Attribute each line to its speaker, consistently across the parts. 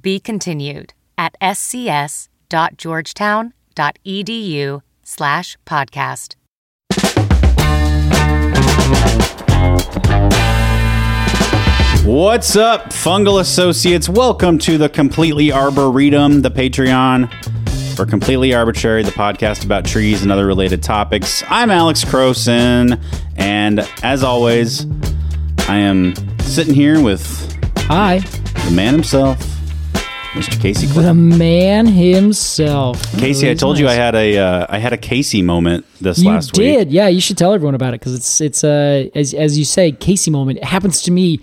Speaker 1: Be continued at scs.georgetown.edu E slash podcast.
Speaker 2: What's up, Fungal Associates? Welcome to the Completely Arboretum, the Patreon for Completely Arbitrary, the podcast about trees and other related topics. I'm Alex Croson, and as always, I am sitting here with
Speaker 3: Hi,
Speaker 2: the man himself, Mr. Casey
Speaker 3: the
Speaker 2: Clinton.
Speaker 3: man himself.
Speaker 2: Casey, I told you I had a uh, I had a Casey moment this
Speaker 3: You
Speaker 2: last week.
Speaker 3: did, yeah. You should tell everyone about it because it's it's uh as as you say, Casey moment. It happens to me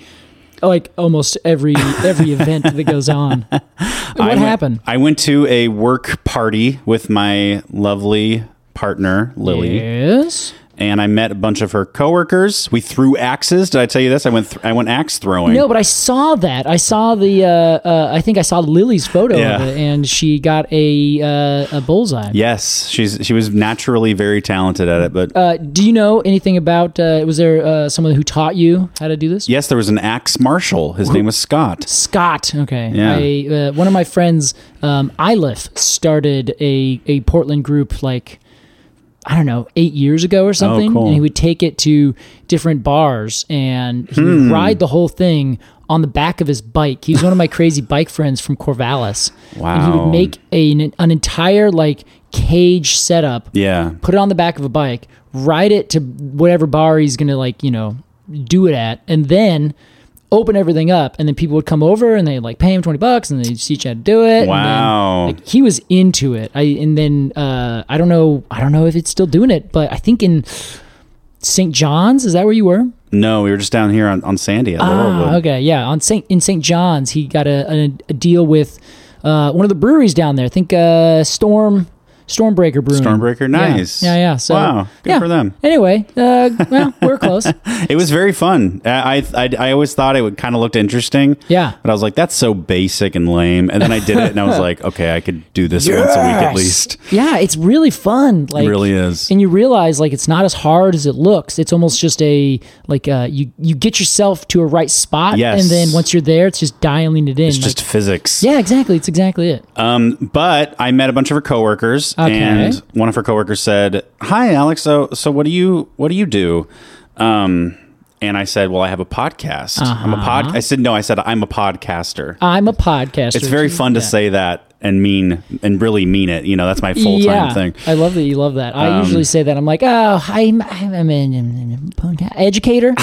Speaker 3: like almost every every event that goes on. What
Speaker 2: I went-
Speaker 3: happened?
Speaker 2: I went to a work party with my lovely partner, Lily.
Speaker 3: Yes.
Speaker 2: and I met a bunch of her coworkers. We threw axes. Did I tell you this? I went th- I went axe throwing.
Speaker 3: No, but I saw that. I saw the. Uh, uh, I think I saw Lily's photo
Speaker 2: Yeah.
Speaker 3: of it, and she got a uh, a bullseye.
Speaker 2: Yes, she's she was naturally very talented at it, but
Speaker 3: Uh, do you know anything about? Uh, was there uh, someone who taught you how to do this?
Speaker 2: yes, there was an axe marshal. His name was Scott.
Speaker 3: Scott. Okay.
Speaker 2: Yeah.
Speaker 3: I, uh, one of my friends, um, Ilif, started a, a Portland group like, I don't know, eight years ago or something.
Speaker 2: Oh, cool.
Speaker 3: And he would take it to different bars and he
Speaker 2: Hmm.
Speaker 3: would ride the whole thing on the back of his bike. He's one of my crazy bike friends from Corvallis. And he
Speaker 2: Wow.
Speaker 3: would make a, an entire like cage setup
Speaker 2: Yeah.
Speaker 3: put it on the back of a bike, ride it to whatever bar he's gonna like, you know, do it at, and then open everything up, and then people would come over and they like pay him twenty bucks, and they teach you how to do it. and then,
Speaker 2: Wow.
Speaker 3: like, he was into it. I and then uh, I don't know, I don't know if it's still doing it, but I think in St. John's is that where you were?
Speaker 2: No, we were just down here on, on Sandy at Laurelwood.
Speaker 3: Ah, okay, yeah. On Saint in Saint John's, he got a, a, a deal with uh, one of the breweries down there. I think uh, Storm Stormbreaker Brewing.
Speaker 2: Stormbreaker, nice.
Speaker 3: Yeah, yeah. yeah. So,
Speaker 2: Wow, good
Speaker 3: yeah.
Speaker 2: for them.
Speaker 3: Anyway, uh, well, we're close.
Speaker 2: It was very fun. I I, I, I always thought it would kind of looked interesting.
Speaker 3: Yeah.
Speaker 2: But I was like, that's so basic and lame. And then I did it, and I was like, okay, I could do this once a week at least.
Speaker 3: Yeah, it's really fun. Like,
Speaker 2: It really is.
Speaker 3: And you realize like it's not as hard as it looks. It's almost just a like uh, you you get yourself to a right spot,
Speaker 2: Yes.
Speaker 3: and then once you're there, it's just dialing it in.
Speaker 2: It's just Uh, physics.
Speaker 3: yeah, exactly. It's exactly it.
Speaker 2: But I met a bunch of her coworkers,
Speaker 3: Okay.
Speaker 2: and one of her coworkers said, "Hi, Alex. So, so what do you what do you do?" Um, and I said, "Well, I have a podcast. I'm a
Speaker 3: Uh-huh.
Speaker 2: pod." I said, "No, I said I'm a podcaster."
Speaker 3: I'm a podcaster.
Speaker 2: it's very fun to say that and mean and really mean it. You know, that's my full time
Speaker 3: yeah,
Speaker 2: thing. Um,
Speaker 3: I love that you love that. I usually say that. I'm like, oh, I'm I'm, I'm an I'm an podca- educator.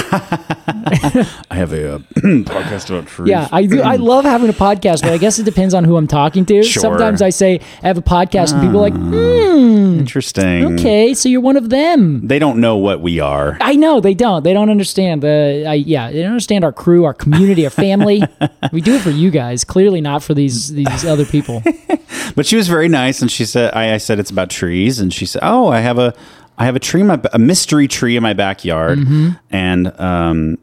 Speaker 2: I have a uh, podcast about truth.
Speaker 3: Yeah, I do. I love having a podcast, but I guess it depends on who I'm talking to.
Speaker 2: Mm. Sure. Mm.
Speaker 3: Sometimes I say I have a podcast, and people are like, "Hmm,
Speaker 2: interesting.
Speaker 3: okay, so you're one of them.
Speaker 2: They don't know what we are.
Speaker 3: I know they don't. They don't understand the. I, yeah, they don't understand our crew, our community, our family. we do it for you guys. Clearly not for these these other people.
Speaker 2: But she was very nice, and she said, I, "I said it's about trees," and she said, "Oh, I have a, I have a tree, in my, a mystery tree in my backyard,"
Speaker 3: Mm-hmm.
Speaker 2: and um,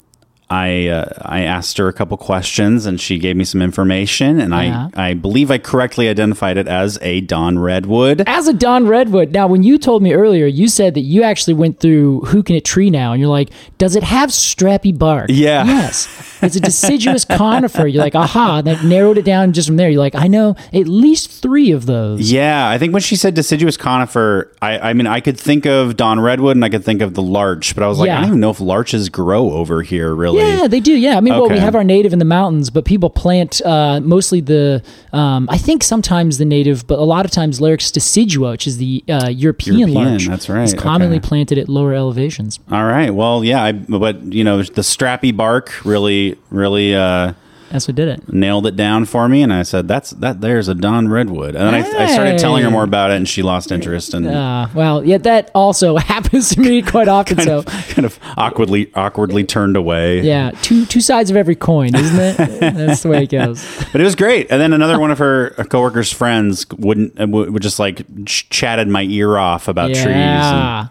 Speaker 2: I, uh, I asked her a couple questions, and she gave me some information, and I, I believe I correctly identified it as a Don Redwood.
Speaker 3: As a Don Redwood. Now, when you told me earlier, you said that you actually went through Who Can It Tree Now, and you're like, does it have strappy bark?
Speaker 2: Yeah.
Speaker 3: Yes. It's a deciduous conifer. You're like, aha. And that narrowed it down just from there. You're like, I know at least three of those.
Speaker 2: Yeah, I think when she said deciduous conifer, I, I mean, I could think of Don Redwood and I could think of the larch, but I was like,
Speaker 3: Yeah.
Speaker 2: I don't even know if larches grow over here, really. Valley.
Speaker 3: Yeah, they do. Yeah, I mean, well, we
Speaker 2: Okay.
Speaker 3: have our native in the mountains, but people plant uh, mostly the. Um, I think sometimes the native, but a lot of times Larix decidua, which is the uh, European,
Speaker 2: European,
Speaker 3: larch,
Speaker 2: that's right,
Speaker 3: is commonly
Speaker 2: okay.
Speaker 3: planted at lower elevations.
Speaker 2: All right. Well, yeah. I, but you know, the strappy bark really, really uh,
Speaker 3: That's what did it.
Speaker 2: nailed it down for me, and I said, "That's that. There's a Don Redwood." And then I, I started telling her more about it, and she lost interest and
Speaker 3: Uh, well, yeah, that also happens to me quite often.
Speaker 2: kind,
Speaker 3: so.
Speaker 2: of, kind of awkwardly, awkwardly turned away.
Speaker 3: Yeah, two two sides of every coin, isn't it? That's the way it goes.
Speaker 2: But it was great. And then another one of her uh, coworkers' friends wouldn't uh, would would just like ch- chatted my ear off about trees. And,
Speaker 3: Yeah.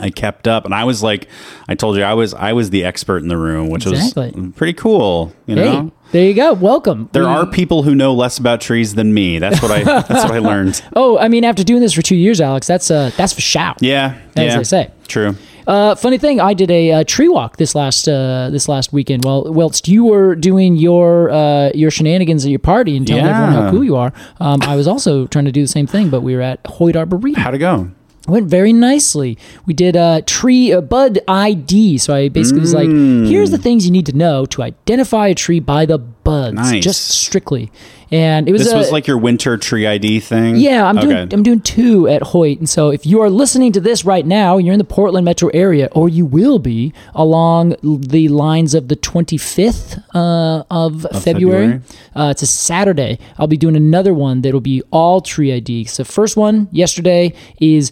Speaker 2: I kept up, and I was like, I told you, I was I was the expert in the room, which
Speaker 3: Exactly.
Speaker 2: was pretty cool. You know,
Speaker 3: Hey, there you go. Welcome.
Speaker 2: there are people who know less about trees than me. That's what I that's what I learned.
Speaker 3: Oh, I mean, after doing this for two years, Alex, that's uh, that's for shout.
Speaker 2: Yeah,
Speaker 3: As
Speaker 2: yeah.
Speaker 3: they say.
Speaker 2: True.
Speaker 3: Uh, funny thing, I did a uh, tree walk this last uh, this last weekend. While whilst you were doing your uh, your shenanigans at your party and telling
Speaker 2: Yeah.
Speaker 3: everyone how cool you are, um, I was also trying to do the same thing. But we were at Hoyt Arboretum.
Speaker 2: How'd it go?
Speaker 3: went very nicely. We did a tree a bud ID. So I basically was like,
Speaker 2: Mm.
Speaker 3: here's the things you need to know to identify a tree by the buds,
Speaker 2: Nice.
Speaker 3: just strictly. And it was uh,
Speaker 2: This
Speaker 3: a,
Speaker 2: was like your winter tree ID thing.
Speaker 3: yeah, I'm doing I'm doing two at Hoyt, and so if you are listening to this right now and you're in the Portland metro area, or you will be along l- the lines of the 25th uh, of, February,
Speaker 2: February.
Speaker 3: Uh, it's a Saturday. I'll be doing another one that'll be all tree ID. So first one yesterday is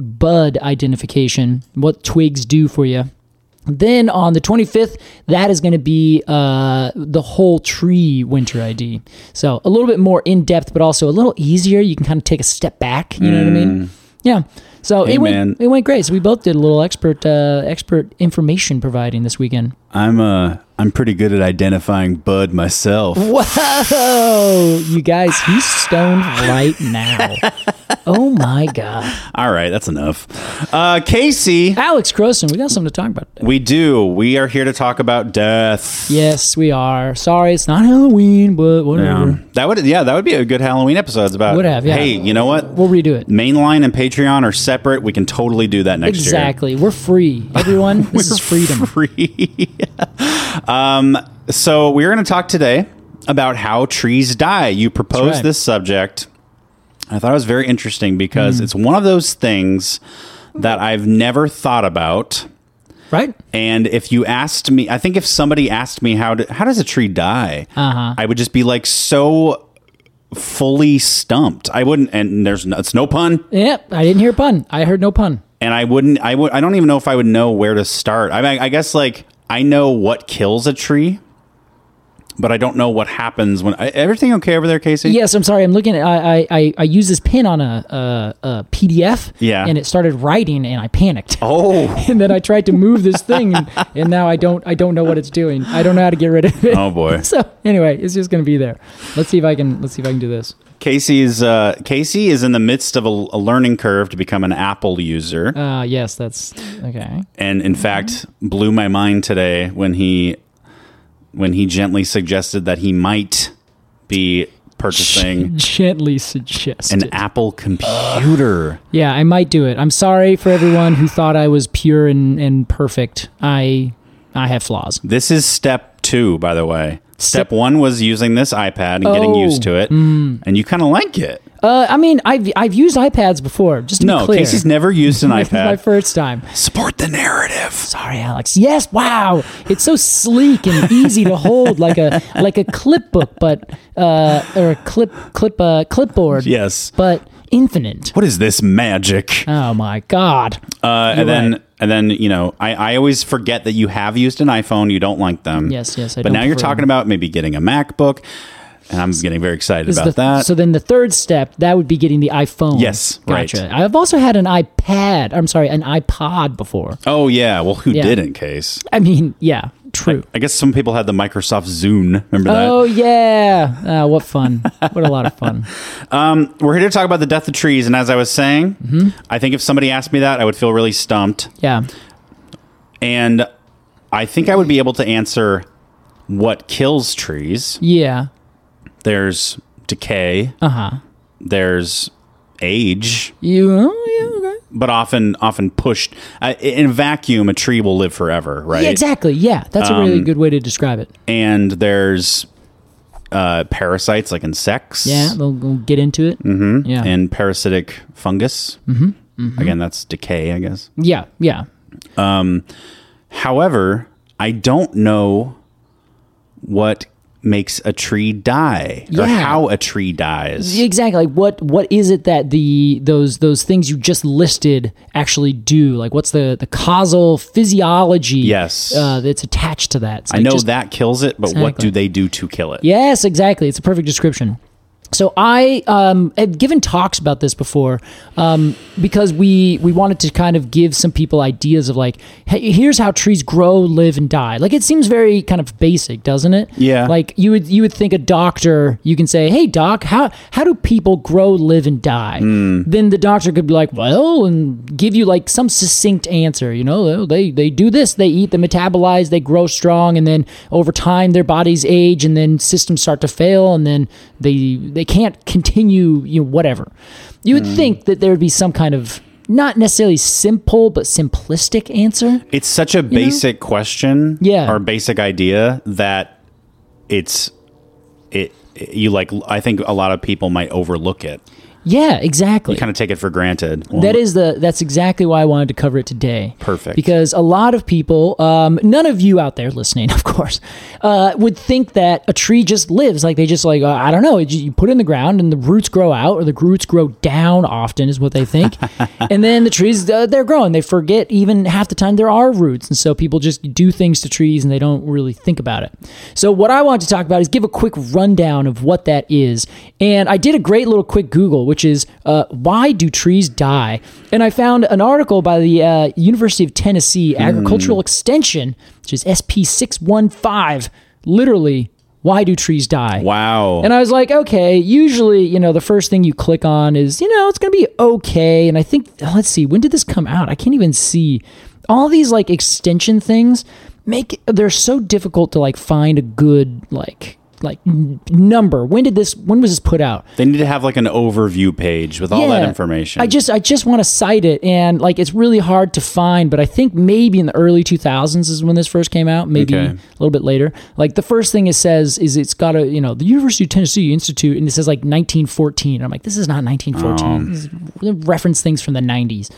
Speaker 3: bud identification, what twigs do for you. Then on the 25th, that is going to be uh, the whole tree winter ID. So a little bit more in depth, but also a little easier. You can kind of take a step back. You know what I mean? Yeah. So it
Speaker 2: Mm. man.
Speaker 3: went it went great. So we both did a little expert uh, expert information providing this weekend.
Speaker 2: I'm uh I'm pretty good at identifying bud myself.
Speaker 3: Whoa, you guys, he's stoned right now. oh my god,
Speaker 2: All right, that's enough. Uh, Casey,
Speaker 3: Alex Croson, we got something to talk about. Today.
Speaker 2: we do. We are here to talk about death.
Speaker 3: Yes, we are. Sorry, it's not Halloween, but whatever.
Speaker 2: Yeah. That would yeah, that would be a good Halloween episode. It's about
Speaker 3: Would have, yeah.
Speaker 2: hey, you know what?
Speaker 3: We'll redo it.
Speaker 2: Mainline and Patreon are separate. We can totally do that next year.
Speaker 3: Exactly. We're free, everyone. This is freedom.
Speaker 2: free. um, so we're going to talk today about how trees die. You proposed
Speaker 3: right.
Speaker 2: this subject. I thought it was very interesting because it's one of those things that I've never thought about.
Speaker 3: right?
Speaker 2: And if you asked me, I think if somebody asked me how do, how does a tree die, I would just be like so fully stumped. I wouldn't, and there's no, it's no pun.
Speaker 3: Yep. I didn't hear a pun. I heard no pun.
Speaker 2: and I wouldn't. I would. I don't even know if I would know where to start. I mean, I guess like I know what kills a tree, but I don't know what happens when. I, everything okay over there, Casey?
Speaker 3: Yes, I'm sorry. I'm looking at. I I, I, I used this pin on a, a a PDF.
Speaker 2: Yeah.
Speaker 3: And it started writing, and I panicked.
Speaker 2: Oh.
Speaker 3: And then I tried to move this thing, and, and now I don't. I don't know what it's doing. I don't know how to get rid of it.
Speaker 2: Oh boy.
Speaker 3: So anyway, it's just gonna be there. Let's see if I can. Let's see if I can do this.
Speaker 2: Casey is uh, Casey is in the midst of a, a learning curve to become an Apple user,
Speaker 3: Uh, yes, that's okay.
Speaker 2: and in fact, blew my mind today when he when he gently suggested that he might be purchasing
Speaker 3: Gently suggest.
Speaker 2: an Apple computer.
Speaker 3: Yeah, I might do it. I'm sorry for everyone who thought I was pure and, and perfect. I I have flaws.
Speaker 2: This is step two, by the way.
Speaker 3: Step-
Speaker 2: Step one was using this iPad and getting
Speaker 3: Oh.
Speaker 2: used to it, and you kind of like it.
Speaker 3: Uh, I mean, I've I've used iPads before. Just to be
Speaker 2: No,
Speaker 3: clear,
Speaker 2: Casey's never used an
Speaker 3: This is my
Speaker 2: iPad.
Speaker 3: first time.
Speaker 2: Support the narrative.
Speaker 3: Sorry, Alex. Yes, wow, it's so sleek and easy to hold, like a like a clip book, but uh, or a clip clip uh, clipboard.
Speaker 2: Yes.
Speaker 3: but infinite.
Speaker 2: What is this magic?
Speaker 3: Oh my God!
Speaker 2: Uh,
Speaker 3: you're
Speaker 2: and then,
Speaker 3: right.
Speaker 2: and then, you know, I, I always forget that you have used an iPhone. You don't like them.
Speaker 3: Yes, yes, I
Speaker 2: but
Speaker 3: don't
Speaker 2: now you're
Speaker 3: prefer
Speaker 2: talking
Speaker 3: them.
Speaker 2: about maybe getting a MacBook, and I'm getting very excited
Speaker 3: Is
Speaker 2: about
Speaker 3: the-
Speaker 2: that.
Speaker 3: So then the third step that would be getting the iPhone.
Speaker 2: Yes, right.
Speaker 3: gotcha. I've also had an iPad. I'm sorry, an iPod before.
Speaker 2: oh yeah. Well, who
Speaker 3: Yeah.
Speaker 2: didn't? Case.
Speaker 3: I mean, yeah, true.
Speaker 2: I guess some people had the Microsoft Zune. Remember that?
Speaker 3: Oh yeah! Uh, what fun! what a lot of fun!
Speaker 2: We're here to talk about the death of trees, and as I was saying,
Speaker 3: Mm-hmm.
Speaker 2: I think if somebody asked me that, I would feel really stumped,
Speaker 3: Yeah,
Speaker 2: and I think I would be able to answer what kills trees.
Speaker 3: yeah. Uh-huh.
Speaker 2: There's decay. Uh huh. There's age.
Speaker 3: You, oh, yeah, okay.
Speaker 2: but often often pushed uh, in a vacuum. A tree will live forever, right? Um,
Speaker 3: Yeah, exactly. Yeah, that's a really good way to describe it.
Speaker 2: And there's uh, parasites like insects,
Speaker 3: Yeah, we'll, we'll get into it. Mm-hmm. Yeah,
Speaker 2: and parasitic fungus.
Speaker 3: Mm-hmm.
Speaker 2: Again, that's decay, I guess.
Speaker 3: yeah, yeah.
Speaker 2: However, I don't know what makes a tree die or
Speaker 3: Yeah.
Speaker 2: how a tree dies.
Speaker 3: Exactly. Like what what is it that the those those things you just listed actually do? Like what's the the causal physiology?
Speaker 2: Yes.
Speaker 3: uh, that's attached to that. It's
Speaker 2: I
Speaker 3: like
Speaker 2: know
Speaker 3: just-
Speaker 2: that kills it, but what
Speaker 3: Exactly.
Speaker 2: do they do to kill it?
Speaker 3: Yes, exactly. It's a perfect description. So I um, have given talks about this before um, because we we wanted to kind of give some people ideas of like, hey, here's how trees grow, live, and die. Like it seems very kind of basic, doesn't it?
Speaker 2: Yeah.
Speaker 3: Like you would you would think a doctor, you can say, hey doc, how how do people grow, live, and die? Then the doctor could be like, well, and give you like some succinct answer. You know, "Oh, they they do this, they eat, they metabolize, they grow strong, and then over time their bodies age, and then systems start to fail, and then they they can't continue. You know, whatever. You would think that there would be some kind of not necessarily simple but simplistic answer.
Speaker 2: It's such a basic question
Speaker 3: Yeah.
Speaker 2: or basic idea that it's it you like I think a lot of people might overlook it.
Speaker 3: Yeah, exactly.
Speaker 2: Kind of take it for granted.
Speaker 3: That is the that's exactly why I wanted to cover it today.
Speaker 2: Perfect.
Speaker 3: Because a lot of people, um, none of you out there listening, of course, uh, would think that a tree just lives like they just like uh, I don't know. You you put it in the ground and the roots grow out, or the roots grow down. Often is what they think, and then the trees uh, they're growing. They forget even half the time there are roots, and so people just do things to trees and they don't really think about it. So what I want to talk about is give a quick rundown of what that is. And I did a great little quick Google, which is uh, why do trees die? And I found an article by the uh, University of Tennessee Agricultural Extension, which is SP six one five. Literally, why do trees die?
Speaker 2: wow.
Speaker 3: And I was like, okay, usually, you know, the first thing you click on is, you know, it's going to be okay. And I think, oh, let's see, when did this come out? I can't even see. All these like extension things make, they're so difficult to like find a good, like, like n- number. When did this, when was this put out?
Speaker 2: they need to have like an overview page with all that
Speaker 3: Yeah.
Speaker 2: information.
Speaker 3: I just I just want to cite it and like it's really hard to find, but I think maybe in the early 2000s is when this first came out, maybe
Speaker 2: Okay.
Speaker 3: a little bit later. Like the first thing it says is it's got a, you know, the University of Tennessee Institute and it says like 1914. And I'm like this is not
Speaker 2: Um.
Speaker 3: 1914. This is- reference things from the 90s.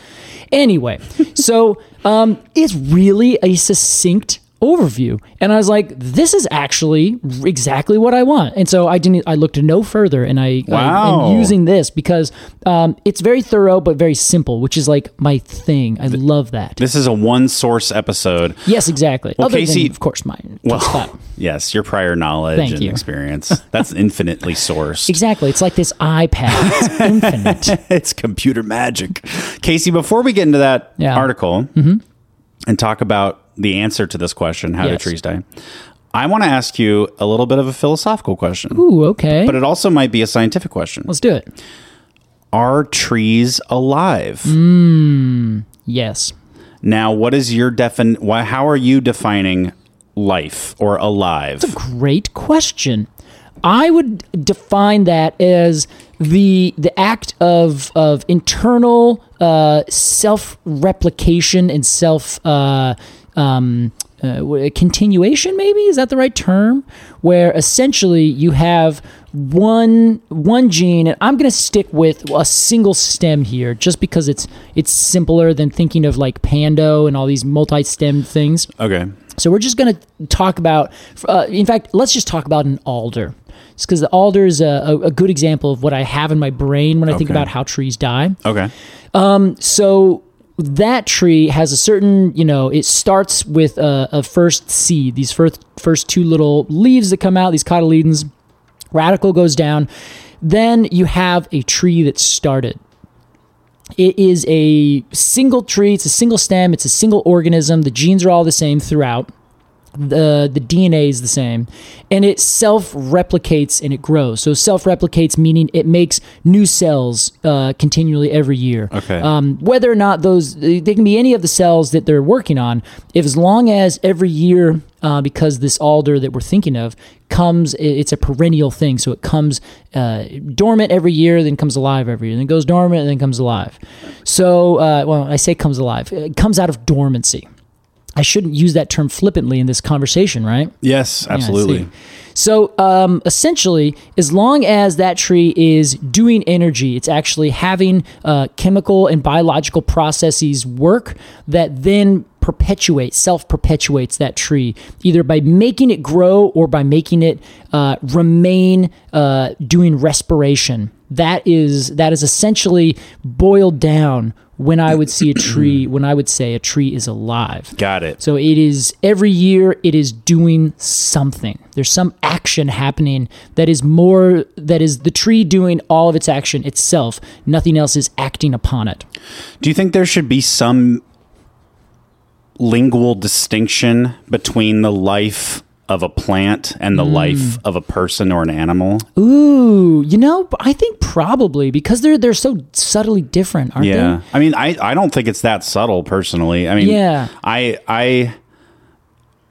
Speaker 3: Anyway, so um it's really a succinct overview and i was like this is actually exactly what i want and so i didn't i looked no further and i I
Speaker 2: Wow.
Speaker 3: am using this because um, it's very thorough but very simple, which is like my thing. I love that.
Speaker 2: this is a one source episode.
Speaker 3: yes, exactly. Other
Speaker 2: Casey-
Speaker 3: than, of course, mine.
Speaker 2: Well, yes, your prior knowledge
Speaker 3: Thank
Speaker 2: and
Speaker 3: you.
Speaker 2: experience. That's infinitely sourced.
Speaker 3: Exactly. It's like this iPad. It's infinite.
Speaker 2: it's computer magic. Casey, before we get into that
Speaker 3: Yeah. Mm-hmm.
Speaker 2: article and talk about the answer to this question, how
Speaker 3: Yes.
Speaker 2: do trees die? I want to ask you a little bit of a philosophical question,
Speaker 3: Ooh, okay.
Speaker 2: but it also might be a scientific question.
Speaker 3: Let's do it.
Speaker 2: Are trees alive?
Speaker 3: Mm. Yes.
Speaker 2: Now, what is your defin? Why? How are you defining life or alive?
Speaker 3: Great question. I would define that as the the act of of internal uh, self replication and self uh, um, uh, w- continuation. Maybe is that the right term? Where essentially you have one one gene, and I'm going to stick with a single stem here, just because it's it's simpler than thinking of like Pando and all these multi stemmed things.
Speaker 2: Okay,
Speaker 3: So we're just going to talk about. Uh, in fact, let's just talk about an alder, It's 'cause because the alder is a, a, a good example of what I have in my brain when I think
Speaker 2: Okay.
Speaker 3: about how trees die
Speaker 2: okay,
Speaker 3: so that tree has a certain you know it starts with a, a first seed these first first two little leaves that come out these cotyledons radical goes down then you have a tree that started it is a single tree it's a single stem it's a single organism the genes are all the same throughout the the DNA is the same, and it self replicates and it grows. So self replicates meaning it makes new cells uh, continually every year.
Speaker 2: Okay.
Speaker 3: Um, whether or not those they can be any of the cells that they're working on, if as long as every year, uh, because this alder that we're thinking of comes, it- it's a perennial thing. So it comes uh, dormant every year, then comes alive every year, then goes dormant, and then comes alive. So, uh, well, I say comes alive, it comes out of dormancy. I shouldn't use that term flippantly in this conversation, right?
Speaker 2: Yes,
Speaker 3: Yeah, I
Speaker 2: absolutely.
Speaker 3: see. So um, essentially, as long as that tree is doing energy, it's actually having uh, chemical and biological processes work that then perpetuates, self perpetuates that tree, either by making it grow or by making it uh, remain uh, doing respiration. That is that is essentially boiled down when I would see a tree when I would say a tree is alive.
Speaker 2: Got it.
Speaker 3: So it is every year it is doing something. There's some action happening that is more that is the tree doing all of its action itself. Nothing else is acting upon it.
Speaker 2: Do you think there should be some lingual distinction between the life of a plant and the life of a person or an animal?
Speaker 3: Mm. Ooh, you know, I think probably because they're they're so subtly different, aren't
Speaker 2: yeah. I mean, I, I don't think it's that subtle personally. I mean,
Speaker 3: Yeah.
Speaker 2: I, I,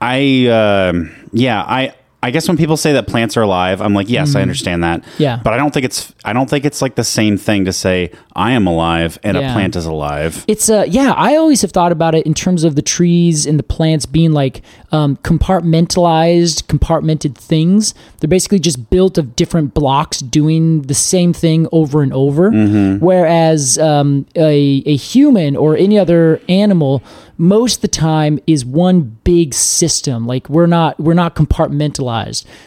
Speaker 2: I, um, yeah, I, I guess when people say that plants are alive, I'm like, yes, I understand that.
Speaker 3: Mm. Yeah.
Speaker 2: But I don't think it's, I don't think it's like the same thing to say I am alive and
Speaker 3: Yeah.
Speaker 2: a plant is alive.
Speaker 3: It's a yeah. I always have thought about it in terms of the trees and the plants being like um, compartmentalized, compartmented things. They're basically just built of different blocks doing the same thing over and over. Whereas um, a a human or any other animal, most of the time is one big system. Like we're not we're not compartmentalized.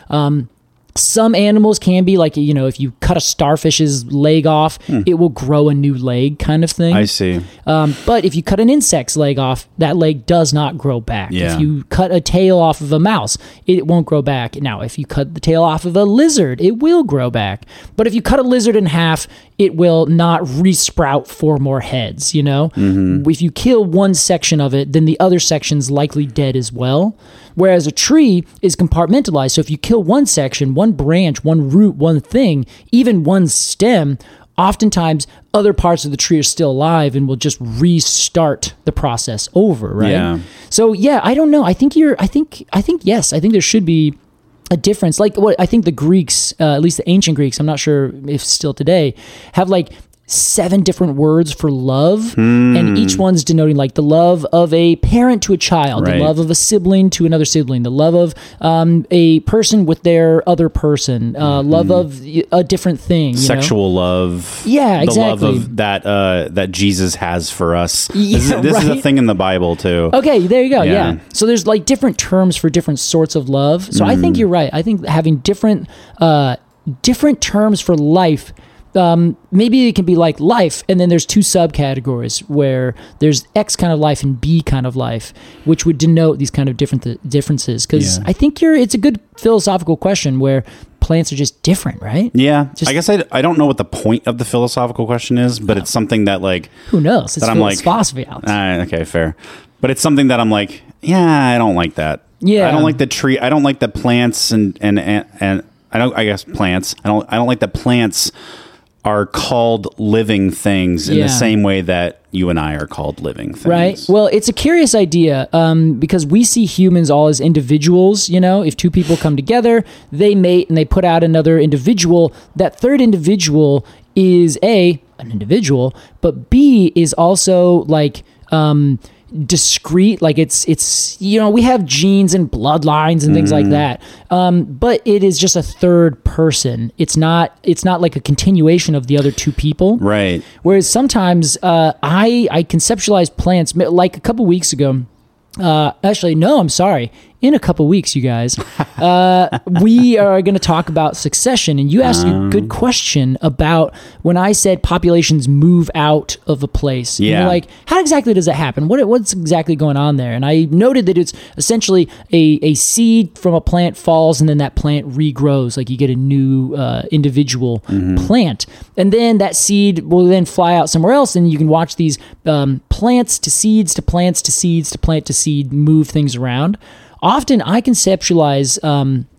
Speaker 3: Um, some animals can be like you know if you cut a starfish's leg off it will grow a new leg kind of thing
Speaker 2: I see.
Speaker 3: um, but if you cut an insect's leg off, that leg does not grow back.
Speaker 2: Yeah.
Speaker 3: If you cut a tail off of a mouse, it won't grow back. Now, if you cut the tail off of a lizard, it will grow back. But if you cut a lizard in half, it will not resprout four more heads, you know? If you kill one section of it, then the other section's likely dead as well. Whereas a tree is compartmentalized. So if you kill one section, one branch, one root, one thing, even one stem, oftentimes other parts of the tree are still alive and will just restart the process over right
Speaker 2: Yeah.
Speaker 3: so yeah i don't know i think you're i think i think yes i think there should be a difference like what i think the greeks uh, at least the ancient greeks i'm not sure if still today have like seven different words for love
Speaker 2: Hmm.
Speaker 3: and each one's denoting like the love of a parent to a child
Speaker 2: Right.
Speaker 3: the love of a sibling to another sibling the love of um, a person with their other person uh, love of y- a different thing you know?
Speaker 2: Hmm. sexual love.
Speaker 3: Yeah,
Speaker 2: the love
Speaker 3: exactly.
Speaker 2: of that uh, that Jesus has for us. this is,
Speaker 3: Yeah,
Speaker 2: this is a
Speaker 3: right.
Speaker 2: thing in the Bible too.
Speaker 3: Okay, there you go.
Speaker 2: Yeah.
Speaker 3: Yeah. So there's like different terms for different sorts of love. So I
Speaker 2: Mm.
Speaker 3: think you're right. I think having different uh different terms for life um, maybe it can be like life, and then there's two subcategories where there's X kind of life and B kind of life, which would denote these kind of different th- differences. Because
Speaker 2: Yeah.
Speaker 3: I think you're, it's a good philosophical question where plants are just different, right?
Speaker 2: Yeah,
Speaker 3: Just-
Speaker 2: I guess I, I don't know what the point of the philosophical question is, but it's something that like
Speaker 3: Who knows? It's
Speaker 2: that I'm like
Speaker 3: philosophy, Alex.
Speaker 2: Uh, okay, fair, but it's something that I'm like, yeah, I don't like that.
Speaker 3: Yeah.
Speaker 2: I don't like the tree. I don't like the plants and and and, and I don't. I guess plants. I don't. I don't like that plants are called living things in
Speaker 3: Yeah.
Speaker 2: the same way that you and I are called living things.
Speaker 3: Right. Well, it's a curious idea um, because we see humans all as individuals. You know, if two people come together, they mate and they put out another individual. That third individual is a an individual, but B is also like um, discrete. Like it's it's you know we have genes and bloodlines and things like that. Um, but it is just a third person. It's not it's not like a continuation of the other two people.
Speaker 2: Right.
Speaker 3: Whereas sometimes uh, I I conceptualize plants m- like a couple weeks ago. Uh, actually, no, I'm sorry. In a couple weeks, you guys, uh, we are going to talk about succession. And you asked a good question about when I said populations move out of a place. And you're
Speaker 2: Yeah.
Speaker 3: like, how exactly does that happen? What what's exactly going on there? And I noted that it's essentially a, a seed from a plant falls and then that plant regrows, like you get a new uh, individual plant, and then that seed will then fly out somewhere else, and you can watch these um, plants to seeds to plants to seeds to plant to seed move things around. Often, I conceptualize. Um,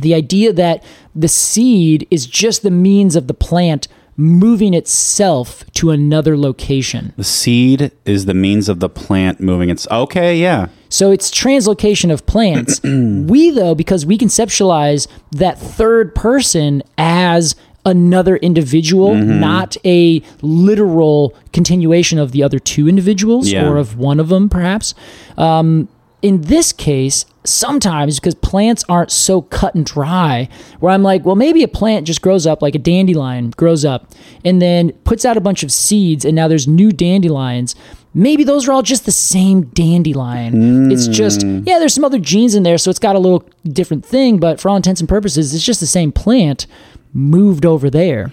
Speaker 3: the idea that the seed is just the means of the plant moving itself to another location.
Speaker 2: The seed is the means of the plant moving its. Okay, yeah.
Speaker 3: So it's translocation of plants. we, though, because we conceptualize that third person as another individual, not a literal continuation of the other two individuals
Speaker 2: Yeah.
Speaker 3: or of one of them, perhaps. Um, in this case, sometimes because plants aren't so cut and dry, where I'm like, well, maybe a plant just grows up like a dandelion grows up and then puts out a bunch of seeds, and now there's new dandelions. Maybe those are all just the same dandelion. It's just, yeah, there's some other genes in there, so it's got a little different thing, but for all intents and purposes, it's just the same plant moved over there.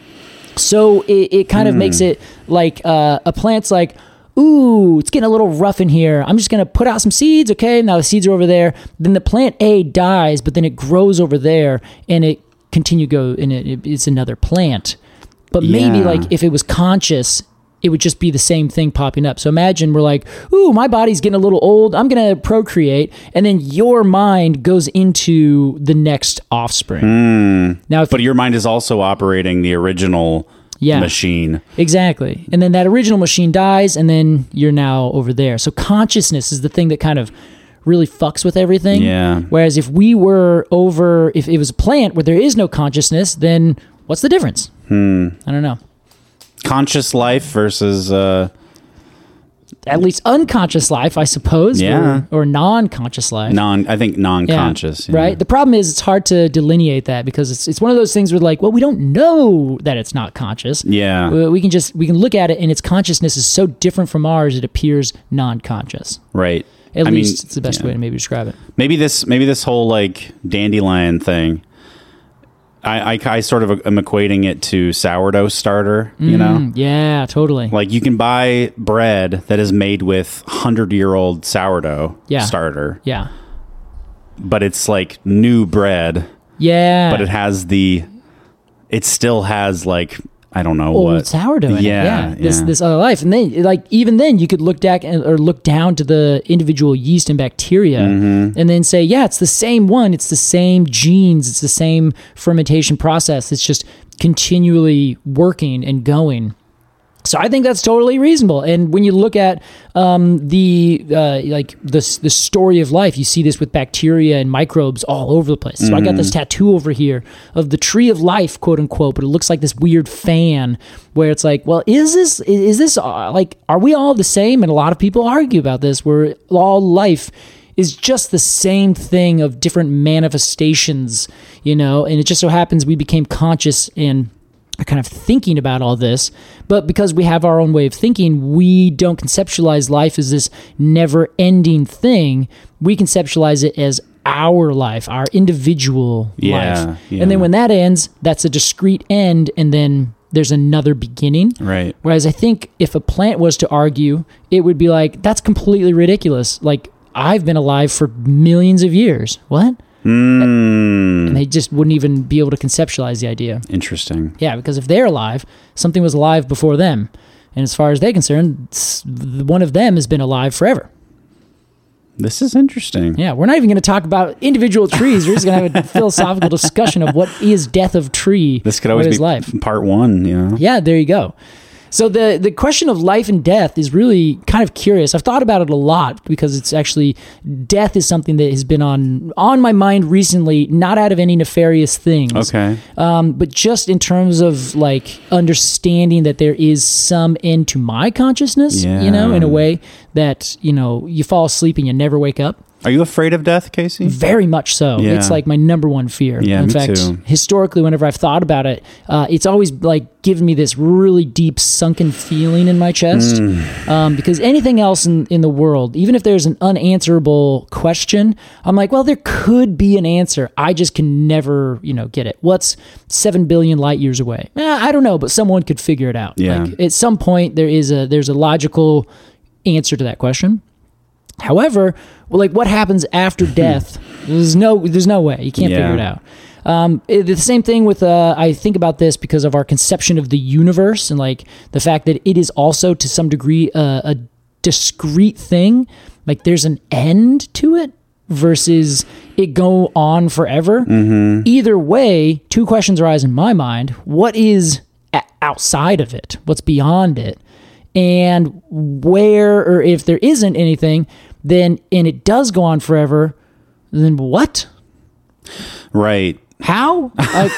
Speaker 3: So it, it kind of
Speaker 2: Hmm.
Speaker 3: makes it like uh, a plant's like, ooh, it's getting a little rough in here. I'm just going to put out some seeds. Okay. Now the seeds are over there. Then the plant A dies, but then it grows over there and it continue go and it, it- it's another plant. But maybe
Speaker 2: Yeah.
Speaker 3: like if it was conscious, it would just be the same thing popping up. So imagine we're like, ooh, my body's getting a little old. I'm going to procreate. And then your mind goes into the next offspring. Now, if
Speaker 2: Hmm. But your mind is also operating the original
Speaker 3: Yeah.
Speaker 2: machine.
Speaker 3: Exactly. And then that original machine dies, and then you're now over there. So consciousness is the thing that kind of really fucks with everything.
Speaker 2: Yeah.
Speaker 3: Whereas if we were over, if it was a plant where there is no consciousness, then what's the difference? Hmm. I don't know.
Speaker 2: Conscious life versus uh,
Speaker 3: At least unconscious life, I suppose.
Speaker 2: Yeah.
Speaker 3: Or, or non conscious life.
Speaker 2: non. I think
Speaker 3: Yeah.
Speaker 2: non-conscious. yeah.
Speaker 3: Right. The problem is it's hard to delineate that because it's it's one of those things where like, well, we don't know that it's not conscious.
Speaker 2: Yeah.
Speaker 3: We we can just we can look at it and its consciousness is so different from ours it appears non-conscious.
Speaker 2: Right.
Speaker 3: At
Speaker 2: I mean,
Speaker 3: least it's the best
Speaker 2: yeah.
Speaker 3: way to maybe describe it.
Speaker 2: Maybe this. Maybe this whole like dandelion thing. I, I, I sort of am equating it to sourdough starter. You
Speaker 3: Mm.
Speaker 2: know,
Speaker 3: Hmm, Yeah, totally.
Speaker 2: like you can buy bread that is made with hundred year old sourdough
Speaker 3: Yeah.
Speaker 2: starter,
Speaker 3: yeah.
Speaker 2: but it's like new bread,
Speaker 3: Yeah.
Speaker 2: but it has the. It still has like I don't know
Speaker 3: old
Speaker 2: what
Speaker 3: sourdough in it.
Speaker 2: Yeah,
Speaker 3: yeah, This
Speaker 2: yeah.
Speaker 3: this other life. And then like even then you could look back and, or look down to the individual yeast and bacteria
Speaker 2: Mm-hmm.
Speaker 3: and then say, yeah, it's the same one, it's the same genes, it's the same fermentation process. It's just continually working and going. So I think that's totally reasonable. And when you look at um, the uh, like the s- the story of life, you see this with bacteria and microbes all over the place. So I got this tattoo over here of the tree of life, quote unquote, but it looks like this weird fan where it's like, well, is this i- is this uh, like are we all the same? And a lot of people argue about this where all life is just the same thing of different manifestations, you know, and it just so happens we became conscious and are kind of thinking about all this, but because we have our own way of thinking, we don't conceptualize life as this never ending thing. We conceptualize it as our life, our individual
Speaker 2: Yeah,
Speaker 3: life.
Speaker 2: yeah.
Speaker 3: And then when that ends, that's a discrete end, and then there's another beginning.
Speaker 2: right.
Speaker 3: Whereas I think if a plant was to argue, it would be like, that's completely ridiculous. Like, I've been alive for millions of years. What?
Speaker 2: Hmm.
Speaker 3: And they just wouldn't even be able to conceptualize the idea.
Speaker 2: Interesting.
Speaker 3: Yeah, because if they're alive, something was alive before them. And as far as they're concerned, s- th- one of them has been alive forever.
Speaker 2: This is interesting.
Speaker 3: Yeah, we're not even going to talk about individual trees. We're just going to have a philosophical discussion of what is death of tree.
Speaker 2: This could
Speaker 3: what
Speaker 2: always
Speaker 3: is
Speaker 2: be
Speaker 3: life.
Speaker 2: part one. You know.
Speaker 3: Yeah, there you go. So the the question of life and death is really kind of curious. I've thought about it a lot because it's actually death is something that has been on on my mind recently, not out of any nefarious things.
Speaker 2: Okay.
Speaker 3: um, but just in terms of like understanding that there is some end to my consciousness, you know, in a
Speaker 2: Yeah.
Speaker 3: way that you know you fall asleep and you never wake up.
Speaker 2: Are you afraid of death, Casey?
Speaker 3: Very much so.
Speaker 2: Yeah.
Speaker 3: It's like my number one fear.
Speaker 2: Yeah,
Speaker 3: in
Speaker 2: me
Speaker 3: fact,
Speaker 2: too.
Speaker 3: historically, whenever I've thought about it, uh, it's always like given me this really deep sunken feeling in my chest.
Speaker 2: Mm.
Speaker 3: Um, because anything else in, in the world, even if there's an unanswerable question, I'm like, well, there could be an answer. I just can never, you know, get it. What's seven billion light years away? Eh, I don't know, but someone could figure it out.
Speaker 2: Yeah.
Speaker 3: Like, at some point, there is a there's a logical answer to that question. However, well, like what happens after death? there's no, there's no way you can't
Speaker 2: Yeah.
Speaker 3: figure it out. Um, it- the same thing with uh, I think about this because of our conception of the universe and like the fact that it is also to some degree uh, a discrete thing. Like there's an end to it versus it go on forever. Either way, two questions arise in my mind: what is a- outside of it? What's beyond it? and where or if there isn't anything then and it does go on forever, then what?
Speaker 2: Right.
Speaker 3: How? Like,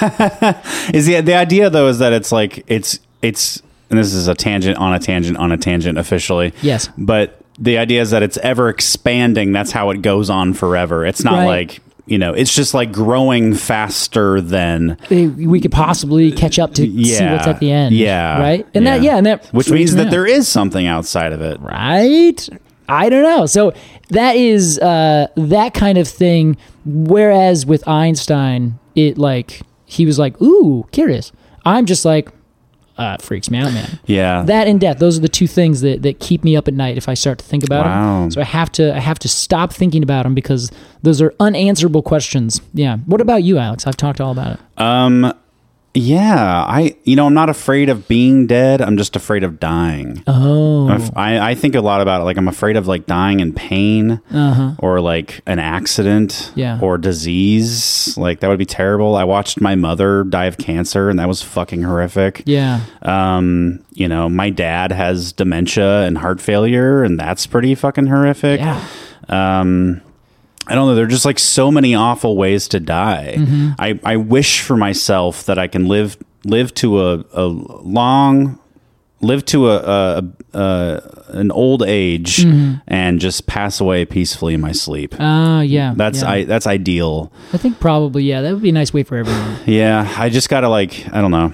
Speaker 2: Is the the idea though is that it's like it's it's and this is a tangent on a tangent on a tangent officially.
Speaker 3: Yes.
Speaker 2: But the idea is that it's ever expanding. That's how it goes on forever. It's not
Speaker 3: Right.
Speaker 2: like you know, it's just like growing faster than
Speaker 3: eh, we could possibly catch up to see
Speaker 2: yeah,
Speaker 3: what's at the end.
Speaker 2: Yeah,
Speaker 3: Right. And that yeah, and that
Speaker 2: which
Speaker 3: freaks
Speaker 2: means
Speaker 3: me
Speaker 2: that
Speaker 3: out.
Speaker 2: there is something outside of it.
Speaker 3: right? I don't know. So that is uh, that kind of thing. Whereas with Einstein, it like he was like, "Ooh, curious." I'm just like, uh, it freaks me out, man.
Speaker 2: Yeah,
Speaker 3: That and death; those are the two things that, that keep me up at night if I start to think about
Speaker 2: Wow.
Speaker 3: them. So I have to I have to stop thinking about them because those are unanswerable questions. Yeah. What about you, Alex? I've talked all about it.
Speaker 2: yeah. I you know I'm not afraid of being dead. I'm just afraid of dying.
Speaker 3: Oh,
Speaker 2: I'm af- I, I think a lot about it. Like I'm afraid of like dying in pain or like an accident
Speaker 3: Uh-huh. Yeah.
Speaker 2: or disease. Like that would be terrible. I watched my mother die of cancer and that was fucking horrific.
Speaker 3: yeah.
Speaker 2: Um, you know, my dad has dementia and heart failure and that's pretty fucking horrific.
Speaker 3: Yeah.
Speaker 2: Um, I don't know. There are just like so many awful ways to die.
Speaker 3: Mm-hmm.
Speaker 2: I, I wish for myself that I can live live to a, a long live to a, a, a an old age and just pass away peacefully in my sleep.
Speaker 3: Mm-hmm. Uh, yeah.
Speaker 2: that's
Speaker 3: yeah.
Speaker 2: I that's ideal.
Speaker 3: I think probably yeah. That would be a nice way for everyone.
Speaker 2: Yeah, I just gotta like I don't know.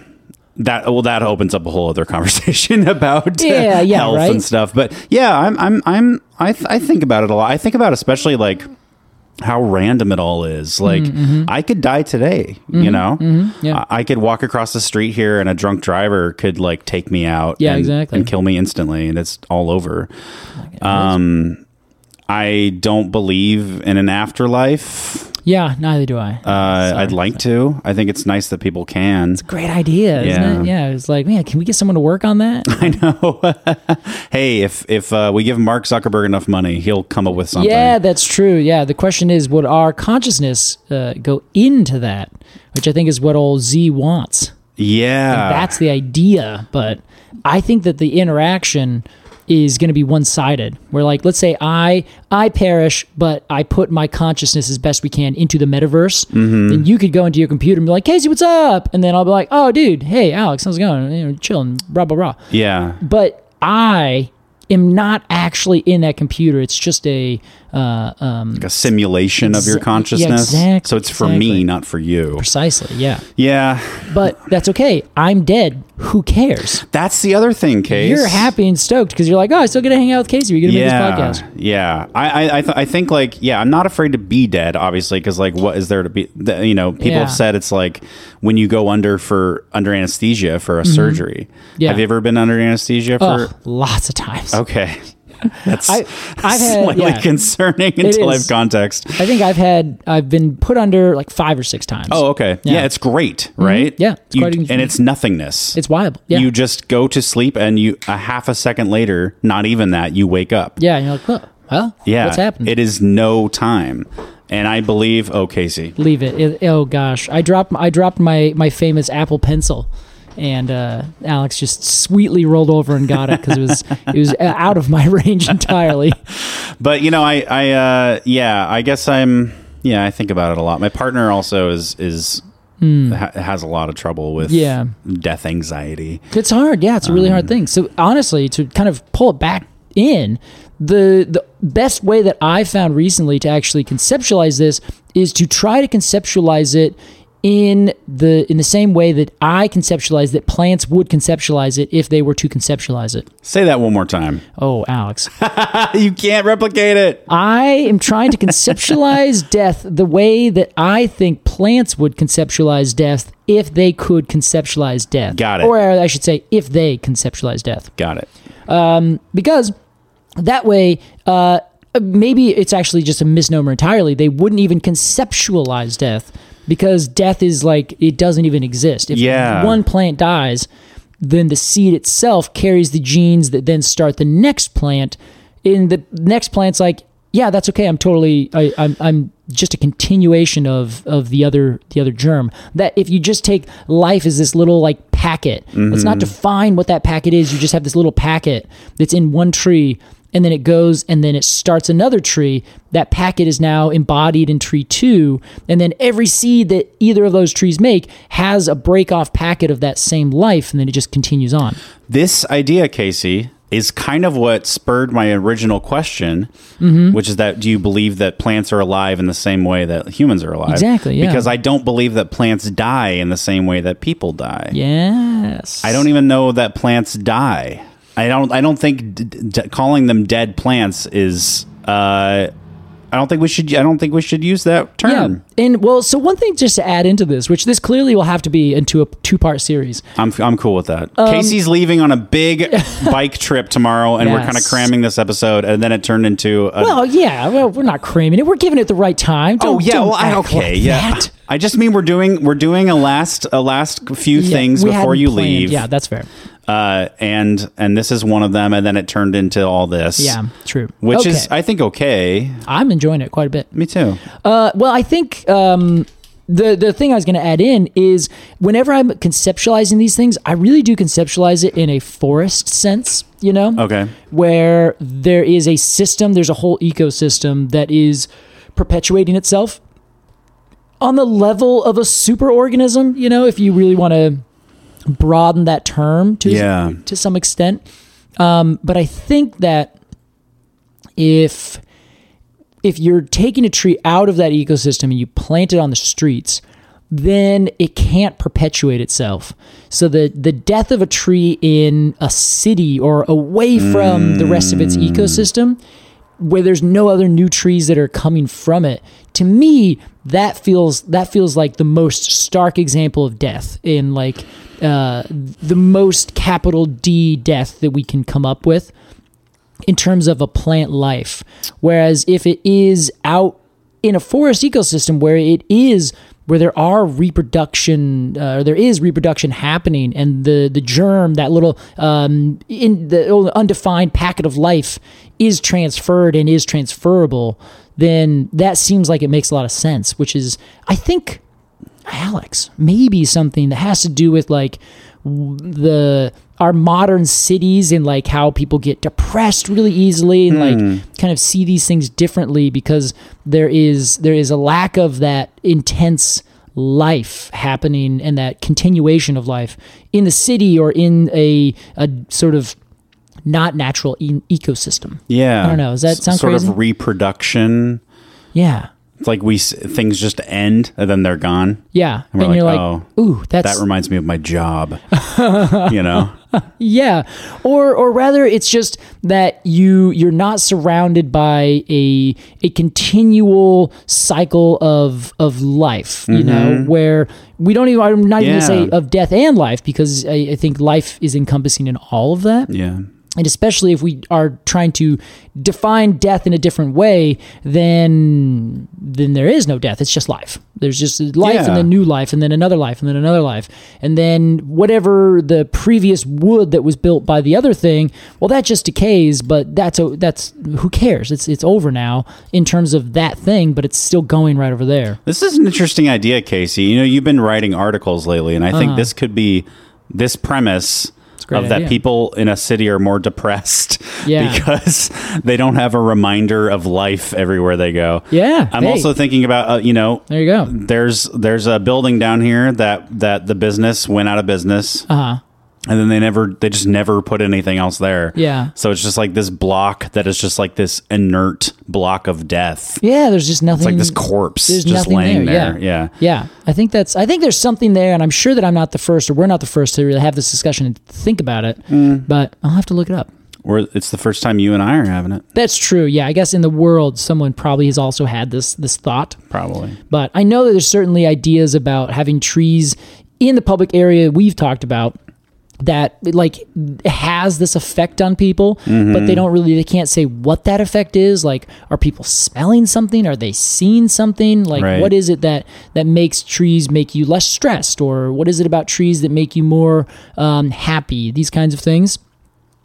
Speaker 2: That well, that opens up a whole other conversation about uh,
Speaker 3: Yeah, yeah,
Speaker 2: health
Speaker 3: right?
Speaker 2: and stuff. But yeah, I'm I'm I'm I th- I think about it a lot. I think about especially like how random it all
Speaker 3: Mm-hmm,
Speaker 2: is. Like I could die today, you know.
Speaker 3: yeah.
Speaker 2: I, I could walk across the street here, and a drunk driver could like take me out.
Speaker 3: Yeah,
Speaker 2: and-
Speaker 3: exactly.
Speaker 2: and kill me instantly, and it's all over. Um, I don't believe in an afterlife.
Speaker 3: Yeah, neither do I.
Speaker 2: Uh, I'd like to. I think it's nice that people can.
Speaker 3: Great idea,
Speaker 2: Yeah.
Speaker 3: isn't it? Yeah, it's like, man, can we get someone to work on that?
Speaker 2: I know. hey, if if uh, we give Mark Zuckerberg enough money, he'll come up with something.
Speaker 3: yeah, that's true. Yeah, the question is, would our consciousness uh, go into that? Which I think is what old Z wants.
Speaker 2: yeah.
Speaker 3: That's the idea, but I think that the interaction is going to be one-sided. Where like, let's say I I perish, but I put my consciousness as best we can into the metaverse.
Speaker 2: Mm-hmm.
Speaker 3: Then you could go into your computer and be like, Casey, what's up? And then I'll be like, Oh, dude, hey, Alex, how's it going? You know, chilling, blah blah blah.
Speaker 2: yeah.
Speaker 3: but I am not actually in that computer. It's just a uh, um,
Speaker 2: Like a simulation of your
Speaker 3: Exa- yeah,
Speaker 2: consciousness.
Speaker 3: exact-
Speaker 2: so it's for
Speaker 3: exactly.
Speaker 2: me, not for you.
Speaker 3: precisely, yeah.
Speaker 2: Yeah.
Speaker 3: But that's okay. I'm dead. Who cares?
Speaker 2: That's the other thing, Case.
Speaker 3: You're happy and stoked because you're like, oh, I still get to hang out with Casey. We're gonna make
Speaker 2: Yeah,
Speaker 3: this podcast.
Speaker 2: yeah. I, I, I, th- I think like, yeah. I'm not afraid to be dead, obviously, because like, what is there to be? th- you know, people
Speaker 3: Yeah.
Speaker 2: have said it's like when you go under for under anesthesia for a surgery.
Speaker 3: Mm-hmm. Yeah.
Speaker 2: Have you ever been under anesthesia for?
Speaker 3: Ugh, lots of times.
Speaker 2: Okay. That's
Speaker 3: I- I've had-
Speaker 2: slightly
Speaker 3: yeah.
Speaker 2: concerning until I
Speaker 3: is.
Speaker 2: have context.
Speaker 3: I think I've had I've been put under like five or six times.
Speaker 2: Oh, okay. Yeah,
Speaker 3: Yeah. Mm-hmm.
Speaker 2: it's great, right?
Speaker 3: Yeah, it's
Speaker 2: You-
Speaker 3: quite a-
Speaker 2: and it's nothingness.
Speaker 3: it's wild. Yeah,
Speaker 2: You just go to sleep, and you a half a second later, not even that, you wake up.
Speaker 3: yeah. And you're like, well, well,
Speaker 2: Yeah,
Speaker 3: what's happened?
Speaker 2: It is no time, and I believe. Oh, Casey.
Speaker 3: leave it. It- Oh gosh, I dropped I dropped my my famous Apple Pencil, and uh, Alex just sweetly rolled over and got it because it was it was uh, out of my range entirely.
Speaker 2: But you know, I, I, uh, yeah, I guess I'm. Yeah, I think about it a lot. My partner also is is ha- has a lot of trouble with
Speaker 3: Hmm. Yeah.
Speaker 2: death anxiety.
Speaker 3: It's hard, yeah. It's a really
Speaker 2: Um,
Speaker 3: hard thing. So honestly, to kind of pull it back in, the the best way that I found recently to actually conceptualize this is to try to conceptualize it in the in the same way that I conceptualize that plants would conceptualize it if they were to conceptualize it.
Speaker 2: Say that one more time.
Speaker 3: Oh, Alex.
Speaker 2: you can't replicate it.
Speaker 3: I am trying to conceptualize death the way that I think plants would conceptualize death if they could conceptualize death.
Speaker 2: Got it.
Speaker 3: Or I should say, if they conceptualize death.
Speaker 2: Got it.
Speaker 3: Because that way, uh, maybe it's actually just a misnomer entirely. They wouldn't even conceptualize death because death is like, it doesn't even exist. If
Speaker 2: Yeah.
Speaker 3: one plant dies, then the seed itself carries the genes that then start the next plant. And the next plant's like, yeah, that's okay. I'm totally. I, I'm. I'm just a continuation of of the other the other germ. That if you just take life as this little like packet, let's not define what that packet is. You just have this little packet that's in one tree, and then it goes and then it starts another tree. That packet is now embodied in tree two. And then every seed that either of those trees make has a break off packet of that same life, and then it just continues on.
Speaker 2: This idea, Casey, is kind of what spurred my original question,
Speaker 3: Mm-hmm.
Speaker 2: which is that do you believe that plants are alive in the same way that humans are alive?
Speaker 3: Exactly, yeah.
Speaker 2: Because I don't believe that plants die in the same way that people die.
Speaker 3: Yes.
Speaker 2: I don't even know that plants die. I don't. I don't think d- d- calling them dead plants is. Uh, I don't think we should. I don't think we should use that term.
Speaker 3: Yeah. And well, so one thing just to add into this, which this clearly will have to be into a two part series.
Speaker 2: I'm, I'm cool with that.
Speaker 3: Um,
Speaker 2: Casey's leaving on a big bike trip tomorrow, and we're kind of
Speaker 3: Yes.
Speaker 2: cramming this episode, and then it turned into a.
Speaker 3: Well, Oh, yeah, well, we're not cramming it. We're giving it the right time. Don't,
Speaker 2: oh yeah,
Speaker 3: don't
Speaker 2: well, I,
Speaker 3: act
Speaker 2: okay,
Speaker 3: like
Speaker 2: yeah.
Speaker 3: that.
Speaker 2: I just mean we're doing we're doing a last a last few
Speaker 3: Yeah,
Speaker 2: things
Speaker 3: we
Speaker 2: before
Speaker 3: hadn't
Speaker 2: you
Speaker 3: planned.
Speaker 2: leave.
Speaker 3: Yeah, that's fair.
Speaker 2: uh, and and this is one of them, and then it turned into all this.
Speaker 3: Yeah, true.
Speaker 2: Which
Speaker 3: Okay.
Speaker 2: is I think okay.
Speaker 3: I'm enjoying it quite a bit.
Speaker 2: Me too.
Speaker 3: Uh, well, I think um, the the thing I was going to add in is whenever I'm conceptualizing these things, I really do conceptualize it in a forest sense. You know,
Speaker 2: Okay.
Speaker 3: where there is a system, there's a whole ecosystem that is perpetuating itself on the level of a superorganism. You know, if you really want to broaden that term to
Speaker 2: Yeah.
Speaker 3: to some extent, um, but I think that if if you're taking a tree out of that ecosystem and you plant it on the streets, then it can't perpetuate itself. So the the death of a tree in a city or away from the rest of its ecosystem where there's no other new trees that are coming from it to me that feels that feels like the most stark example of death in like uh, the most capital D death that we can come up with in terms of a plant life. Whereas if it is out in a forest ecosystem where it is where there are reproduction uh, or there is reproduction happening and the the germ that little um, in the little undefined packet of life is transferred and is transferable then that seems like it makes a lot of sense which is i think Alex, maybe something that has to do with like w- the our modern cities and like how people get depressed really easily and
Speaker 2: Hmm.
Speaker 3: like kind of see these things differently because there is there is a lack of that intense life happening and that continuation of life in the city or in a a sort of not natural e- ecosystem.
Speaker 2: Yeah.
Speaker 3: I don't know. Does that
Speaker 2: S-
Speaker 3: sound
Speaker 2: sort
Speaker 3: crazy?
Speaker 2: of reproduction?
Speaker 3: Yeah.
Speaker 2: It's like we s- things just end and then they're gone.
Speaker 3: Yeah.
Speaker 2: And
Speaker 3: And,
Speaker 2: we're
Speaker 3: you're
Speaker 2: like,
Speaker 3: like,
Speaker 2: oh,
Speaker 3: ooh, that's
Speaker 2: That reminds me of my job. you know.
Speaker 3: Yeah, or or rather, it's just that you you're not surrounded by a a continual cycle of of life. You know, where we don't even I'm not even
Speaker 2: Yeah.
Speaker 3: gonna say of death and life because I, I think life is encompassing in all of that
Speaker 2: Yeah.
Speaker 3: and especially if we are trying to define death in a different way then then there is no death it's just life there's just life
Speaker 2: Yeah.
Speaker 3: and then new life and then another life and then another life and then whatever the previous wood that was built by the other thing well that just decays but that's a, that's who cares it's it's over now in terms of that thing but it's still going right over there
Speaker 2: This is an interesting idea, Casey. You know, you've been writing articles lately, and I think this could be this premise
Speaker 3: Uh-huh. a great
Speaker 2: of that
Speaker 3: idea.
Speaker 2: people in a city are more depressed
Speaker 3: Yeah.
Speaker 2: because they don't have a reminder of life everywhere they go.
Speaker 3: Yeah,
Speaker 2: I'm
Speaker 3: hey.
Speaker 2: also thinking about uh, you know
Speaker 3: there you go
Speaker 2: there's there's a building down here that that the business went out of business
Speaker 3: uh-huh
Speaker 2: and then they never they just never put anything else there.
Speaker 3: Yeah.
Speaker 2: So it's just like this block that is just like this inert block of death.
Speaker 3: yeah there's just nothing
Speaker 2: It's like this corpse
Speaker 3: Mm. there's
Speaker 2: just
Speaker 3: nothing
Speaker 2: laying there.
Speaker 3: there,
Speaker 2: Yeah.
Speaker 3: Yeah, I think that's. I think there's something there, and I'm sure that I'm not the first, or we're not the first to really have this discussion and think about it.
Speaker 2: Mm.
Speaker 3: But I'll have to look it up.
Speaker 2: Or it's the first time you and I are having it.
Speaker 3: That's true. Yeah, I guess in the world, someone probably has also had this this thought.
Speaker 2: Probably.
Speaker 3: But I know that there's certainly ideas about having trees in the public area we've talked about that like has this effect on people but they don't really they can't say what that effect is like are people smelling something are they seeing something like
Speaker 2: Right.
Speaker 3: what is it that that makes trees make you less stressed or what is it about trees that make you more um, happy these kinds of things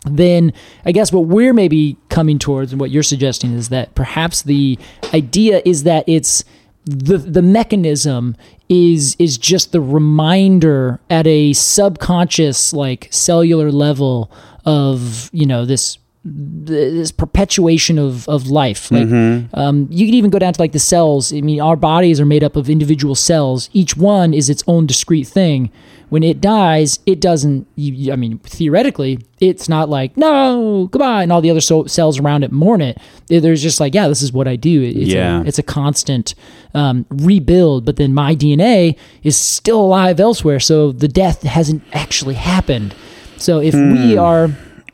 Speaker 3: then I guess what we're maybe coming towards and what you're suggesting is that perhaps the idea is that it's the the mechanism is is just the reminder at a subconscious like cellular level of you know this th- this perpetuation of, of life. Like, um, you can even go down to like the cells. I mean, our bodies are made up of individual cells. Each one is its own discrete thing. When it dies, it doesn't. You, you- I mean, theoretically, it's not like no goodbye, and all the other so- cells around it mourn it. There- There's just like yeah, this is what I do. It- It's
Speaker 2: Yeah.
Speaker 3: a, it's a constant um, rebuild. But then my DNA is still alive elsewhere, so the death hasn't actually happened. So if we are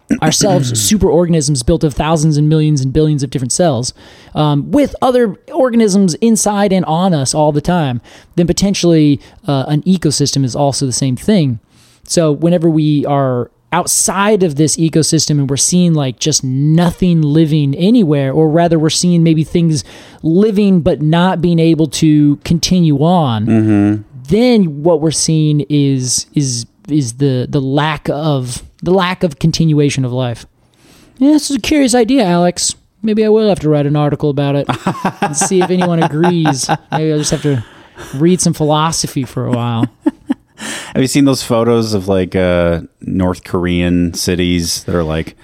Speaker 3: ourselves superorganisms built of thousands and millions and billions of different cells um, with other organisms inside and on us all the time then potentially uh, an ecosystem is also the same thing so whenever we are outside of this ecosystem and we're seeing like just nothing living anywhere or rather we're seeing maybe things living but not being able to continue on then what we're seeing is is is the the lack of the lack of continuation of life. Yeah, this is a curious idea, Alex. Maybe I will have to write an article about it and see if anyone agrees. Maybe I'll just have to read some philosophy for a while.
Speaker 2: Have you seen those photos of like uh, North Korean cities that are like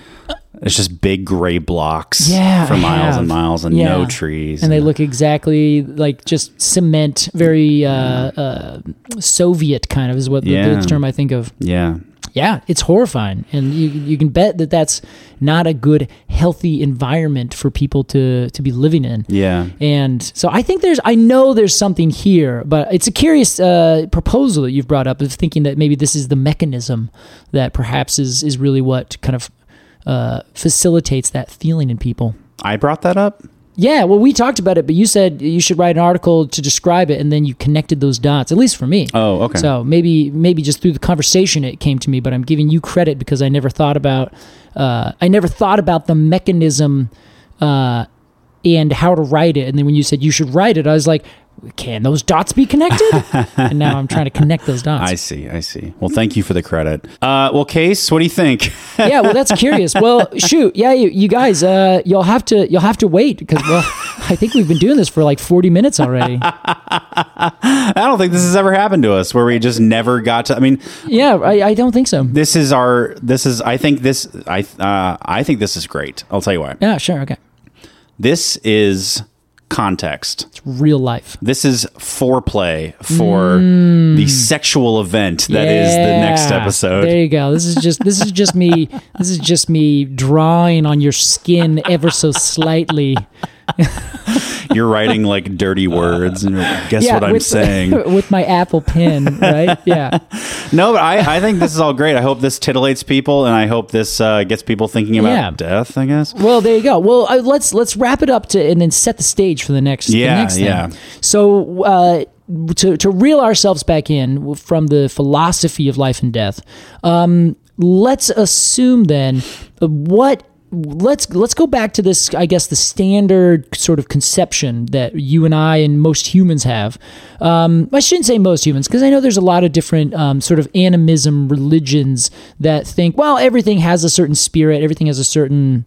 Speaker 2: it's just big gray blocks
Speaker 3: Yeah,
Speaker 2: for
Speaker 3: I
Speaker 2: miles
Speaker 3: have.
Speaker 2: and miles and
Speaker 3: Yeah.
Speaker 2: no trees
Speaker 3: And they look exactly like just cement, very uh, uh, Soviet kind of is what the-
Speaker 2: Yeah.
Speaker 3: the term I think of.
Speaker 2: yeah
Speaker 3: Yeah, it's horrifying, and you you can bet that that's not a good, healthy environment for people to to be living in.
Speaker 2: yeah
Speaker 3: And so I think there's, I know there's something here, but it's a curious uh, proposal that you've brought up of thinking that maybe this is the mechanism that perhaps is is really what kind of uh, facilitates that feeling in people.
Speaker 2: I brought that up
Speaker 3: Yeah, well, we talked about it, but you said you should write an article to describe it, and then you connected those dots. At least for me.
Speaker 2: oh okay
Speaker 3: So maybe maybe just through the conversation it came to me, but I'm giving you credit because I never thought about uh, I never thought about the mechanism uh, and how to write it. And then when you said you should write it, I was like, can those dots be connected? and now I'm trying to connect those dots.
Speaker 2: I see I see well thank you for the credit uh, well case what do you think
Speaker 3: yeah, well, that's curious. Well, shoot, yeah, you, you guys, uh, you'll have to you'll have to wait because well, I think we've been doing this for like 40 minutes already.
Speaker 2: I don't think this has ever happened to us where we just never got to I mean
Speaker 3: Yeah, I, I don't think so.
Speaker 2: this is our this is I think this I uh, I think this is great I'll tell you why
Speaker 3: Yeah, sure, okay.
Speaker 2: this is context
Speaker 3: It's real life.
Speaker 2: This is foreplay for the sexual event that is the next
Speaker 3: Mm. Yeah.
Speaker 2: episode.
Speaker 3: There you go. This is just this is just me this is just me drawing on your skin ever so slightly.
Speaker 2: You're writing like dirty words, and you're like, guess what I'm
Speaker 3: with-
Speaker 2: saying?
Speaker 3: with my Apple Pen, right? Yeah.
Speaker 2: no, but I, I think this is all great. I hope this titillates people, and I hope this uh, gets people thinking about
Speaker 3: Yeah.
Speaker 2: death. I guess.
Speaker 3: Well, there you go. Well, uh, let's let's wrap it up to and then set the stage for the next. the
Speaker 2: Yeah,
Speaker 3: next thing.
Speaker 2: yeah.
Speaker 3: So uh, to to reel ourselves back in from the philosophy of life and death, um, let's assume then uh, what. Let's let's go back to this. I guess the standard sort of conception that you and I and most humans have. Um, I shouldn't say most humans because I know there's a lot of different um, sort of animism religions that think well everything has a certain spirit, everything has a certain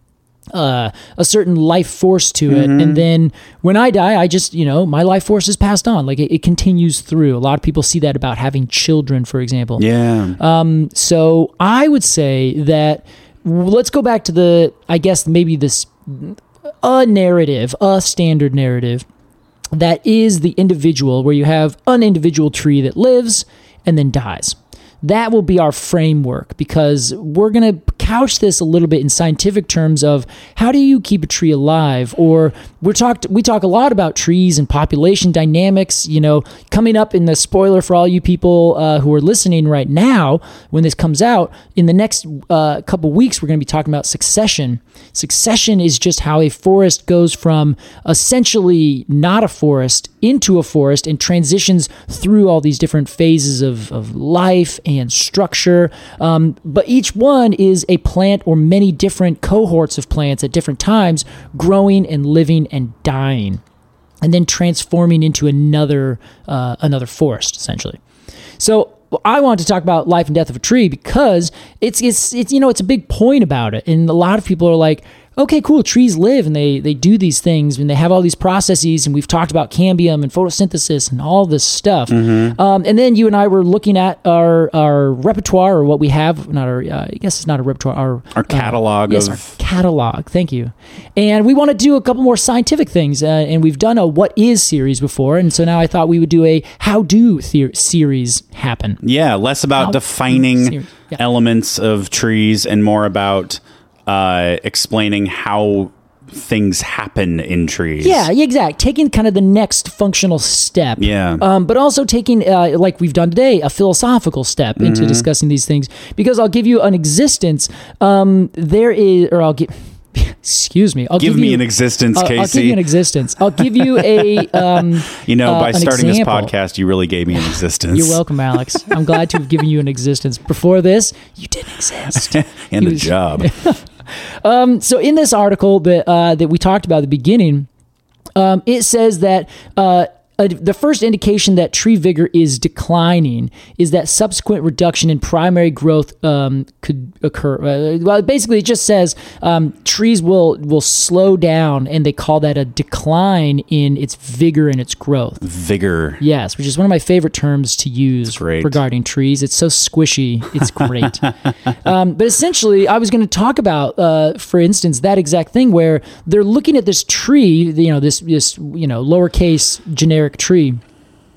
Speaker 3: uh, a certain life force to it. And then when I die, I just, you know, my life force is passed on. Like it, it continues through. A lot of people see that about having children, for example.
Speaker 2: Yeah.
Speaker 3: Uh, Um, So I would say that w- let's go back to the, I guess maybe this a narrative, a standard narrative that is the individual, where you have an individual tree that lives and then dies. That will be our framework because we're going to couch this a little bit in scientific terms of how do you keep a tree alive? Or we're talked we talk a lot about trees and population dynamics. You know, coming up in the spoiler for all you people uh, who are listening right now when this comes out in the next uh, couple weeks, we're going to be talking about succession. Succession is just how a forest goes from essentially not a forest into a forest and transitions through all these different phases of, of life and structure. Um, but each one is a plant or many different cohorts of plants at different times growing and living and dying and then transforming into another uh, another forest essentially. So I want to talk about life and death of a tree because it's it's it's you know it's a big point about it, and a lot of people are like. okay, cool, trees live and they they do these things and they have all these processes and we've talked about cambium and photosynthesis and all this stuff. Um, and then you and I were looking at our our repertoire or what we have, not our uh, I guess it's not a repertoire, our uh,
Speaker 2: Our catalog
Speaker 3: yes,
Speaker 2: of-
Speaker 3: our catalog. Thank you. And we want to do a couple more scientific things, uh, and we've done a what is series before, and so now I thought we would do a how do the- series happen.
Speaker 2: Yeah, less about
Speaker 3: Out-
Speaker 2: defining
Speaker 3: Serious, yeah.
Speaker 2: elements of trees and more about uh, explaining how things happen in trees.
Speaker 3: Yeah, yeah, exact. Taking kind of the next functional step.
Speaker 2: Yeah.
Speaker 3: Um, but also taking, uh, like we've done today, a philosophical step into
Speaker 2: Mm-hmm.
Speaker 3: discussing these things. Because I'll give you an existence. Um, there is, or I'll give. Excuse me. I'll
Speaker 2: Give,
Speaker 3: give,
Speaker 2: me
Speaker 3: you,
Speaker 2: an existence,
Speaker 3: I'll, I'll give
Speaker 2: Casey.
Speaker 3: you an existence. I'll give you a. Um,
Speaker 2: you know,
Speaker 3: uh,
Speaker 2: by
Speaker 3: an
Speaker 2: starting this
Speaker 3: example.
Speaker 2: podcast, you really gave me an existence.
Speaker 3: You're welcome, Alex. I'm glad to have given you an existence. Before this, you didn't exist.
Speaker 2: And
Speaker 3: You
Speaker 2: the
Speaker 3: was-
Speaker 2: job.
Speaker 3: so in this article that uh, that we talked about at the beginning, um, it says that. Uh, uh, the first indication that tree vigor is declining is that subsequent reduction in primary growth um, could occur. Uh, well, basically, it just says um, trees will will slow down, and they call that a decline in its vigor and its growth.
Speaker 2: Vigor.
Speaker 3: Yes, which is one of my favorite terms to use
Speaker 2: great.
Speaker 3: regarding trees. It's so squishy. It's great. um, but essentially, I was going to talk about, uh, for instance, that exact thing where they're looking at this tree, you know, this this you know lowercase generic tree.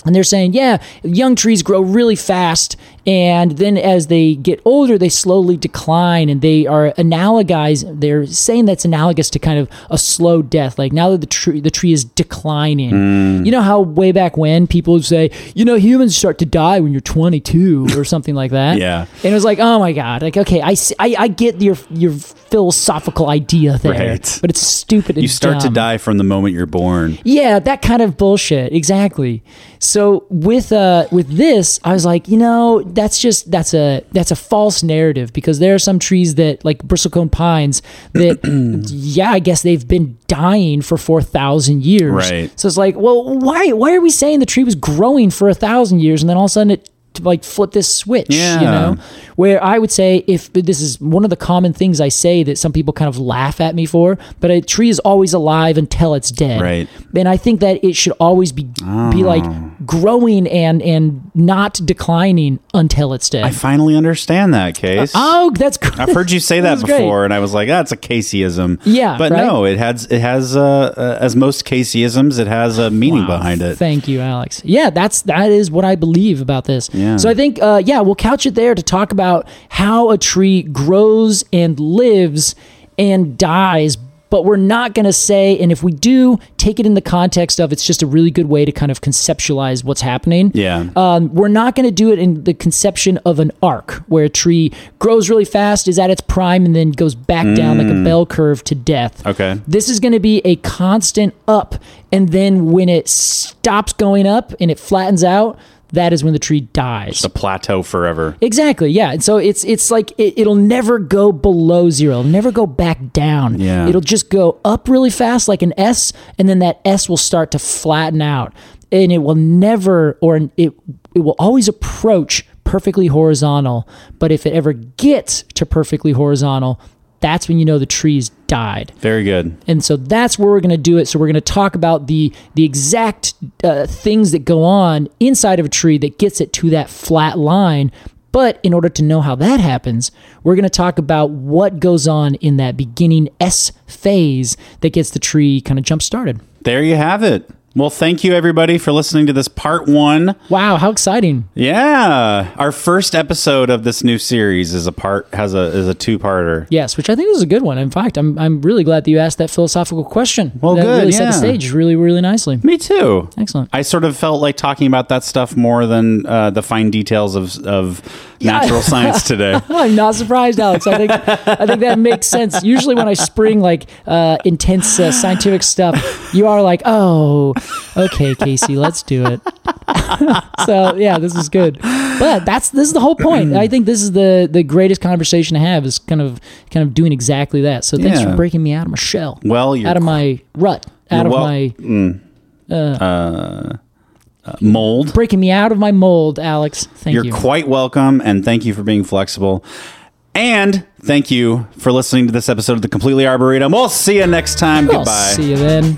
Speaker 3: And they're saying, yeah, young trees grow really fast. And then as they get older, they slowly decline and they are analogize. They're saying that's analogous to kind of a slow death. Like now that the tree, the tree is declining.
Speaker 2: Mm.
Speaker 3: You know how way back when people would say, you know, humans start to die when you're 22 or something like that.
Speaker 2: Yeah.
Speaker 3: And it was like, oh my God. Like, okay, I, see- I, I get your, your philosophical idea there,
Speaker 2: Right.
Speaker 3: but it's stupid. And
Speaker 2: You start to
Speaker 3: dumb.
Speaker 2: die from the moment you're born.
Speaker 3: Yeah, that kind of bullshit. Exactly. So with uh with this, I was like, you know, that's just that's a that's a false narrative because there are some trees that like bristlecone pines that yeah, I guess they've been dying for 4,000 years.
Speaker 2: Right.
Speaker 3: So it's like, well, why why are we saying the tree was growing for a 1,000 years and then all of a sudden it like flip this switch, you
Speaker 2: Yeah.
Speaker 3: know? where I would say if this is one of the common things I say that some people kind of laugh at me for, but a tree is always alive until it's dead.
Speaker 2: Right.
Speaker 3: And I think that it should always be
Speaker 2: Ah.
Speaker 3: be like growing and and not declining until it's dead.
Speaker 2: I finally understand that, Case.
Speaker 3: oh, that's good.
Speaker 2: I've heard you say that
Speaker 3: That's great.
Speaker 2: before, and I was like, "That's a Caseyism."
Speaker 3: Yeah,
Speaker 2: but
Speaker 3: right?
Speaker 2: no, it has it has uh, uh, as most Caseyisms, it has a meaning behind it.
Speaker 3: Thank you, Alex. Yeah, that's that is what I believe about this.
Speaker 2: Yeah.
Speaker 3: So I think uh, yeah, we'll couch it there to talk about how a tree grows and lives and dies. But we're not going to say, and if we do, take it in the context of it's just a really good way to kind of conceptualize what's happening.
Speaker 2: Yeah.
Speaker 3: Um, we're not going to do it in the conception of an arc where a tree grows really fast, is at its prime, and then goes back down like a bell curve to death.
Speaker 2: Okay.
Speaker 3: This is going to be a constant up. And then when it stops going up and it flattens out, that is when the tree dies.
Speaker 2: the plateau forever.
Speaker 3: Exactly. Yeah. And so it's it's like it, it'll never go below zero. It'll never go back down.
Speaker 2: Yeah.
Speaker 3: It'll just go up really fast like an S, and then that S will start to flatten out, and it will never or it it will always approach perfectly horizontal. But if it ever gets to perfectly horizontal, that's when you know the tree's died
Speaker 2: Very good.
Speaker 3: and so that's where we're going to do it so we're going to talk about the the exact uh, things that go on inside of a tree that gets it to that flat line but in order to know how that happens we're going to talk about what goes on in that beginning s phase that gets the tree kind of jump started
Speaker 2: There you have it. Well, thank you everybody for listening to this part one.
Speaker 3: wow how exciting
Speaker 2: Yeah, our first episode of this new series is a part has a is a two parter.
Speaker 3: yes which i think was a good one in fact i'm, I'm really glad that you asked that philosophical question
Speaker 2: Well,
Speaker 3: that
Speaker 2: good,
Speaker 3: really set
Speaker 2: yeah.
Speaker 3: the stage really really nicely
Speaker 2: Me too.
Speaker 3: excellent
Speaker 2: I sort of felt like talking about that stuff more than uh, the fine details of of natural science today.
Speaker 3: I'm not surprised, Alex. I think I think that makes sense. Usually, when I spring like uh, intense uh, scientific stuff, you are like, "Oh, okay, Casey, let's do it." so yeah, this is good. But that's this is the whole point. I think this is the the greatest conversation to have is kind of kind of doing exactly that. So thanks
Speaker 2: Yeah.
Speaker 3: for breaking me out of my shell,
Speaker 2: Well, you're
Speaker 3: out of my rut, out
Speaker 2: You're
Speaker 3: of
Speaker 2: wel-
Speaker 3: my
Speaker 2: mold.
Speaker 3: breaking me out of my mold, Alex. Thank
Speaker 2: You're
Speaker 3: you.
Speaker 2: quite welcome, and thank you for being flexible. And thank you for listening to this episode of the Completely Arboretum. We'll see you next time.
Speaker 3: I'll
Speaker 2: Goodbye.
Speaker 3: see you then.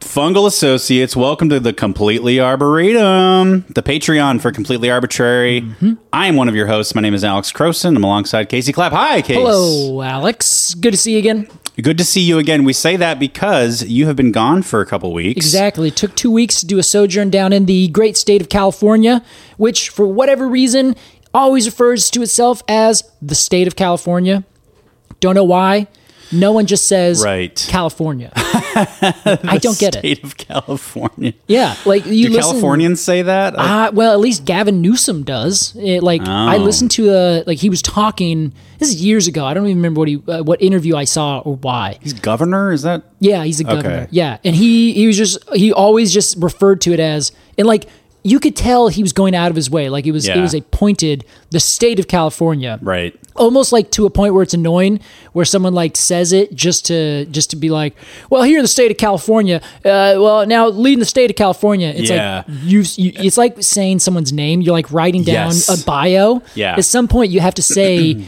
Speaker 2: Fungal Associates? Welcome to the Completely Arboretum, the Patreon for Completely Arbitrary.
Speaker 3: Mm-hmm.
Speaker 2: I am one of your hosts. My name is Alex Croson. I'm alongside Casey Clapp. Hi, Casey.
Speaker 3: Hello, Alex. Good to see you again.
Speaker 2: Good to see you again. We say that because you have been gone for a couple weeks.
Speaker 3: Exactly. It took two weeks to do a sojourn down in the great state of California, which, for whatever reason, always refers to itself as the state of California. Don't know why. No one just says
Speaker 2: Right.
Speaker 3: California. I don't get it.
Speaker 2: State of California.
Speaker 3: Yeah, like you
Speaker 2: Do
Speaker 3: listen.
Speaker 2: Californians say that? I-
Speaker 3: Uh, well, at least Gavin Newsom does. It, like
Speaker 2: Oh.
Speaker 3: I listened to a like he was talking. This is years ago. I don't even remember what he uh, what interview I saw or why.
Speaker 2: He's governor? Is that?
Speaker 3: Yeah, he's a governor.
Speaker 2: Okay.
Speaker 3: Yeah, and he he was just he always just referred to it as and like you could tell he was going out of his way. Like it was it
Speaker 2: Yeah.
Speaker 3: was a pointed the state of California,
Speaker 2: Right.
Speaker 3: almost like to a point where it's annoying where someone like says it just to just to be like, well, here in the state of California, uh, well now leading the state of California, it's
Speaker 2: Yeah.
Speaker 3: like you, you it's like saying someone's name. You're like writing down
Speaker 2: Yes.
Speaker 3: a bio.
Speaker 2: Yeah.
Speaker 3: At some point, you have to say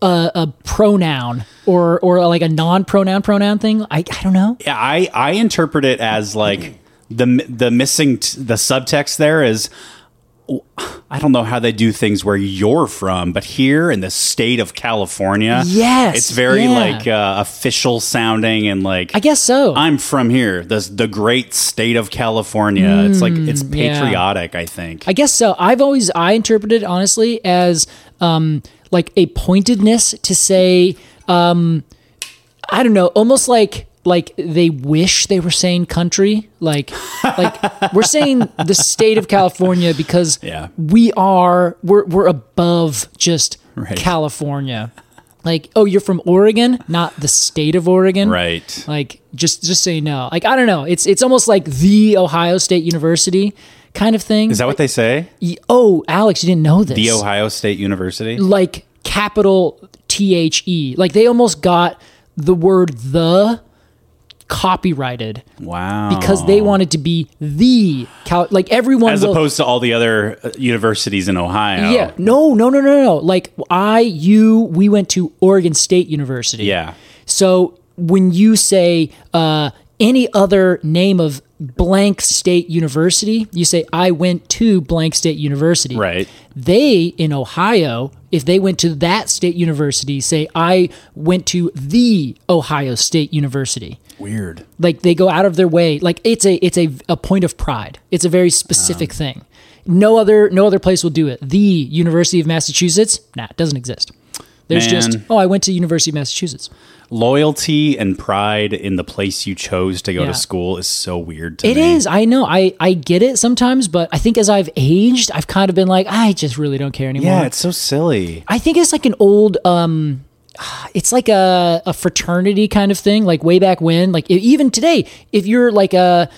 Speaker 3: a, a pronoun or or like a non pronoun pronoun thing. I I don't know.
Speaker 2: Yeah, I I interpret it as like the the missing t- the subtext there is I don't know how they do things where you're from, but here in the state of California,
Speaker 3: Yes,
Speaker 2: it's very
Speaker 3: yeah.
Speaker 2: like uh, official sounding and like
Speaker 3: I guess so.
Speaker 2: I'm from here, the the great state of California. it's like it's patriotic, I think.
Speaker 3: Mm, I guess so. I've always I interpreted it, honestly as um like a pointedness to say um I don't know, almost like like they wish they were saying country, like like we're saying the state of California because
Speaker 2: Yeah.
Speaker 3: we are we're we're above just
Speaker 2: Right.
Speaker 3: California. Like, oh, you're from Oregon, not the state of Oregon.
Speaker 2: right.
Speaker 3: Like just just say no. Like I don't know. It's it's almost like the Ohio State University kind of thing.
Speaker 2: Is that what they say?
Speaker 3: Y- Oh, Alex, you didn't know this.
Speaker 2: The Ohio State University?
Speaker 3: Like capital T H E. Like they almost got the word the copyrighted
Speaker 2: Wow.
Speaker 3: because they wanted to be the Cal- like everyone
Speaker 2: Oh. as
Speaker 3: will-
Speaker 2: opposed to all the other uh, universities in Ohio.
Speaker 3: yeah no no no no no like I you we went to Oregon State University
Speaker 2: Yeah.
Speaker 3: So when you say uh, any other name of blank state university, you say I went to blank state university.
Speaker 2: Right.
Speaker 3: They in Ohio, if they went to that state university, say I went to the Ohio State University.
Speaker 2: Weird.
Speaker 3: Like they go out of their way. Like it's a it's a, a point of pride. It's a very specific thing. No other no other place will do it. The University of Massachusetts, nah, it doesn't exist. There's just
Speaker 2: Man.
Speaker 3: oh, I went to University of Massachusetts.
Speaker 2: loyalty and pride in the place you chose to go
Speaker 3: Yeah.
Speaker 2: to school is so weird to
Speaker 3: It
Speaker 2: me.
Speaker 3: is. I know. I I get it sometimes, but I think as I've aged, I've kind of been like, I just really don't care anymore.
Speaker 2: Yeah, it's so silly.
Speaker 3: I think it's like an old um it's like a, a fraternity kind of thing like way back when like e- even today if you're like a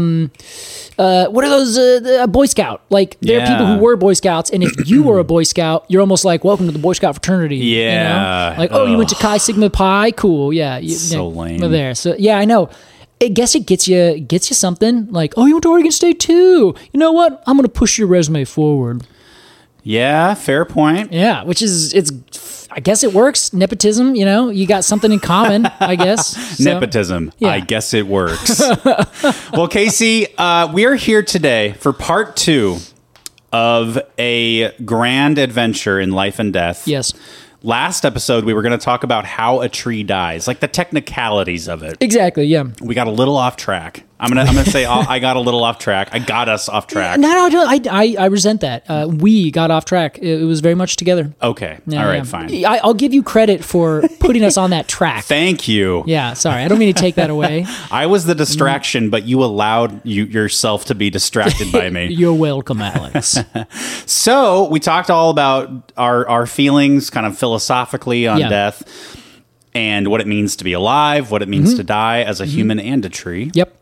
Speaker 3: um uh what are those uh, the- a boy scout like there are people
Speaker 2: Yeah.
Speaker 3: who were boy scouts and if you were a boy scout you're almost like welcome to the boy scout fraternity you know?
Speaker 2: Yeah.
Speaker 3: like oh you went to chi sigma pi cool yeah you,
Speaker 2: So
Speaker 3: yeah,
Speaker 2: lame.
Speaker 3: well, there so yeah i know I guess it gets you gets you something like oh you went to Oregon State too you know what I'm gonna push your resume forward
Speaker 2: Yeah, fair point.
Speaker 3: yeah, which is it's. I guess it works. Nepotism, you know, you got something in common. I guess So-
Speaker 2: Nepotism.
Speaker 3: Yeah.
Speaker 2: I guess it works. well, Casey, uh, we are here today for part two of a grand adventure in life and death.
Speaker 3: Yes,
Speaker 2: Last episode, we were going to talk about how a tree dies, like the technicalities of it.
Speaker 3: exactly. Yeah,
Speaker 2: We got a little off track. I'm gonna I'm gonna say oh, I got a little off track. I got us off track.
Speaker 3: No, no, no. I, I, I resent that. Uh, we got off track. It, it was very much together.
Speaker 2: Okay.
Speaker 3: Yeah,
Speaker 2: All right.
Speaker 3: yeah.
Speaker 2: Fine.
Speaker 3: I, I'll give you credit for putting us on that track.
Speaker 2: Thank you.
Speaker 3: yeah, Mm-hmm. sorry. I don't mean to take that away.
Speaker 2: I was the distraction, but you allowed you yourself to be distracted by me.
Speaker 3: You're welcome, Alex.
Speaker 2: So we talked all about our our feelings, kind of philosophically on
Speaker 3: Yeah.
Speaker 2: death, and what it means to be alive, what it means to die as a human and a tree.
Speaker 3: Mm-hmm. yep.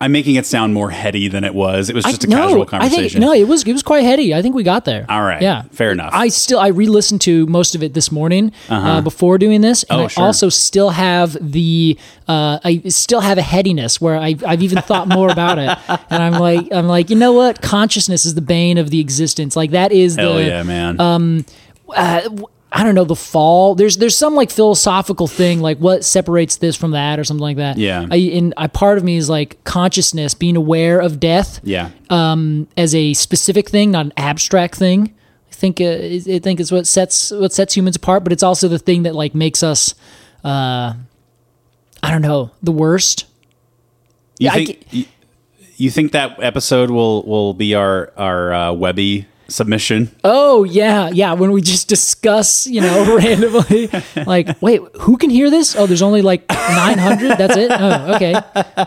Speaker 2: I'm making it sound more heady than it was. It was just a
Speaker 3: no,
Speaker 2: casual
Speaker 3: I think
Speaker 2: conversation.
Speaker 3: no, it was it was quite heady. I think we got there.
Speaker 2: All right.
Speaker 3: Yeah.
Speaker 2: Fair enough. Uh-huh.
Speaker 3: I still I re-listened to most of it this morning uh before doing this, and
Speaker 2: Oh,
Speaker 3: I
Speaker 2: sure.
Speaker 3: also still have the uh, I still have a headiness where I I've even thought more about it, and I'm like I'm like you know what consciousness is the bane of the existence. Like that is
Speaker 2: Hell
Speaker 3: the
Speaker 2: yeah, man.
Speaker 3: Um, I don't know the fall. There's there's some like philosophical thing like what separates this from that or something like that.
Speaker 2: Yeah.
Speaker 3: I, and I part of me is like consciousness, being aware of death
Speaker 2: yeah.
Speaker 3: um, as a specific thing, not an abstract thing. I think uh, I I think it's what sets what sets humans apart, but it's also the thing that like makes us, uh, I don't know, the worst.
Speaker 2: you
Speaker 3: yeah, I
Speaker 2: think you, you think that episode will will be our our uh, Webby submission?
Speaker 3: Oh yeah, yeah. When we just discuss, you know, randomly, like, wait, who can hear this? Oh, there's only like 900. That's it. Oh, okay.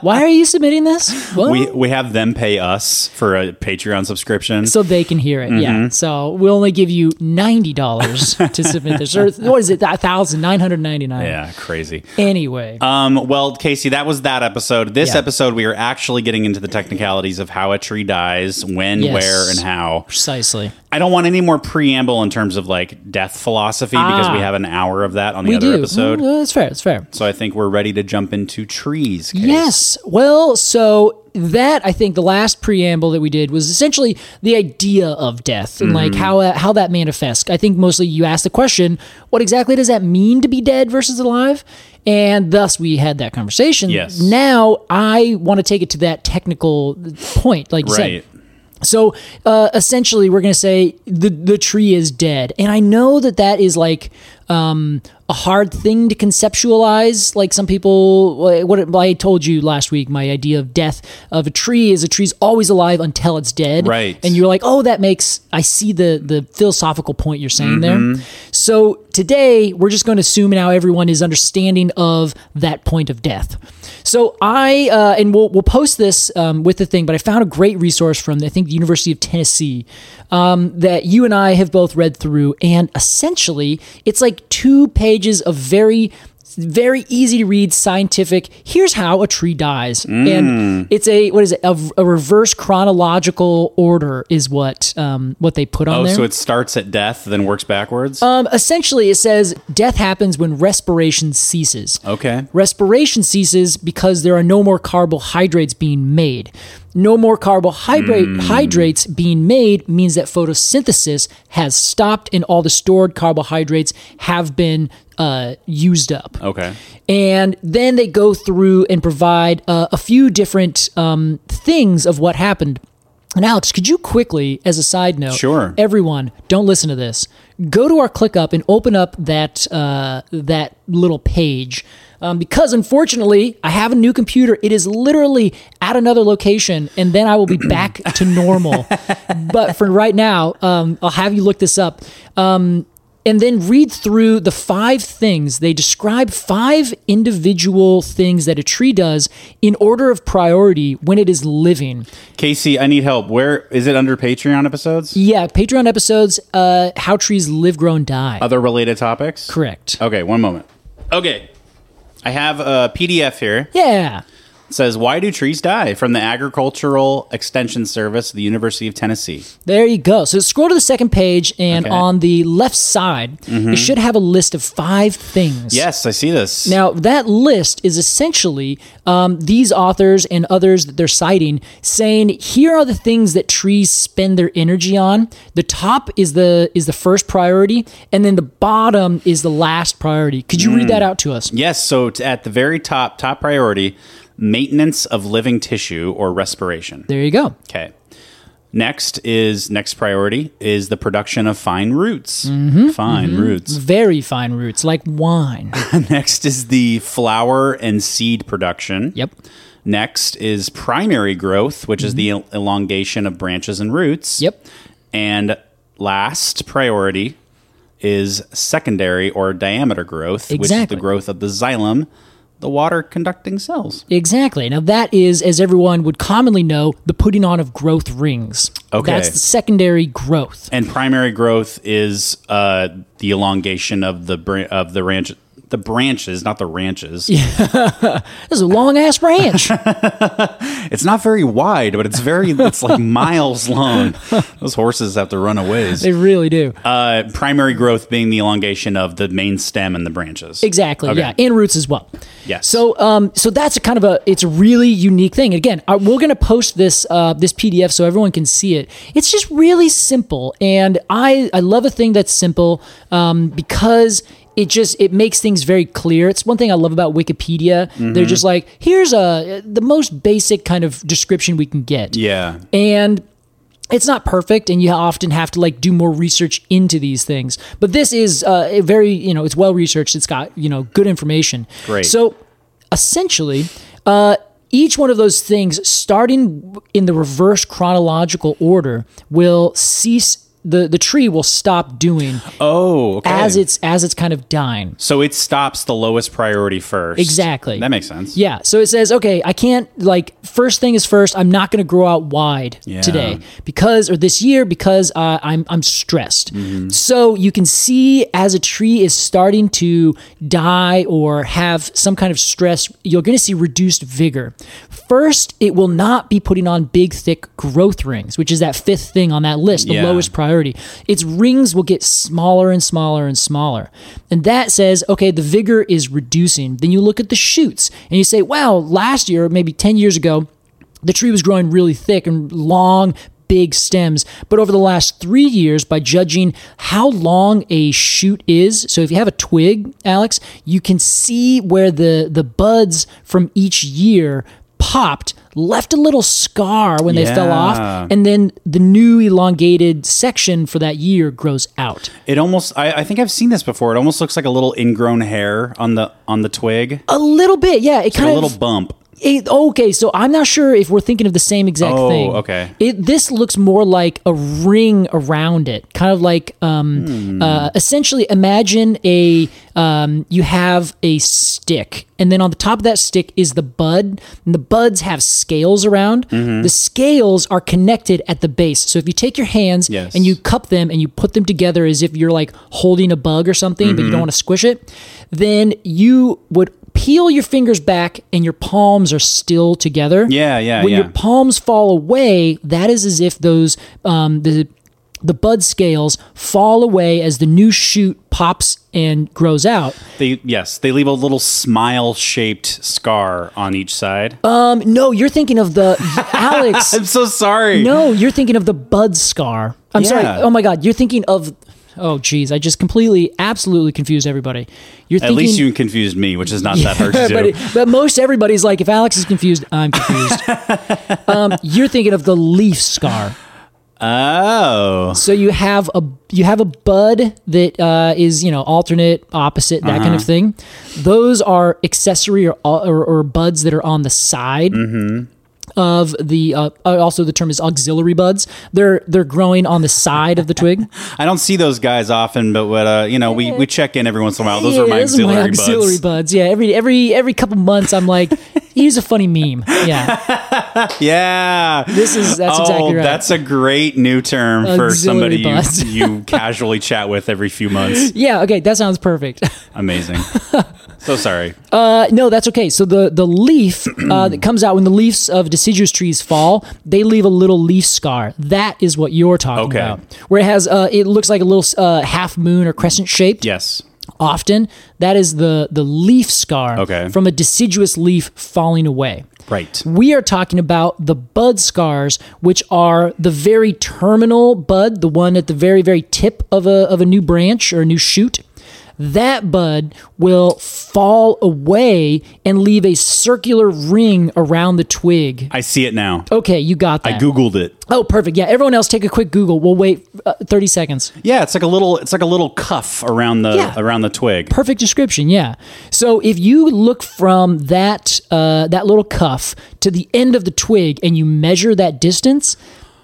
Speaker 3: Why are you submitting this? What?
Speaker 2: we we have them pay us for a Patreon subscription.
Speaker 3: so they can hear it.
Speaker 2: Mm-hmm.
Speaker 3: Yeah. So we'll only give you ninety dollars to submit this. Or what is it? thousand nine hundred ninety nine.
Speaker 2: yeah, crazy.
Speaker 3: Anyway.
Speaker 2: Um, well, Casey, that was that episode. This
Speaker 3: Yeah.
Speaker 2: episode, we are actually getting into the technicalities of how a tree dies, when,
Speaker 3: Yes.
Speaker 2: where, and how.
Speaker 3: Precisely.
Speaker 2: I don't want any more preamble in terms of like death philosophy because
Speaker 3: Ah.
Speaker 2: we have an hour of that on the
Speaker 3: we
Speaker 2: other
Speaker 3: do.
Speaker 2: episode.
Speaker 3: Mm, that's fair. That's fair.
Speaker 2: So I think we're ready to jump into trees. Case.
Speaker 3: Yes. Well, so that I think the last preamble that we did was essentially the idea of death and
Speaker 2: Mm-hmm.
Speaker 3: like how uh, how that manifests. I think mostly you asked the question, what exactly does that mean to be dead versus alive? And thus we had that conversation.
Speaker 2: Yes.
Speaker 3: Now I want to take it to that technical point, like you said.
Speaker 2: Right.
Speaker 3: So uh, essentially, we're going to say the the tree is dead, and I know that that is like um, a hard thing to conceptualize. Like some people, what I told you last week, my idea of death of a tree is a tree's always alive until it's dead,
Speaker 2: Right.
Speaker 3: And you're like, oh, that makes I see the the philosophical point you're saying there. So today, we're just going to assume now everyone is understanding of that point of death. So I uh, and we'll we'll post this um, with the thing, but I found a great resource from I think the University of Tennessee um, that you and I have both read through, and essentially it's like two pages of very very easy to read scientific here's how a tree dies
Speaker 2: Mm.
Speaker 3: and it's a what is it a, a reverse chronological order is what um what they put on
Speaker 2: Oh,
Speaker 3: there
Speaker 2: so it starts at death, then works backwards.
Speaker 3: um, essentially, it says death happens when respiration ceases.
Speaker 2: okay.
Speaker 3: Respiration ceases because there are no more carbohydrates being made. No more carbohydrate hydrates being made means that photosynthesis has stopped and all the stored carbohydrates have been uh, used up.
Speaker 2: Okay.
Speaker 3: And then they go through and provide uh, a few different um, things of what happened. And Alex, could you quickly, as a side note,
Speaker 2: Sure.
Speaker 3: everyone, don't listen to this. Go to our ClickUp and open up that uh, that little page, um, because unfortunately, I have a new computer. It is literally at another location, and then I will be back to normal. but for right now, um, I'll have you look this up and then read through the five things. They describe five individual things that a tree does in order of priority when it is living.
Speaker 2: Casey, I need help. Where is it under Patreon episodes?
Speaker 3: Yeah, Patreon episodes, uh, How Trees Live, Grow, and Die.
Speaker 2: Other related topics?
Speaker 3: Correct.
Speaker 2: Okay, one moment. Okay. I have a PDF here.
Speaker 3: Yeah.
Speaker 2: It says, Why do trees die? from the Agricultural Extension Service of the University of Tennessee.
Speaker 3: There you go. So scroll to the second page, and
Speaker 2: Okay.
Speaker 3: on the left side, it should have a list of five things.
Speaker 2: Yes, I see this.
Speaker 3: Now, that list is essentially um, these authors and others that they're citing saying here are the things that trees spend their energy on. The top is the is the first priority, and then the bottom is the last priority. Could you read that out to us?
Speaker 2: Yes, so it's at the very top, top priority, maintenance of living tissue or respiration.
Speaker 3: There you go.
Speaker 2: Okay. Next is next priority is the production of fine roots.
Speaker 3: Mm-hmm.
Speaker 2: Fine roots.
Speaker 3: Very fine roots, like wine.
Speaker 2: Next is the flower and seed production.
Speaker 3: yep.
Speaker 2: Next is primary growth, which is the el- elongation of branches and roots.
Speaker 3: Mm-hmm. Yep.
Speaker 2: And last priority is secondary or diameter growth, which is
Speaker 3: Exactly.
Speaker 2: the growth of the xylem, the water conducting cells.
Speaker 3: Exactly. Now that is, as everyone would commonly know, the putting on of growth rings.
Speaker 2: Okay.
Speaker 3: That's the secondary growth.
Speaker 2: And primary growth is uh, the elongation of the br- of the ranch the branches, not the ranches.
Speaker 3: This is a long ass branch.
Speaker 2: It's not very wide, but it's very it's like miles long. Those horses have to run a ways.
Speaker 3: they really do.
Speaker 2: Uh, primary growth being the elongation of the main stem and the branches.
Speaker 3: Exactly.
Speaker 2: Okay.
Speaker 3: Yeah, and roots as well.
Speaker 2: Yes.
Speaker 3: So, um, so that's a kind of a it's a really unique thing. Again, I, we're gonna post this uh, this PDF so everyone can see it. It's just really simple, and I I love a thing that's simple um, because it just it makes things very clear. It's one thing I love about Wikipedia.
Speaker 2: Mm-hmm.
Speaker 3: They're just like here's a the most basic kind of description we can get.
Speaker 2: Yeah.
Speaker 3: And it's not perfect, and you often have to like do more research into these things. But this is uh, a very, you know, it's well researched. It's got you know good information.
Speaker 2: Great.
Speaker 3: So essentially, uh, each one of those things, starting in the reverse chronological order, will cease. the The tree will stop doing
Speaker 2: Oh, okay.
Speaker 3: as it's as it's kind of dying.
Speaker 2: so it stops the lowest priority first.
Speaker 3: Exactly.
Speaker 2: That makes sense.
Speaker 3: Yeah. So it says, okay, I can't like first thing is first. I'm not going to grow out wide
Speaker 2: Yeah.
Speaker 3: today because or this year because uh, I'm I'm stressed. So you can see as a tree is starting to die or have some kind of stress, you're going to see reduced vigor. First, it will not be putting on big thick growth rings, which is that fifth thing on that list, the
Speaker 2: Yeah.
Speaker 3: lowest priority. Its rings will get smaller and smaller and smaller. And that says, okay, the vigor is reducing. Then you look at the shoots and you say, wow, last year, maybe 10 years ago, the tree was growing really thick and long, big stems. But over the last three years, by judging how long a shoot is, so if you have a twig, Alex, you can see where the, the buds from each year popped left a little scar when they fell
Speaker 2: Yeah.
Speaker 3: off and then the new elongated section for that year grows out
Speaker 2: It almost I, I think I've seen this before. It almost looks like a little ingrown hair on the on the twig.
Speaker 3: a little bit yeah it
Speaker 2: a
Speaker 3: kind of
Speaker 2: little bump.
Speaker 3: It, okay, so I'm not sure if we're thinking of the same exact
Speaker 2: Oh,
Speaker 3: thing.
Speaker 2: okay.
Speaker 3: It this looks more like a ring around it, kind of like um, uh, essentially imagine a um, you have a stick, and then on the top of that stick is the bud, and the buds have scales around. The scales are connected at the base. So if you take your hands
Speaker 2: Yes.
Speaker 3: and you cup them and you put them together as if you're like holding a bug or something, but you don't want to squish it, then you would peel your fingers back and your palms are still together.
Speaker 2: Yeah, yeah,
Speaker 3: When
Speaker 2: yeah.
Speaker 3: your palms fall away, that is as if those um, the the bud scales fall away as the new shoot pops and grows out.
Speaker 2: They yes, they leave a little smile shaped scar on each side.
Speaker 3: Um, no, you're thinking of the Alex.
Speaker 2: I'm so sorry.
Speaker 3: No, you're thinking of the bud scar. I'm sorry.
Speaker 2: Yeah.
Speaker 3: Oh my god, you're thinking of. Oh geez, I just completely, absolutely confused everybody. You're
Speaker 2: At
Speaker 3: thinking,
Speaker 2: least you confused me, which is not that hard to do.
Speaker 3: but, but most everybody's like, if Alex is confused, I'm confused. um, you're thinking of the leaf scar.
Speaker 2: oh.
Speaker 3: So you have a you have a bud that uh, is you know alternate, opposite, that
Speaker 2: Uh-huh.
Speaker 3: kind of thing. Those are accessory or, uh, or, or buds that are on the side.
Speaker 2: Mm-hmm.
Speaker 3: Of the uh, uh, also the term is auxiliary buds. They're they're growing on the side of the twig.
Speaker 2: I don't see those guys often, but what, uh, you know, we, we check in every once in a while. Those are
Speaker 3: Yeah,
Speaker 2: my
Speaker 3: those
Speaker 2: auxiliary,
Speaker 3: auxiliary
Speaker 2: buds.
Speaker 3: buds. Yeah, every every every couple months I'm like, here's a funny meme. Yeah,
Speaker 2: Yeah.
Speaker 3: this is that's
Speaker 2: oh,
Speaker 3: exactly right.
Speaker 2: that's a great new term for
Speaker 3: Auxiliary
Speaker 2: somebody you,
Speaker 3: buds.
Speaker 2: you casually chat with every few months.
Speaker 3: yeah. Okay, that sounds perfect.
Speaker 2: Amazing. so sorry.
Speaker 3: Uh, no, that's okay. So the the leaf uh, that comes out when the leaves of deciduous trees fall, they leave a little leaf scar. That is what you're talking
Speaker 2: Okay.
Speaker 3: about. Where it has, uh, it looks like a little uh, half moon or crescent shaped.
Speaker 2: yes.
Speaker 3: Often, that is the the leaf scar
Speaker 2: Okay.
Speaker 3: from a deciduous leaf falling away.
Speaker 2: Right.
Speaker 3: We are talking about the bud scars, which are the very terminal bud, the one at the very, very tip of a, of a new branch or a new shoot. that bud will fall away and leave a circular ring around the twig.
Speaker 2: I see it now.
Speaker 3: Okay, you got that.
Speaker 2: I googled it.
Speaker 3: oh, perfect. Yeah, everyone else take a quick Google. We'll wait uh, 30 seconds.
Speaker 2: Yeah, it's like a little it's like a little cuff around the
Speaker 3: Yeah.
Speaker 2: around the twig.
Speaker 3: Perfect description, yeah. So if you look from that uh, that little cuff to the end of the twig and you measure that distance,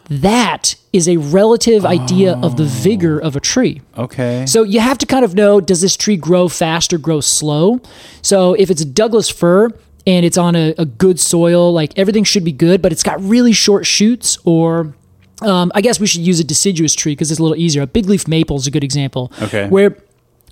Speaker 3: that is a relative idea of the vigor of a tree.
Speaker 2: Okay.
Speaker 3: So you have to kind of know does this tree grow fast or grow slow? So if it's a Douglas fir and it's on a, a good soil, like everything should be good, but it's got really short shoots or. Um, I guess we should use a deciduous tree because it's a little easier. A big leaf maple is a good example.
Speaker 2: Okay.
Speaker 3: Where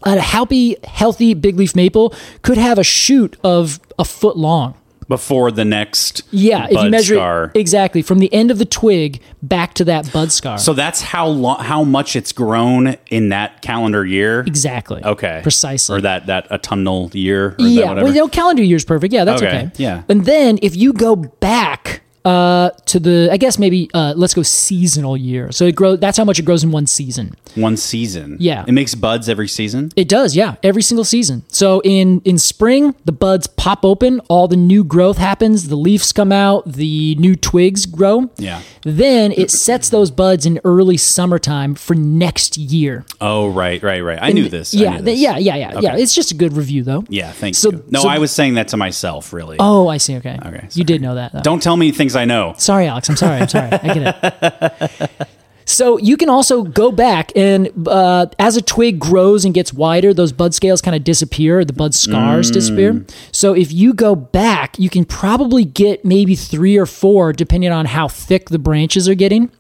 Speaker 3: a happy, healthy big leaf maple could have a shoot of a foot long.
Speaker 2: Before the next
Speaker 3: Yeah, if you
Speaker 2: bud
Speaker 3: measure
Speaker 2: scar.
Speaker 3: it exactly from the end of the twig back to that bud scar.
Speaker 2: so that's how long how much it's grown in that calendar year.
Speaker 3: exactly.
Speaker 2: Okay.
Speaker 3: Precisely.
Speaker 2: Or that that autumnal year or
Speaker 3: yeah,
Speaker 2: that whatever.
Speaker 3: well, no calendar year's perfect. Yeah, that's okay.
Speaker 2: Okay, yeah.
Speaker 3: and then if you go back uh, to the, I guess maybe uh, let's go seasonal year. So it grows. That's how much it grows in one season.
Speaker 2: One season.
Speaker 3: Yeah.
Speaker 2: It makes buds every season.
Speaker 3: It does, yeah, every single season. So in in spring, the buds pop open, all the new growth happens, the leaves come out, the new twigs grow.
Speaker 2: Yeah.
Speaker 3: Then it sets those buds in early summertime for next year.
Speaker 2: Oh, right, right, right. I knew this. I
Speaker 3: Yeah,
Speaker 2: knew
Speaker 3: th-
Speaker 2: this.
Speaker 3: yeah, yeah, yeah, yeah. It's just a good review though.
Speaker 2: Yeah, thank
Speaker 3: So-
Speaker 2: you. No,
Speaker 3: so-
Speaker 2: I was saying that to myself, really.
Speaker 3: Oh, I see. Okay.
Speaker 2: Okay,
Speaker 3: You did know that. Though.
Speaker 2: Don't tell me things I know.
Speaker 3: Sorry, Alex. I'm sorry. I'm sorry. I get it. So you can also go back and uh, as a twig grows and gets wider, those bud scales kind of disappear. The bud scars disappear. So if you go back, you can probably get maybe three or four, depending on how thick the branches are getting.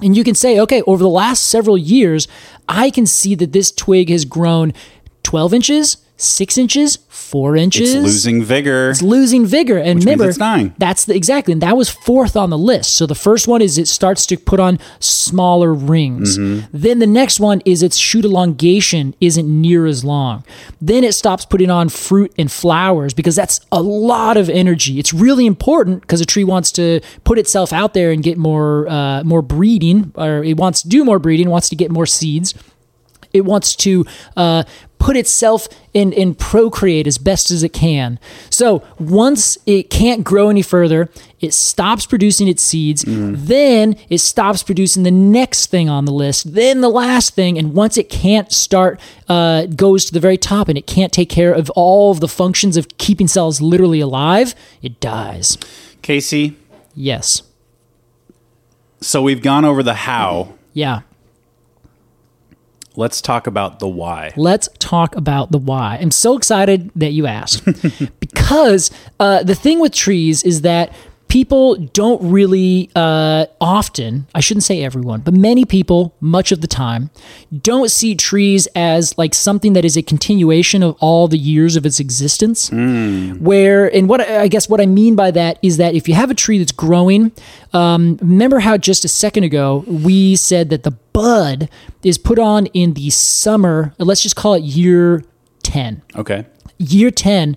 Speaker 3: And you can say, okay, over the last several years, I can see that this twig has grown 12 inches, six inches, four inches
Speaker 2: It's losing vigor.
Speaker 3: it's losing vigor.
Speaker 2: Which
Speaker 3: And
Speaker 2: means
Speaker 3: remember,
Speaker 2: it's dying.
Speaker 3: that's the exactly, and that was fourth on the list. So the first one is it starts to put on smaller rings.
Speaker 2: Mm-hmm.
Speaker 3: Then the next one is its shoot elongation isn't near as long. Then it stops putting on fruit and flowers because that's a lot of energy. It's really important because a tree wants to put itself out there and get more uh, more breeding, or it wants to do more breeding, wants to get more seeds it wants to uh, put itself in and procreate as best as it can. So once it can't grow any further, it stops producing its seeds. Then it stops producing the next thing on the list. Then the last thing, and once it can't start, uh, it goes to the very top, and it can't take care of all of the functions of keeping cells literally alive. It dies.
Speaker 2: Casey,
Speaker 3: Yes.
Speaker 2: so we've gone over the how.
Speaker 3: Yeah.
Speaker 2: Let's talk about the why.
Speaker 3: let's talk about the why. I'm so excited that you asked because uh, the thing with trees is that people don't really uh, often, I shouldn't say everyone, but many people, much of the time, don't see trees as like something that is a continuation of all the years of its existence where and what I guess what I mean by that is that if you have a tree that's growing, um, remember how just a second ago we said that the bud is put on in the summer. Let's just call it year ten.
Speaker 2: Okay.
Speaker 3: Year ten,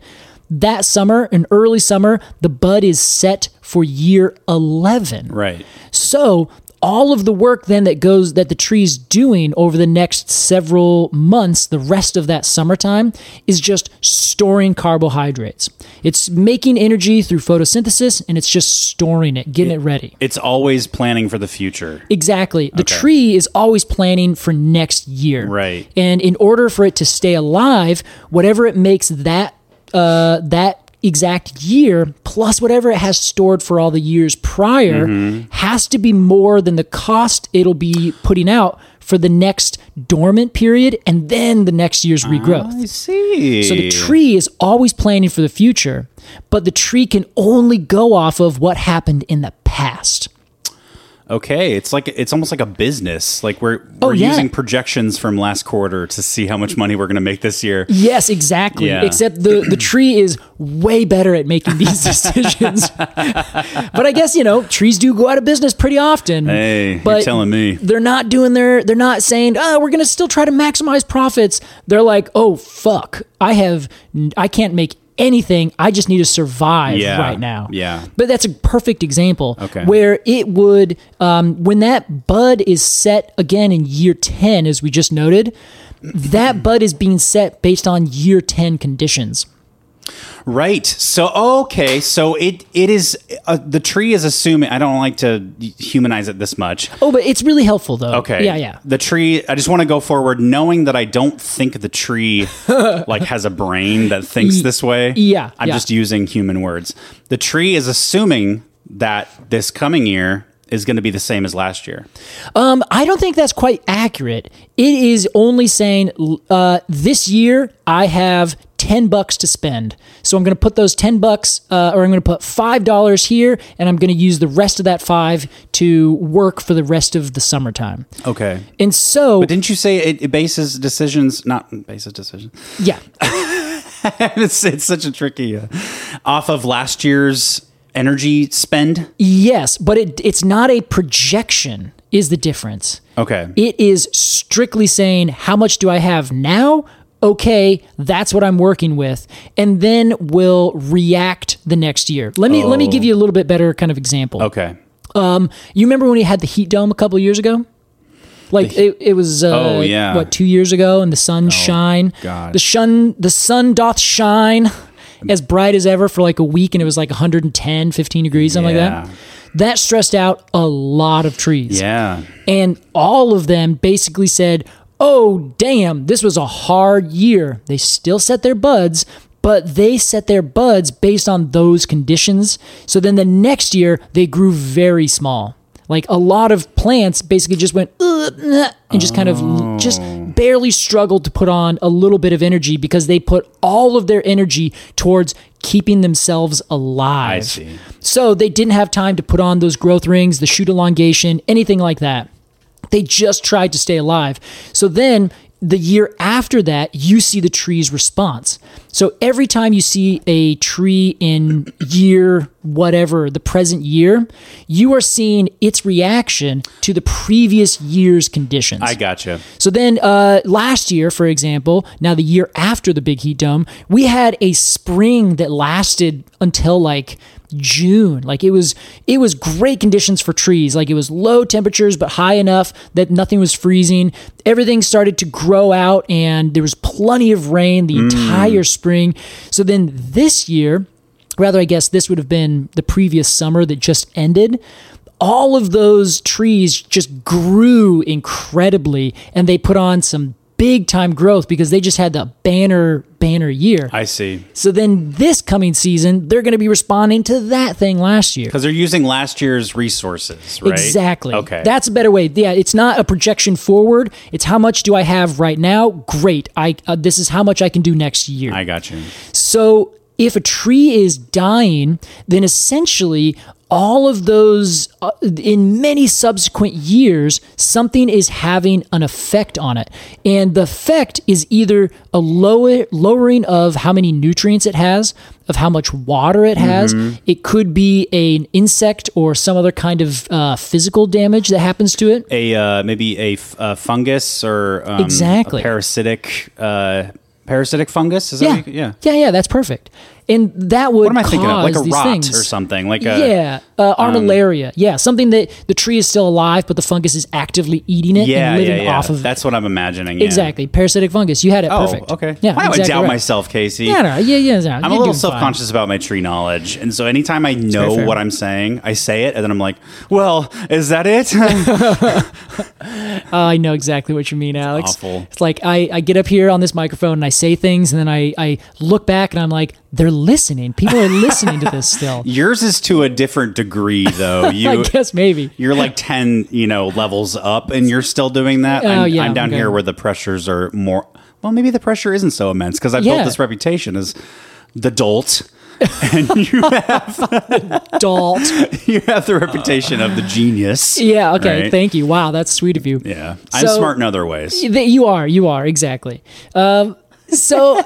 Speaker 3: that summer, in early summer, the bud is set for year eleven.
Speaker 2: Right.
Speaker 3: So all of the work then that goes that the tree's doing over the next several months, the rest of that summertime, is just storing carbohydrates. It's making energy through photosynthesis and it's just storing it, getting it, ready.
Speaker 2: It's always planning for the future.
Speaker 3: Exactly. The tree is always planning for next year.
Speaker 2: Right.
Speaker 3: And in order for it to stay alive, whatever it makes that uh, that exact year plus whatever it has stored for all the years prior
Speaker 2: Mm-hmm.
Speaker 3: has to be more than the cost it'll be putting out for the next dormant period and then the next year's regrowth.
Speaker 2: I see.
Speaker 3: So the tree is always planning for the future, but the tree can only go off of what happened in the past.
Speaker 2: okay, it's like it's almost like a business. Like we're we're
Speaker 3: Oh, yeah.
Speaker 2: using projections from last quarter to see how much money we're going to make this year.
Speaker 3: Yes, exactly.
Speaker 2: Yeah.
Speaker 3: Except the, the tree is way better at making these decisions. but I guess, you know, trees do go out of business pretty often.
Speaker 2: Hey,
Speaker 3: but
Speaker 2: you're telling me.
Speaker 3: They're not doing their they're not saying, "Oh, we're going to still try to maximize profits." They're like, "Oh, fuck. I have I can't make anything. I just need to survive
Speaker 2: Yeah.
Speaker 3: right now.
Speaker 2: Yeah.
Speaker 3: But that's a perfect example
Speaker 2: Okay.
Speaker 3: where it would, um, when that bud is set again in year 10, as we just noted, that bud is being set based on year 10 conditions.
Speaker 2: Right. So okay. So it it is uh, the tree is assuming. I don't like to humanize it this much.
Speaker 3: Oh, but it's really helpful though.
Speaker 2: Okay.
Speaker 3: Yeah, yeah.
Speaker 2: The tree. I just want to go forward, knowing that I don't think the tree like has a brain that thinks this way.
Speaker 3: yeah,
Speaker 2: I'm
Speaker 3: yeah.
Speaker 2: just using human words. The tree is assuming that this coming year is going to be the same as last year.
Speaker 3: Um, I don't think that's quite accurate. It is only saying l- uh, this year I have ten bucks to spend, so I'm going to put those ten bucks, uh, or I'm going to put five dollars here, and I'm going to use the rest of that five to work for the rest of the summertime.
Speaker 2: Okay.
Speaker 3: And so,
Speaker 2: But didn't you say it, it bases decisions not bases decisions?
Speaker 3: yeah,
Speaker 2: it's it's such a tricky uh, off of last year's energy spend.
Speaker 3: yes, but it, it's not a projection. Is the difference?
Speaker 2: Okay.
Speaker 3: It is strictly saying, how much do I have now? Okay, that's what I'm working with, and then we'll react the next year. Let me let me give you a little bit better kind of example.
Speaker 2: Oh. okay.
Speaker 3: You remember when we had the heat dome a couple years ago? Like it, it was uh,
Speaker 2: Oh, yeah. Oh,
Speaker 3: what two years ago, and the sun shine.
Speaker 2: God.
Speaker 3: The sun the sun doth shine as bright as ever for like a week, and it was like 110, 15 degrees, something like
Speaker 2: Yeah.
Speaker 3: that. That stressed out a lot of trees.
Speaker 2: Yeah.
Speaker 3: And all of them basically said, Oh, damn, this was a hard year. They still set their buds, but they set their buds based on those conditions. So then the next year, they grew very small. Like a lot of plants basically just went "Ugh, nah," and just kind of just barely struggled to put on a little bit of energy because they put all of their energy towards keeping themselves alive.
Speaker 2: see.
Speaker 3: So they didn't have time to put on those growth rings, the shoot elongation, anything like that. They just tried to stay alive. So then the year after that, you see the tree's response. So every time you see a tree in year whatever, the present year, you are seeing its reaction to the previous year's conditions.
Speaker 2: I gotcha.
Speaker 3: So then, uh, last year, for example, now the year after the Big Heat Dome, we had a spring that lasted until like June. Like it was, it was great conditions for trees. Like it was low temperatures, but high enough that nothing was freezing. Everything started to grow out, and there was plenty of rain the entire spring. So then this year, rather, I guess this would have been the previous summer that just ended all of those trees just grew incredibly and they put on some big time growth because they just had the banner banner year.
Speaker 2: I see.
Speaker 3: so then this coming season they're going to be responding to that thing last year.
Speaker 2: Because they're using last year's resources, right?
Speaker 3: Exactly.
Speaker 2: Okay.
Speaker 3: That's a better way. Yeah, it's not a projection forward. It's how much do I have right now? Great. I uh, this is how much I can do next year.
Speaker 2: I got you.
Speaker 3: So if a tree is dying, then essentially all of those uh, in many subsequent years something is having an effect on it and the effect is either a lower lowering of how many nutrients it has of how much water it has
Speaker 2: Mm-hmm.
Speaker 3: it could be an insect or some other kind of uh, physical damage that happens to it
Speaker 2: A uh, maybe a f- uh, fungus or um,
Speaker 3: Exactly.
Speaker 2: a parasitic uh, parasitic fungus. Is that
Speaker 3: yeah
Speaker 2: what you- yeah.
Speaker 3: yeah yeah that's perfect and that would
Speaker 2: What am I thinking of? Like
Speaker 3: cause
Speaker 2: a
Speaker 3: these
Speaker 2: rot
Speaker 3: things.
Speaker 2: or something. Like a
Speaker 3: Yeah, uh,
Speaker 2: Um,
Speaker 3: armillaria. yeah, something that the tree is still alive, but the fungus is actively eating it
Speaker 2: yeah,
Speaker 3: and
Speaker 2: yeah,
Speaker 3: living
Speaker 2: yeah.
Speaker 3: off of it.
Speaker 2: That's what I'm imagining. yeah.
Speaker 3: Exactly, parasitic fungus. You had it
Speaker 2: Oh,
Speaker 3: perfect.
Speaker 2: okay.
Speaker 3: Yeah,
Speaker 2: Why do
Speaker 3: exactly
Speaker 2: I doubt
Speaker 3: right.
Speaker 2: myself, Casey?
Speaker 3: Yeah, no, yeah, yeah. yeah,
Speaker 2: I'm a
Speaker 3: you're
Speaker 2: little
Speaker 3: doing fine.
Speaker 2: self conscious about my tree knowledge. And so anytime I know
Speaker 3: very fair.
Speaker 2: what I'm saying, I say it and then I'm like, well, is that it?
Speaker 3: Oh, I know exactly what you mean, Alex.
Speaker 2: awful.
Speaker 3: It's like I, I get up here on this microphone and I say things, and then I, I look back and I'm like, they're listening. People are listening to this still.
Speaker 2: Yours is to a different degree, though. You,
Speaker 3: I guess maybe.
Speaker 2: you're like 10, you know, levels up and you're still doing that.
Speaker 3: Oh,
Speaker 2: I'm,
Speaker 3: yeah,
Speaker 2: I'm down
Speaker 3: okay.
Speaker 2: here where the pressures are more. Well, maybe the pressure isn't so immense because I've
Speaker 3: Yeah.
Speaker 2: built this reputation as the dolt. and you
Speaker 3: Adult.
Speaker 2: you have the reputation of the genius.
Speaker 3: Yeah. Okay.
Speaker 2: right?
Speaker 3: Thank you. Wow, that's sweet of you.
Speaker 2: Yeah. I'm
Speaker 3: So-
Speaker 2: smart in other ways.
Speaker 3: That you are. You are exactly. Um, so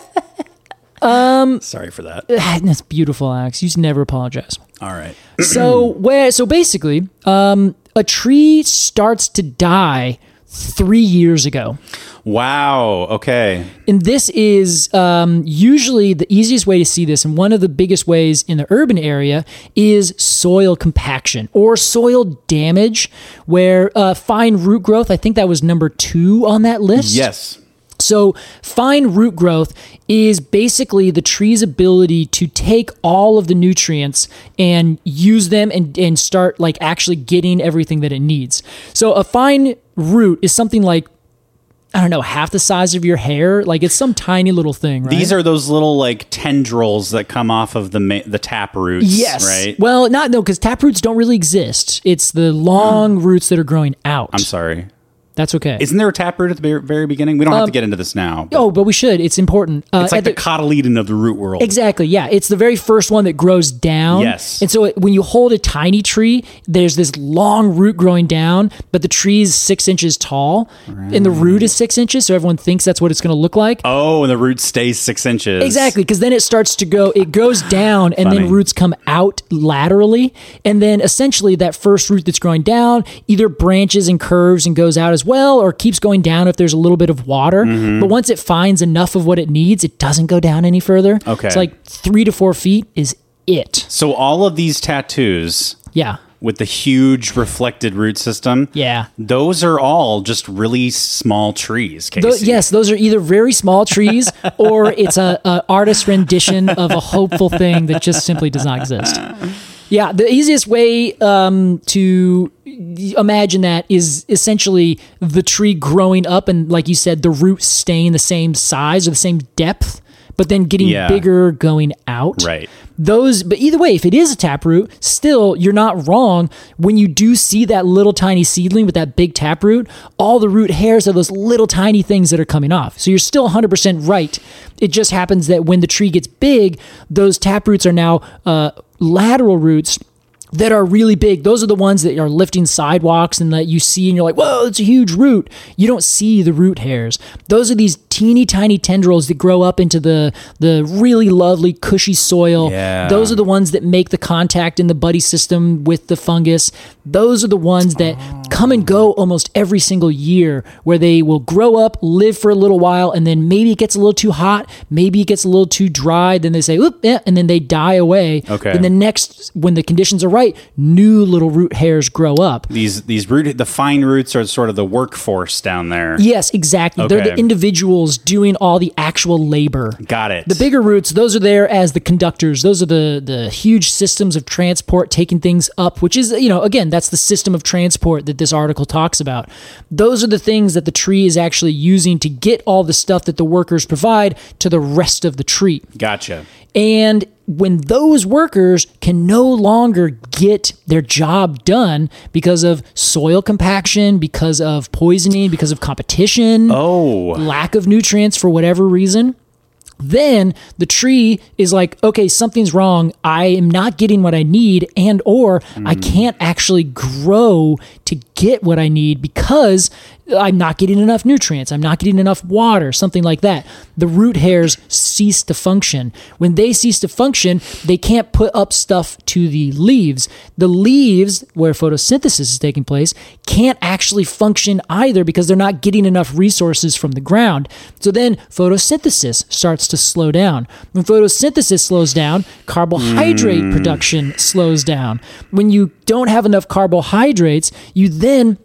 Speaker 2: Sorry for that.
Speaker 3: Ah, That's beautiful, Alex. You should never apologize.
Speaker 2: All right.
Speaker 3: So where? So basically, um, a tree starts to die three years ago.
Speaker 2: Wow. Okay.
Speaker 3: And this is um, usually the easiest way to see this, and one of the biggest ways in the urban area is soil compaction or soil damage, where uh, fine root growth, I think that was number two on that list.
Speaker 2: Yes.
Speaker 3: So, fine root growth is basically the tree's ability to take all of the nutrients and use them and, and start like actually getting everything that it needs. So, a fine root is something like, I don't know, half the size of your hair. Like, it's some tiny little thing, right?
Speaker 2: These are those little like tendrils that come off of the ma- the tap roots.
Speaker 3: Yes.
Speaker 2: Right.
Speaker 3: Well, not no, because tap roots don't really exist. It's the long roots that are growing out.
Speaker 2: Um, I'm sorry.
Speaker 3: That's okay.
Speaker 2: Isn't there a tap root at the be- very beginning? We don't have to get into this now. but
Speaker 3: Um, oh, but we should. It's important. Uh,
Speaker 2: it's like
Speaker 3: at
Speaker 2: the, cotyledon of the root world.
Speaker 3: Exactly. Yeah, it's the very first one that grows down.
Speaker 2: Yes.
Speaker 3: And so it, when you hold a tiny tree, there's this long root growing down, but the tree is six inches tall, and the root is six inches. So everyone thinks that's what it's going to look like.
Speaker 2: Oh, and the root stays six inches.
Speaker 3: Exactly, because then it starts to go, it goes down, and
Speaker 2: Funny.
Speaker 3: then roots come out laterally. And then essentially, that first root that's growing down either branches and curves and goes out as well, or keeps going down if there's a little bit of water.
Speaker 2: Mm-hmm.
Speaker 3: But once it finds enough of what it needs, it doesn't go down any further.
Speaker 2: Okay.
Speaker 3: It's like three to four feet is it.
Speaker 2: So all of these tattoos
Speaker 3: Yeah.
Speaker 2: with the huge reflected root system.
Speaker 3: Yeah.
Speaker 2: Those are all just really small trees, Casey.
Speaker 3: Tho- yes, those are either very small trees or it's a, a artist rendition of a hopeful thing that just simply does not exist. Yeah, the easiest way um, to imagine that is essentially the tree growing up and, like you said, the roots staying the same size or the same depth, but then getting
Speaker 2: Yeah.
Speaker 3: bigger going out.
Speaker 2: Right.
Speaker 3: Those, but either way, if it is a taproot, still you're not wrong. When you do see that little tiny seedling with that big taproot, all the root hairs are those little tiny things that are coming off. So you're still 100% right. It just happens that when the tree gets big, those taproots are now uh, lateral roots that are really big. Those are the ones that are lifting sidewalks and that you see and you're like, whoa, it's a huge root. You don't see the root hairs. Those are these teeny tiny tendrils that grow up into the the really lovely cushy soil.
Speaker 2: Yeah.
Speaker 3: Those are the ones that make the contact in the buddy system with the fungus. Those are the ones that come and go almost every single year where they will grow up, live for a little while, and then maybe it gets a little too hot, maybe it gets a little too dry, then they say, oop, eh, and then they die away.
Speaker 2: Okay.
Speaker 3: Then the next when the conditions are right new little root hairs grow up
Speaker 2: These these root the fine roots are sort of the workforce down there.
Speaker 3: yes exactly they're the
Speaker 2: Okay.
Speaker 3: individuals doing all the actual labor
Speaker 2: Got it.
Speaker 3: the bigger roots those are there as the conductors those are the the huge systems of transport taking things up which is you know again that's the system of transport that this article talks about those are the things that the tree is actually using to get all the stuff that the workers provide to the rest of the tree
Speaker 2: Gotcha.
Speaker 3: And when those workers can no longer get their job done because of soil compaction, because of poisoning, because of competition,
Speaker 2: Oh,
Speaker 3: lack of nutrients for whatever reason, then the tree is like, okay, something's wrong. I am not getting what I need and or I can't actually grow to get what I need because I'm not getting enough nutrients. I'm not getting enough water, something like that. The root hairs cease to function. When they cease to function, they can't put up stuff to the leaves. The leaves where photosynthesis is taking place can't actually function either because they're not getting enough resources from the ground. So then photosynthesis starts to slow down. When photosynthesis slows down, carbohydrate production slows down. When you don't have enough carbohydrates, you then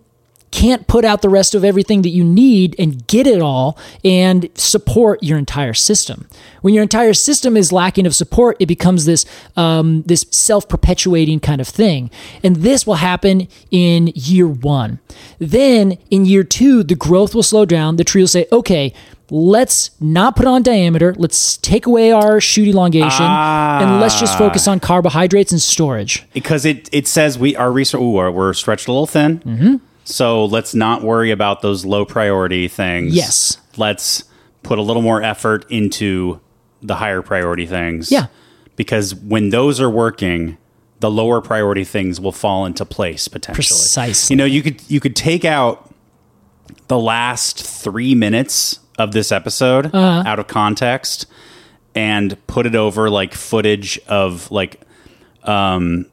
Speaker 3: can't put out the rest of everything that you need and get it all and support your entire system. When your entire system is lacking of support, it becomes this um, this self perpetuating kind of thing, and this will happen in year one. Then in year two, the growth will slow down. The tree will say, "Okay." Let's not put on diameter. Let's take away our shoot elongation and let's just focus on carbohydrates and storage.
Speaker 2: because it it says we our resource ooh, our- we're stretched a little thin. Mm-hmm. So let's not worry about those low priority things.
Speaker 3: Yes.
Speaker 2: Let's put a little more effort into the higher priority things.
Speaker 3: Yeah.
Speaker 2: Because when those are working, the lower priority things will fall into place potentially.
Speaker 3: Precisely.
Speaker 2: You know, you could you could take out the last three minutes of this episode
Speaker 3: Uh-huh.
Speaker 2: out of context and put it over like footage of like um,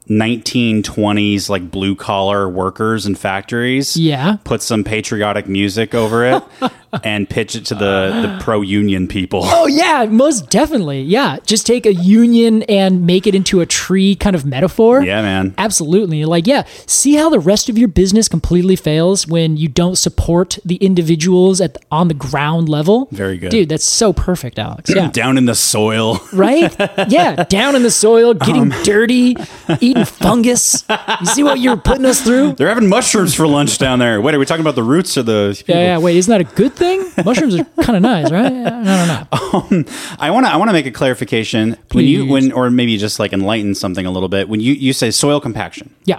Speaker 2: 1920s like blue collar workers and factories.
Speaker 3: Yeah.
Speaker 2: Put some patriotic music over it and pitch it to the, the pro union people.
Speaker 3: Oh yeah, most definitely. Yeah, just take a union and make it into a tree kind of metaphor.
Speaker 2: Yeah, man.
Speaker 3: Absolutely. Like yeah, see how the rest of your business completely fails when you don't support the individuals at on the ground level.
Speaker 2: Very good.
Speaker 3: Dude, that's so perfect, Alex. Yeah.
Speaker 2: Down in the soil.
Speaker 3: right? Yeah, down in the soil, getting
Speaker 2: Um.
Speaker 3: dirty, eating fungus. You see what you're putting us through?
Speaker 2: They're having mushrooms for lunch down there. Wait, are we talking about the roots or the people?
Speaker 3: Yeah, yeah, wait, isn't that a good thing? Mushrooms are kind of nice, right? I don't know.
Speaker 2: I want to I want to make a clarification when you when or maybe just like enlighten something a little bit when you you say soil compaction
Speaker 3: Yeah.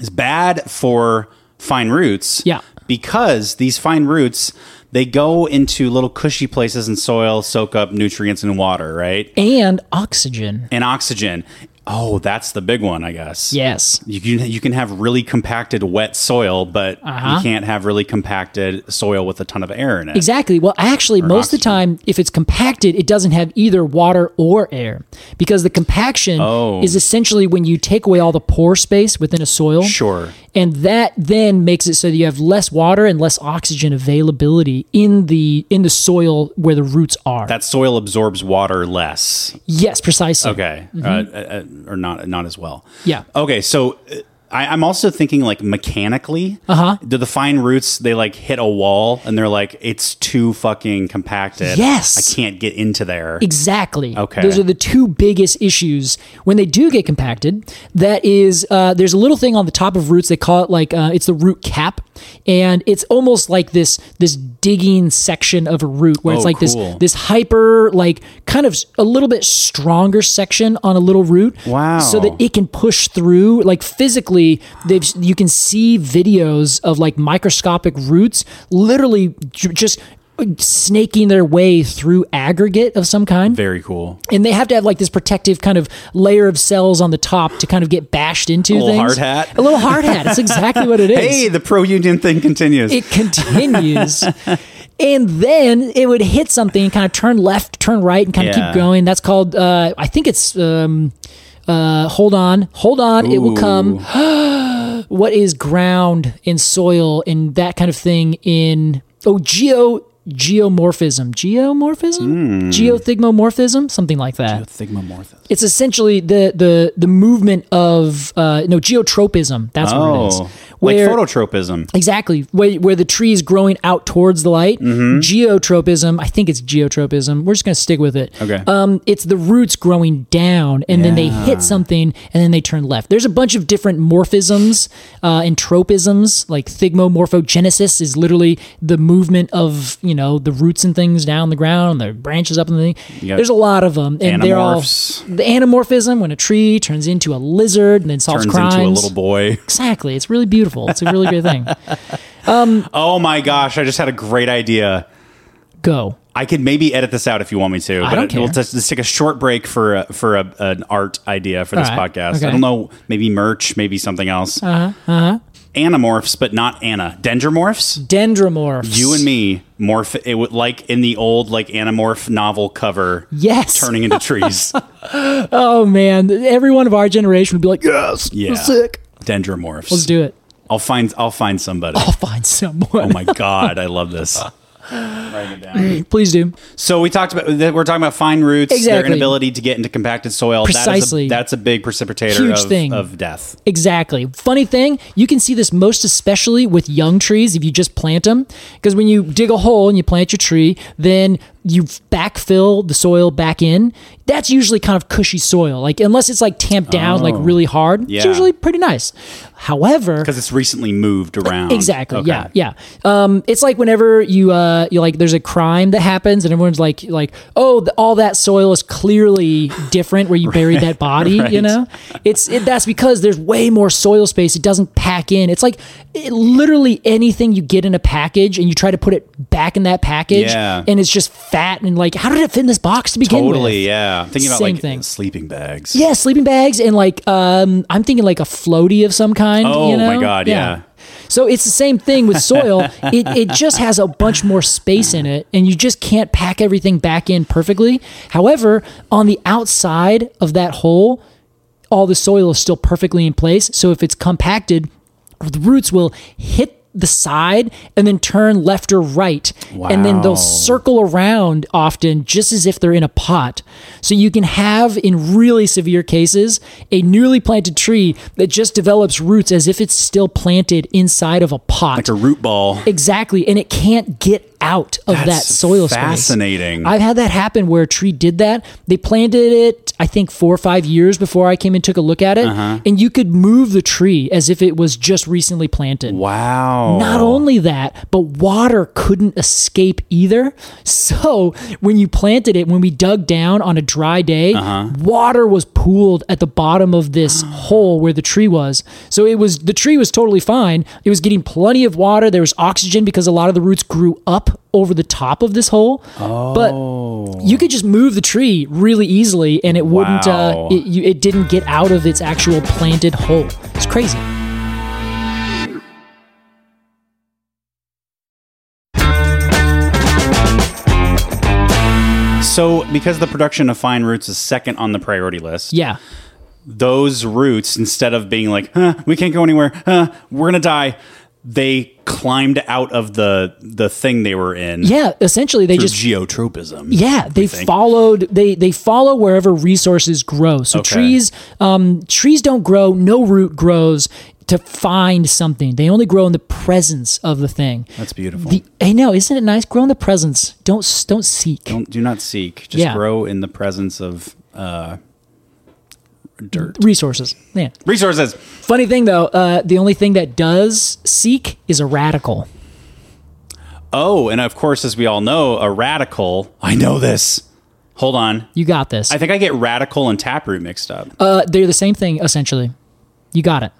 Speaker 2: is bad for fine roots
Speaker 3: Yeah.
Speaker 2: because these fine roots they go into little cushy places in soil soak up nutrients and water right
Speaker 3: And oxygen.
Speaker 2: and oxygen oh that's the big one I guess
Speaker 3: Yes.
Speaker 2: you can you can have really compacted wet soil but you can't have really compacted soil with a ton of air in it
Speaker 3: Uh-huh. Exactly. Well, actually, most of the time, if it's compacted, it doesn't have either water or air because the compaction
Speaker 2: Oh.
Speaker 3: is essentially when you take away all the pore space within a soil.
Speaker 2: sure
Speaker 3: And that then makes it so that you have less water and less oxygen availability in the in the soil where the roots are.
Speaker 2: that soil absorbs water less
Speaker 3: yes, precisely.
Speaker 2: Okay, Uh, uh, uh, or not not as well.
Speaker 3: Mm-hmm. Yeah.
Speaker 2: Okay, so uh, I, I'm also thinking like mechanically. Uh
Speaker 3: Uh-huh.
Speaker 2: huh. Do the fine roots they like hit a wall and they're like it's too fucking compacted.
Speaker 3: Yes.
Speaker 2: I can't get into there.
Speaker 3: Exactly.
Speaker 2: Okay.
Speaker 3: Those are the two biggest issues when they do get compacted. That is, uh, there's a little thing on the top of roots. They call it like uh, it's the root cap, and it's almost like this this digging section of a root where
Speaker 2: Oh,
Speaker 3: it's like
Speaker 2: cool.
Speaker 3: this this hyper like kind of s- a little bit stronger section on a little root.
Speaker 2: Wow.
Speaker 3: So that it can push through. Like physically, they've you can see videos of like microscopic roots literally j- just snaking their way through aggregate of some kind
Speaker 2: Very cool.
Speaker 3: and they have to have like this protective kind of layer of cells on the top to kind of get bashed into a
Speaker 2: little hard
Speaker 3: things.
Speaker 2: hat.
Speaker 3: A little hard hat. It's exactly what it is.
Speaker 2: Hey, the pro union thing continues.
Speaker 3: It continues. and then it would hit something and kind of turn left, turn right, and kind of
Speaker 2: Yeah.
Speaker 3: keep going. That's called, uh, I think it's, um, uh, hold on, hold on, it will come. what is ground and soil and that kind of thing in, oh, geo. Geomorphism,
Speaker 2: Hmm.
Speaker 3: geomorphism, geothigmomorphism, something like that
Speaker 2: Thigmomorphism.
Speaker 3: it's essentially the the the movement of uh, no geotropism. That's what it is.
Speaker 2: Oh, like
Speaker 3: Where-
Speaker 2: phototropism.
Speaker 3: Exactly, where, where the tree is growing out towards the light.
Speaker 2: Mm-hmm.
Speaker 3: Geotropism, I think it's geotropism. We're just going to stick with it.
Speaker 2: Okay.
Speaker 3: Um, it's the roots growing down, and then they hit something, and then they turn left. There's a bunch of different morphisms uh, and tropisms, like thigmomorphogenesis is literally the movement of you know the roots and things down the ground, the branches up and the thing.
Speaker 2: got
Speaker 3: There's a lot of them, and they're all
Speaker 2: Anamorphs.
Speaker 3: the anamorphism when a tree turns into a lizard and then solves
Speaker 2: Turns
Speaker 3: crimes.
Speaker 2: into a little boy.
Speaker 3: Exactly, it's really beautiful. It's a really great thing.
Speaker 2: Oh my gosh! I just had a great idea.
Speaker 3: Go.
Speaker 2: I could maybe edit this out if you want me to, but
Speaker 3: don't
Speaker 2: we'll
Speaker 3: care.
Speaker 2: just, just take a short break for a, for a, an art idea for this
Speaker 3: All right.
Speaker 2: podcast. I
Speaker 3: Okay.
Speaker 2: don't know, maybe merch, maybe something else. Uh-huh. Anamorphs, but not Anna. Dendromorphs.
Speaker 3: Dendromorphs.
Speaker 2: You and me morph it would like in the old like anamorph novel cover,
Speaker 3: Yes.
Speaker 2: turning into trees.
Speaker 3: Oh man, everyone of our generation would be like, yes,
Speaker 2: Yeah,
Speaker 3: sick.
Speaker 2: Dendromorphs.
Speaker 3: Let's do it.
Speaker 2: I'll find I'll find somebody.
Speaker 3: I'll find someone.
Speaker 2: oh my god, I love this. Writing it down.
Speaker 3: Please do.
Speaker 2: So we talked about that we're talking about fine roots, their
Speaker 3: Exactly.
Speaker 2: inability to get into compacted soil.
Speaker 3: Precisely.
Speaker 2: that is a, that's a big precipitator
Speaker 3: Huge
Speaker 2: of,
Speaker 3: thing.
Speaker 2: of death.
Speaker 3: Exactly. Funny thing, you can see this most especially with young trees if you just plant them. Because when you dig a hole and you plant your tree, then you backfill the soil back in. That's usually kind of cushy soil. Like, unless it's like tamped down like really hard,
Speaker 2: Oh. Yeah.
Speaker 3: it's usually pretty nice. However,
Speaker 2: because it's recently moved around.
Speaker 3: Exactly.
Speaker 2: Okay.
Speaker 3: Yeah. Yeah. Um, it's like whenever you uh, you like, there's a crime that happens, and everyone's like, like, oh, th- all that soil is clearly different where you buried that body. You know, it's it, that's because there's way more soil space. It doesn't pack in. It's like it, literally anything you get in a package, and you try to put it back in that package,
Speaker 2: Yeah.
Speaker 3: and it's just fat and like, how did it fit in this box to begin with?
Speaker 2: Totally. Yeah. I'm Thinking about
Speaker 3: Same
Speaker 2: like
Speaker 3: thing.
Speaker 2: sleeping bags.
Speaker 3: Yeah, sleeping bags and like um, I'm thinking like a floaty of some kind.
Speaker 2: Oh
Speaker 3: you know?
Speaker 2: my God, yeah.
Speaker 3: So it's the same thing with soil. it it just has a bunch more space in it, and you just can't pack everything back in perfectly. However, on the outside of that hole. all the soil is still perfectly in place. So if it's compacted, the roots will hit the side and then turn left or right. And then
Speaker 2: Wow.
Speaker 3: they'll circle around often just as if they're in a pot. So you can have, in really severe cases, a newly planted tree that just develops roots as if it's still planted inside of a pot.
Speaker 2: like a root ball.
Speaker 3: Exactly, and it can't get out of that
Speaker 2: That's
Speaker 3: soil space.
Speaker 2: fascinating.
Speaker 3: I've had that happen where a tree did that. They planted it, I think, four or five years before I came and took a look at it,
Speaker 2: Uh-huh.
Speaker 3: and you could move the tree as if it was just recently planted.
Speaker 2: Wow.
Speaker 3: Not only that, but water couldn't escape either. So when you planted it, when we dug down on a dry day, water was pooled at the bottom of this hole where the tree was. So it was the tree was totally fine. It was getting plenty of water. There was oxygen because a lot of the roots grew up over the top of this hole. But you could just move the tree really easily, and it wouldn't.
Speaker 2: Wow.
Speaker 3: Uh, it, you, it didn't get out of its actual planted hole. It's crazy.
Speaker 2: So, because the production of fine roots is second on the priority list,
Speaker 3: Yeah.
Speaker 2: those roots, instead of being like, huh, we can't go anywhere, huh, we're going to die, they climbed out of the the thing they were in.
Speaker 3: Yeah, essentially they
Speaker 2: Through
Speaker 3: just
Speaker 2: geotropism.
Speaker 3: Yeah, they
Speaker 2: think.
Speaker 3: followed. They they follow wherever resources grow. So
Speaker 2: Okay.
Speaker 3: trees, um, trees don't grow. No root grows to find something. They only grow in the presence of the thing.
Speaker 2: That's beautiful.
Speaker 3: The, I know, isn't it nice? Grow in the presence. Don't s- don't seek.
Speaker 2: don't do not seek. Just
Speaker 3: Yeah.
Speaker 2: grow in the presence of uh, dirt
Speaker 3: Resources. Yeah.
Speaker 2: resources.
Speaker 3: Funny thing though, uh, the only thing that does seek is a radical.
Speaker 2: Oh, and of course, as we all know, a radical. I know this. Hold on.
Speaker 3: You got this.
Speaker 2: I think I get radical and taproot mixed up.
Speaker 3: Uh, they're the same thing essentially. You got it.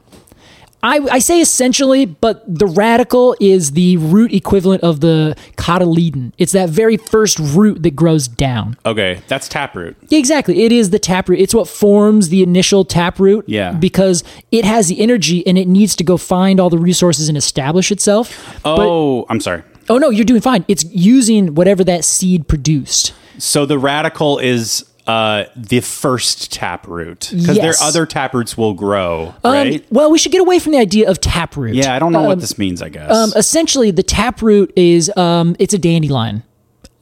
Speaker 3: I, I say essentially, but the radical is the root equivalent of the cotyledon. It's that very first root that grows down.
Speaker 2: okay, that's taproot.
Speaker 3: Yeah, Exactly. It is the taproot. It's what forms the initial taproot.
Speaker 2: Yeah.
Speaker 3: Because it has the energy and it needs to go find all the resources and establish itself.
Speaker 2: Oh, I'm sorry.
Speaker 3: Oh, no, you're doing fine. It's using whatever that seed produced.
Speaker 2: So the radical is uh, the first taproot because
Speaker 3: Yes.
Speaker 2: their other taproots will grow,
Speaker 3: Um,
Speaker 2: right?
Speaker 3: Well, we should get away from the idea of taproot.
Speaker 2: Yeah, I don't know what this means. I guess.
Speaker 3: Um, essentially, the taproot is um, it's a dandelion.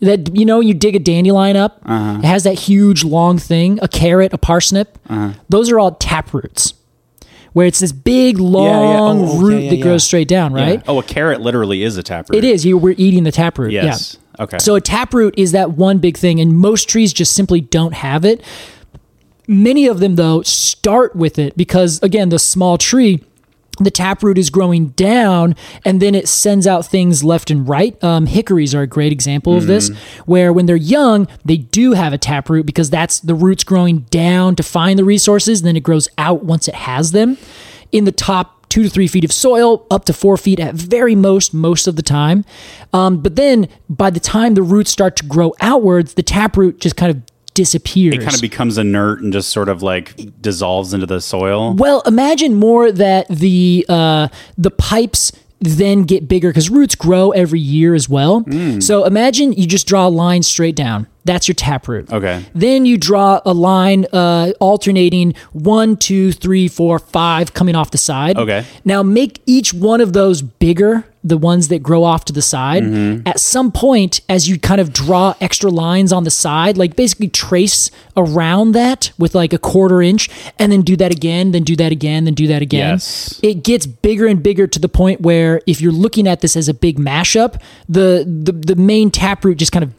Speaker 3: That you know, you dig a dandelion up.
Speaker 2: Uh-huh.
Speaker 3: It has that huge long thing. A carrot, a parsnip.
Speaker 2: Uh-huh.
Speaker 3: Those are all taproots, where it's this big long
Speaker 2: Oh, yeah,
Speaker 3: root
Speaker 2: yeah,
Speaker 3: that
Speaker 2: yeah.
Speaker 3: grows straight down.
Speaker 2: Yeah.
Speaker 3: Right?
Speaker 2: Oh, a carrot literally is a taproot.
Speaker 3: It is. You we're eating the taproot.
Speaker 2: Yes.
Speaker 3: Yeah.
Speaker 2: Okay.
Speaker 3: So a taproot is that one big thing, and most trees just simply don't have it. Many of them, though, start with it because, again, the small tree, the taproot is growing down and then it sends out things left and right. Um, hickories are a great example of this, where when they're young, they do have a taproot because that's the roots growing down to find the resources, and then it grows out once it has them. In the top two to three feet of soil, up to four feet at very most, most of the time. Um, but then by the time the roots start to grow outwards, the taproot just kind of disappears.
Speaker 2: It kind of becomes inert and just sort of like dissolves into the soil.
Speaker 3: Well, imagine more that the uh, the pipes then get bigger because roots grow every year as well. So imagine you just draw a line straight down. That's your taproot.
Speaker 2: Okay.
Speaker 3: Then you draw a line uh, alternating one, two, three, four, five coming off the side.
Speaker 2: Okay.
Speaker 3: Now make each one of those bigger, the ones that grow off to the side.
Speaker 2: Mm-hmm.
Speaker 3: At some point, as you kind of draw extra lines on the side, like basically trace around that with like a quarter inch and then do that again, then do that again, then do that again.
Speaker 2: Yes.
Speaker 3: It gets bigger and bigger to the point where if you're looking at this as a big mashup, the the, the main taproot just kind of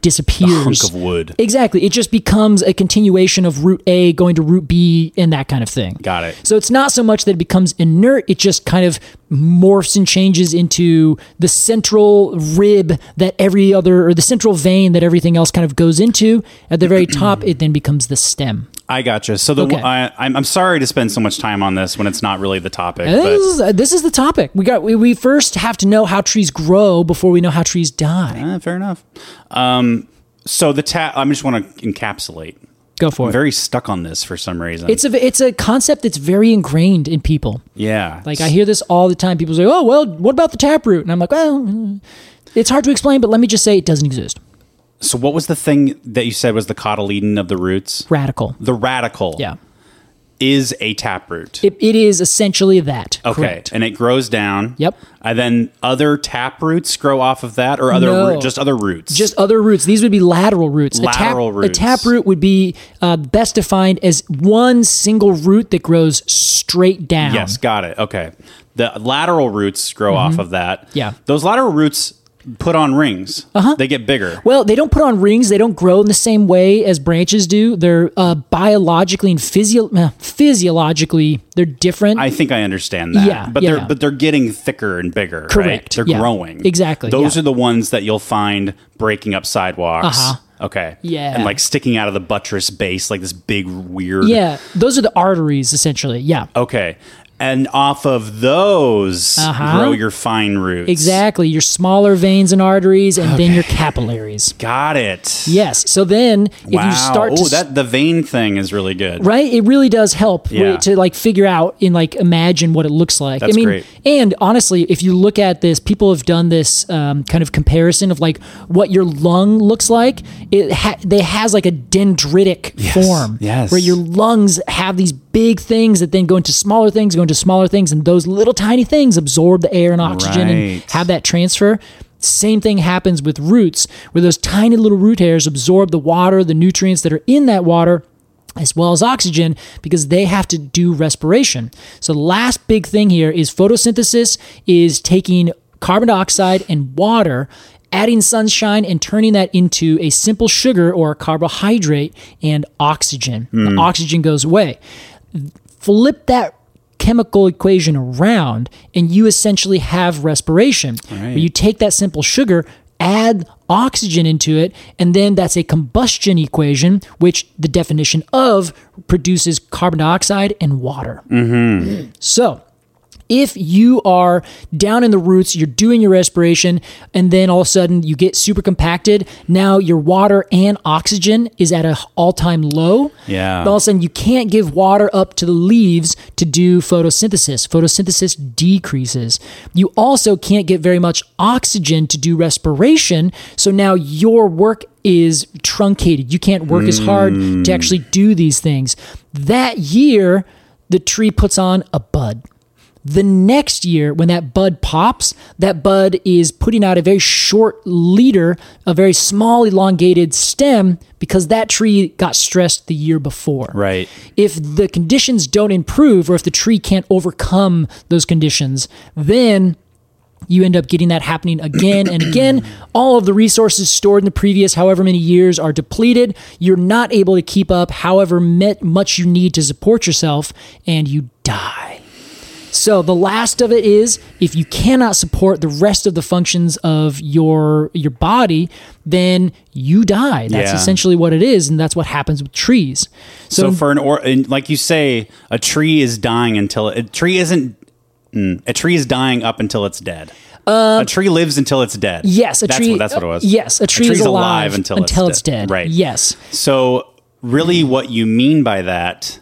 Speaker 3: disappears.
Speaker 2: Hunk of wood.
Speaker 3: Exactly. It just becomes a continuation of route A going to route B and that kind of thing.
Speaker 2: Got it.
Speaker 3: So it's not so much that it becomes inert, it just kind of morphs and changes into the central rib that every other, or the central vein that everything else kind of goes into. At the very top, it then becomes the stem.
Speaker 2: I gotcha. So the
Speaker 3: Okay.
Speaker 2: I, I'm, I'm sorry to spend so much time on this when it's not really the topic.
Speaker 3: This
Speaker 2: But
Speaker 3: is, uh, this is the topic. We got. We, we first have to know how trees grow before we know how trees die.
Speaker 2: Eh, fair enough. Um, so the ta- I just want to encapsulate.
Speaker 3: Go for
Speaker 2: I'm
Speaker 3: it.
Speaker 2: very stuck on this for some reason.
Speaker 3: it's a it's a concept that's very ingrained in people.
Speaker 2: yeah.
Speaker 3: Like I hear this all the time. People say, "Oh, well, what about the taproot?" And I'm like, "Well, mm, it's hard to explain, but let me just say it doesn't exist."
Speaker 2: So what was the thing that you said was the cotyledon of the roots?
Speaker 3: Radical.
Speaker 2: The radical.
Speaker 3: Yeah.
Speaker 2: is a taproot.
Speaker 3: It, it is essentially that.
Speaker 2: okay.
Speaker 3: Correct.
Speaker 2: And it grows down.
Speaker 3: Yep.
Speaker 2: And then other tap roots grow off of that or other
Speaker 3: No.
Speaker 2: root, just other roots.
Speaker 3: Just other roots. These would be lateral roots.
Speaker 2: Lateral
Speaker 3: a tap,
Speaker 2: roots.
Speaker 3: A taproot would be uh, best defined as one single root that grows straight down.
Speaker 2: Yes, got it. Okay. The lateral roots grow off of that.
Speaker 3: Mm-hmm. Yeah.
Speaker 2: Those lateral roots put on rings. Uh-huh. They get bigger.
Speaker 3: Well, they don't put on rings. They don't grow in the same way as branches do. They're uh, biologically and physio- uh, physiologically, they're different.
Speaker 2: I think I understand that.
Speaker 3: Yeah,
Speaker 2: But
Speaker 3: yeah,
Speaker 2: they're
Speaker 3: yeah.
Speaker 2: but they're getting thicker and bigger. Right?
Speaker 3: Correct,
Speaker 2: They're
Speaker 3: yeah.
Speaker 2: growing.
Speaker 3: Exactly,
Speaker 2: Those
Speaker 3: yeah.
Speaker 2: are the ones that you'll find breaking up sidewalks.
Speaker 3: Uh-huh.
Speaker 2: Okay.
Speaker 3: Yeah.
Speaker 2: And like sticking out of the buttress base like this big weird
Speaker 3: yeah, those are the arteries essentially. Yeah.
Speaker 2: Okay. And off of those
Speaker 3: Uh-huh.
Speaker 2: grow your fine roots.
Speaker 3: Exactly. Your smaller veins and arteries and then your capillaries.
Speaker 2: Got it.
Speaker 3: Yes. So then if
Speaker 2: Wow.
Speaker 3: you start to
Speaker 2: oh, that the vein thing is really good.
Speaker 3: right it really does help wi-
Speaker 2: Yeah.
Speaker 3: to like figure out and like imagine what it looks like
Speaker 2: That's
Speaker 3: i mean
Speaker 2: great.
Speaker 3: and honestly if you look at this people have done this um, kind of comparison of like what your lung looks like it ha- they has like a dendritic form
Speaker 2: yes.
Speaker 3: where your lungs have these big things that then go into smaller things go into smaller things and those little tiny things absorb the air and oxygen
Speaker 2: Right.
Speaker 3: and have that transfer same thing happens with roots where those tiny little root hairs absorb the water the nutrients that are in that water as well as oxygen because they have to do respiration. So the last big thing here is photosynthesis is taking carbon dioxide and water adding sunshine and turning that into a simple sugar or carbohydrate and oxygen. The oxygen goes away. Flip that chemical equation around and you essentially have respiration. Where you take that simple sugar, add oxygen into it, and then that's a combustion equation, which the definition of produces carbon dioxide and water. So, if you are down in the roots, you're doing your respiration, and then all of a sudden you get super compacted. Now your water and oxygen is at an all time low.
Speaker 2: Yeah.
Speaker 3: All of a sudden you can't give water up to the leaves to do photosynthesis. Photosynthesis decreases. You also can't get very much oxygen to do respiration. So now your work is truncated. You can't work as hard to actually do these things. That year, the tree puts on a bud the next year when that bud pops that bud is putting out a very short leader a very small elongated stem because that tree got stressed the year before
Speaker 2: Right.
Speaker 3: if the conditions don't improve or if the tree can't overcome those conditions then you end up getting that happening again and again. All of the resources stored in the previous however many years are depleted. You're not able to keep up however met- much you need to support yourself, and you die. So the last of it is if you cannot support the rest of the functions of your your body, then you die. That's
Speaker 2: Yeah.
Speaker 3: essentially what it is, and that's what happens with trees.
Speaker 2: So, for an or and like you say, a tree is dying until a tree isn't. mm, A tree is dying up until it's dead. a tree lives until it's dead.
Speaker 3: Um, Yes, a
Speaker 2: that's
Speaker 3: tree. uh,
Speaker 2: What, that's what it was.
Speaker 3: Yes, a tree
Speaker 2: tree's
Speaker 3: is alive, until, it's, dead.
Speaker 2: Right.
Speaker 3: Yes.
Speaker 2: So really, what you mean by that,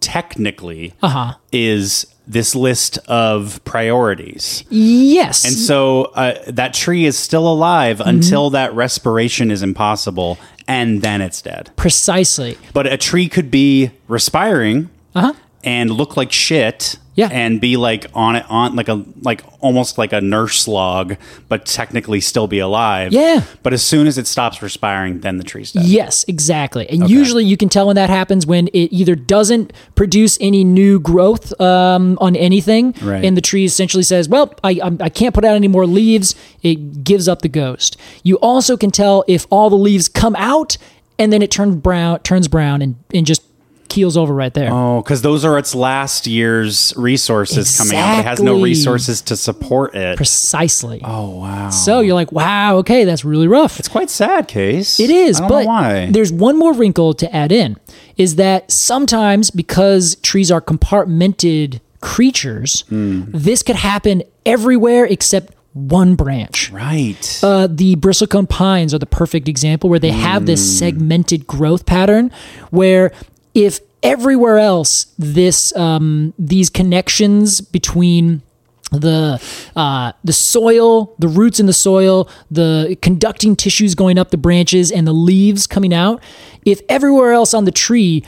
Speaker 2: technically,
Speaker 3: Uh-huh.
Speaker 2: is this list of priorities.
Speaker 3: Yes.
Speaker 2: And so uh, that tree is still alive
Speaker 3: Mm-hmm.
Speaker 2: until that respiration is impossible, and then it's dead.
Speaker 3: precisely.
Speaker 2: But a tree could be respiring
Speaker 3: Uh huh.
Speaker 2: and look like shit.
Speaker 3: Yeah.
Speaker 2: And be like on it on like a like almost like a nurse log, but technically still be alive.
Speaker 3: Yeah.
Speaker 2: But as soon as it stops respiring, then the tree's dead.
Speaker 3: Yes, exactly. And usually you can tell when that happens when it either doesn't produce any new growth um, on anything,
Speaker 2: Right.
Speaker 3: and the tree essentially says, Well, I, I'm- I can't put out any more leaves. It gives up the ghost. You also can tell if all the leaves come out and then it turns brown, turns brown and, and just keels over right there.
Speaker 2: Oh, because those are its last year's resources coming out. It has no
Speaker 3: Exactly.
Speaker 2: resources to support it.
Speaker 3: Precisely. Oh, wow. So you're like, Wow, okay, that's really rough.
Speaker 2: It's quite sad, Case.
Speaker 3: It is,
Speaker 2: I don't
Speaker 3: but
Speaker 2: know why.
Speaker 3: there's one more wrinkle to add in is that sometimes because trees are compartmented creatures,
Speaker 2: Hmm.
Speaker 3: this could happen everywhere except one branch.
Speaker 2: right.
Speaker 3: Uh, the bristlecone pines are the perfect example where they have this segmented growth pattern where if everywhere else this um, these connections between the uh, the soil, the roots in the soil, the conducting tissues going up the branches, and the leaves coming out. If everywhere else on the tree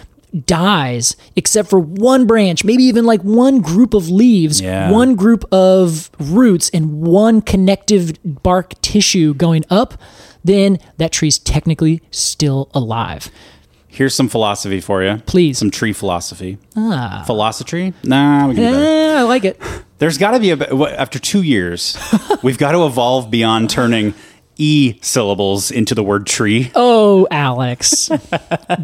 Speaker 3: dies except for one branch, maybe even like one group of leaves,
Speaker 2: Yeah.
Speaker 3: one group of roots, and one connective bark tissue going up, then that tree's technically still alive.
Speaker 2: Here's some philosophy for you.
Speaker 3: Please.
Speaker 2: Some tree philosophy. Ah. Philosophy? Nah, we can do better.
Speaker 3: Eh, I like it.
Speaker 2: There's got to be a be- what- after two years, we've got to evolve beyond turning e syllables into the word tree.
Speaker 3: Oh, Alex.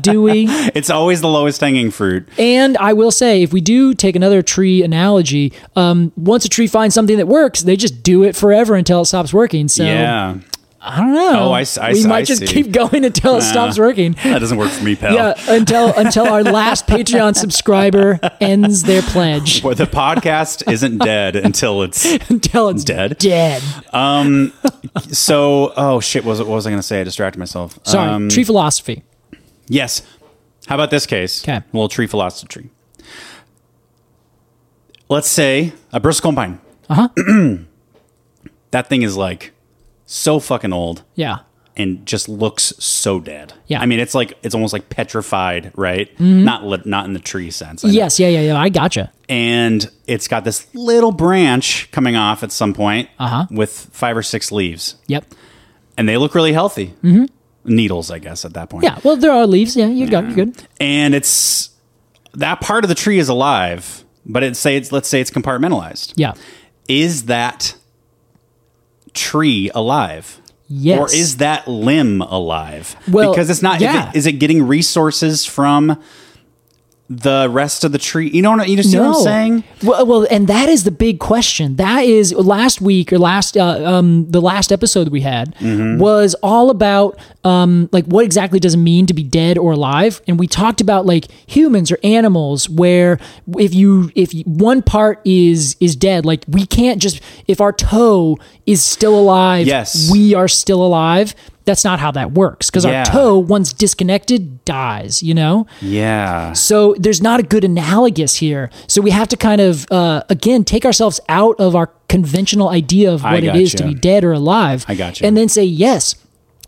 Speaker 3: do we?
Speaker 2: It's always the lowest hanging fruit.
Speaker 3: And I will say, if we do take another tree analogy, um, once a tree finds something that works, they just do it forever until it stops working. So
Speaker 2: yeah,
Speaker 3: I don't know.
Speaker 2: Oh, I s- I
Speaker 3: we
Speaker 2: s-
Speaker 3: might
Speaker 2: I
Speaker 3: just
Speaker 2: see.
Speaker 3: keep going until it stops working.
Speaker 2: Uh, that doesn't work for me, pal.
Speaker 3: Yeah, until until our last Patreon subscriber ends their pledge.
Speaker 2: But the podcast isn't dead until it's
Speaker 3: Until it's
Speaker 2: Dead?
Speaker 3: Dead.
Speaker 2: so. Oh shit! Was what was I going to say? I distracted myself.
Speaker 3: Sorry.
Speaker 2: Um,
Speaker 3: tree philosophy.
Speaker 2: Yes. How about this case?
Speaker 3: 'Kay.
Speaker 2: A little tree philosophy. Let's say a Briscoe pine. Uh
Speaker 3: Uh-huh.
Speaker 2: huh. that thing is like so fucking old.
Speaker 3: Yeah.
Speaker 2: and just looks so dead.
Speaker 3: Yeah. Mm-hmm.
Speaker 2: I mean, it's like it's almost like petrified, right? Not li- not in the tree sense. I know.
Speaker 3: Yes. Yeah. Yeah. Yeah. I gotcha.
Speaker 2: And it's got this little branch coming off at some point
Speaker 3: Uh-huh.
Speaker 2: with five or six leaves,
Speaker 3: Yep.
Speaker 2: and they look really healthy. Mm-hmm. Needles, I guess, at that point.
Speaker 3: Yeah. Well, there are leaves. Yeah. You're good. You're good.
Speaker 2: And it's that part of the tree is alive, but it say it's let's say it's compartmentalized.
Speaker 3: Yeah.
Speaker 2: Is that tree alive?
Speaker 3: Yes.
Speaker 2: Or is that limb alive?
Speaker 3: Well,
Speaker 2: because it's not. if
Speaker 3: yeah.
Speaker 2: it- Is it getting resources from the rest of the tree? You know, what I- you just see what I'm saying.
Speaker 3: Well, well, and that is the big question. That is last week or last uh, um, the last episode we had
Speaker 2: Mm-hmm.
Speaker 3: was all about um, like what exactly does it mean to be dead or alive, and we talked about like humans or animals where if you if you- one part is is dead, like we can't just if our toe is still alive,
Speaker 2: Yes.
Speaker 3: we are still alive. That's not how that works because
Speaker 2: Yeah.
Speaker 3: our toe, once disconnected, dies. You know.
Speaker 2: Yeah.
Speaker 3: So there's not a good analogous here. So we have to kind of uh, again take ourselves out of our conventional idea of
Speaker 2: I
Speaker 3: what it
Speaker 2: got
Speaker 3: is
Speaker 2: you.
Speaker 3: to be dead or alive.
Speaker 2: I got you.
Speaker 3: And then say yes.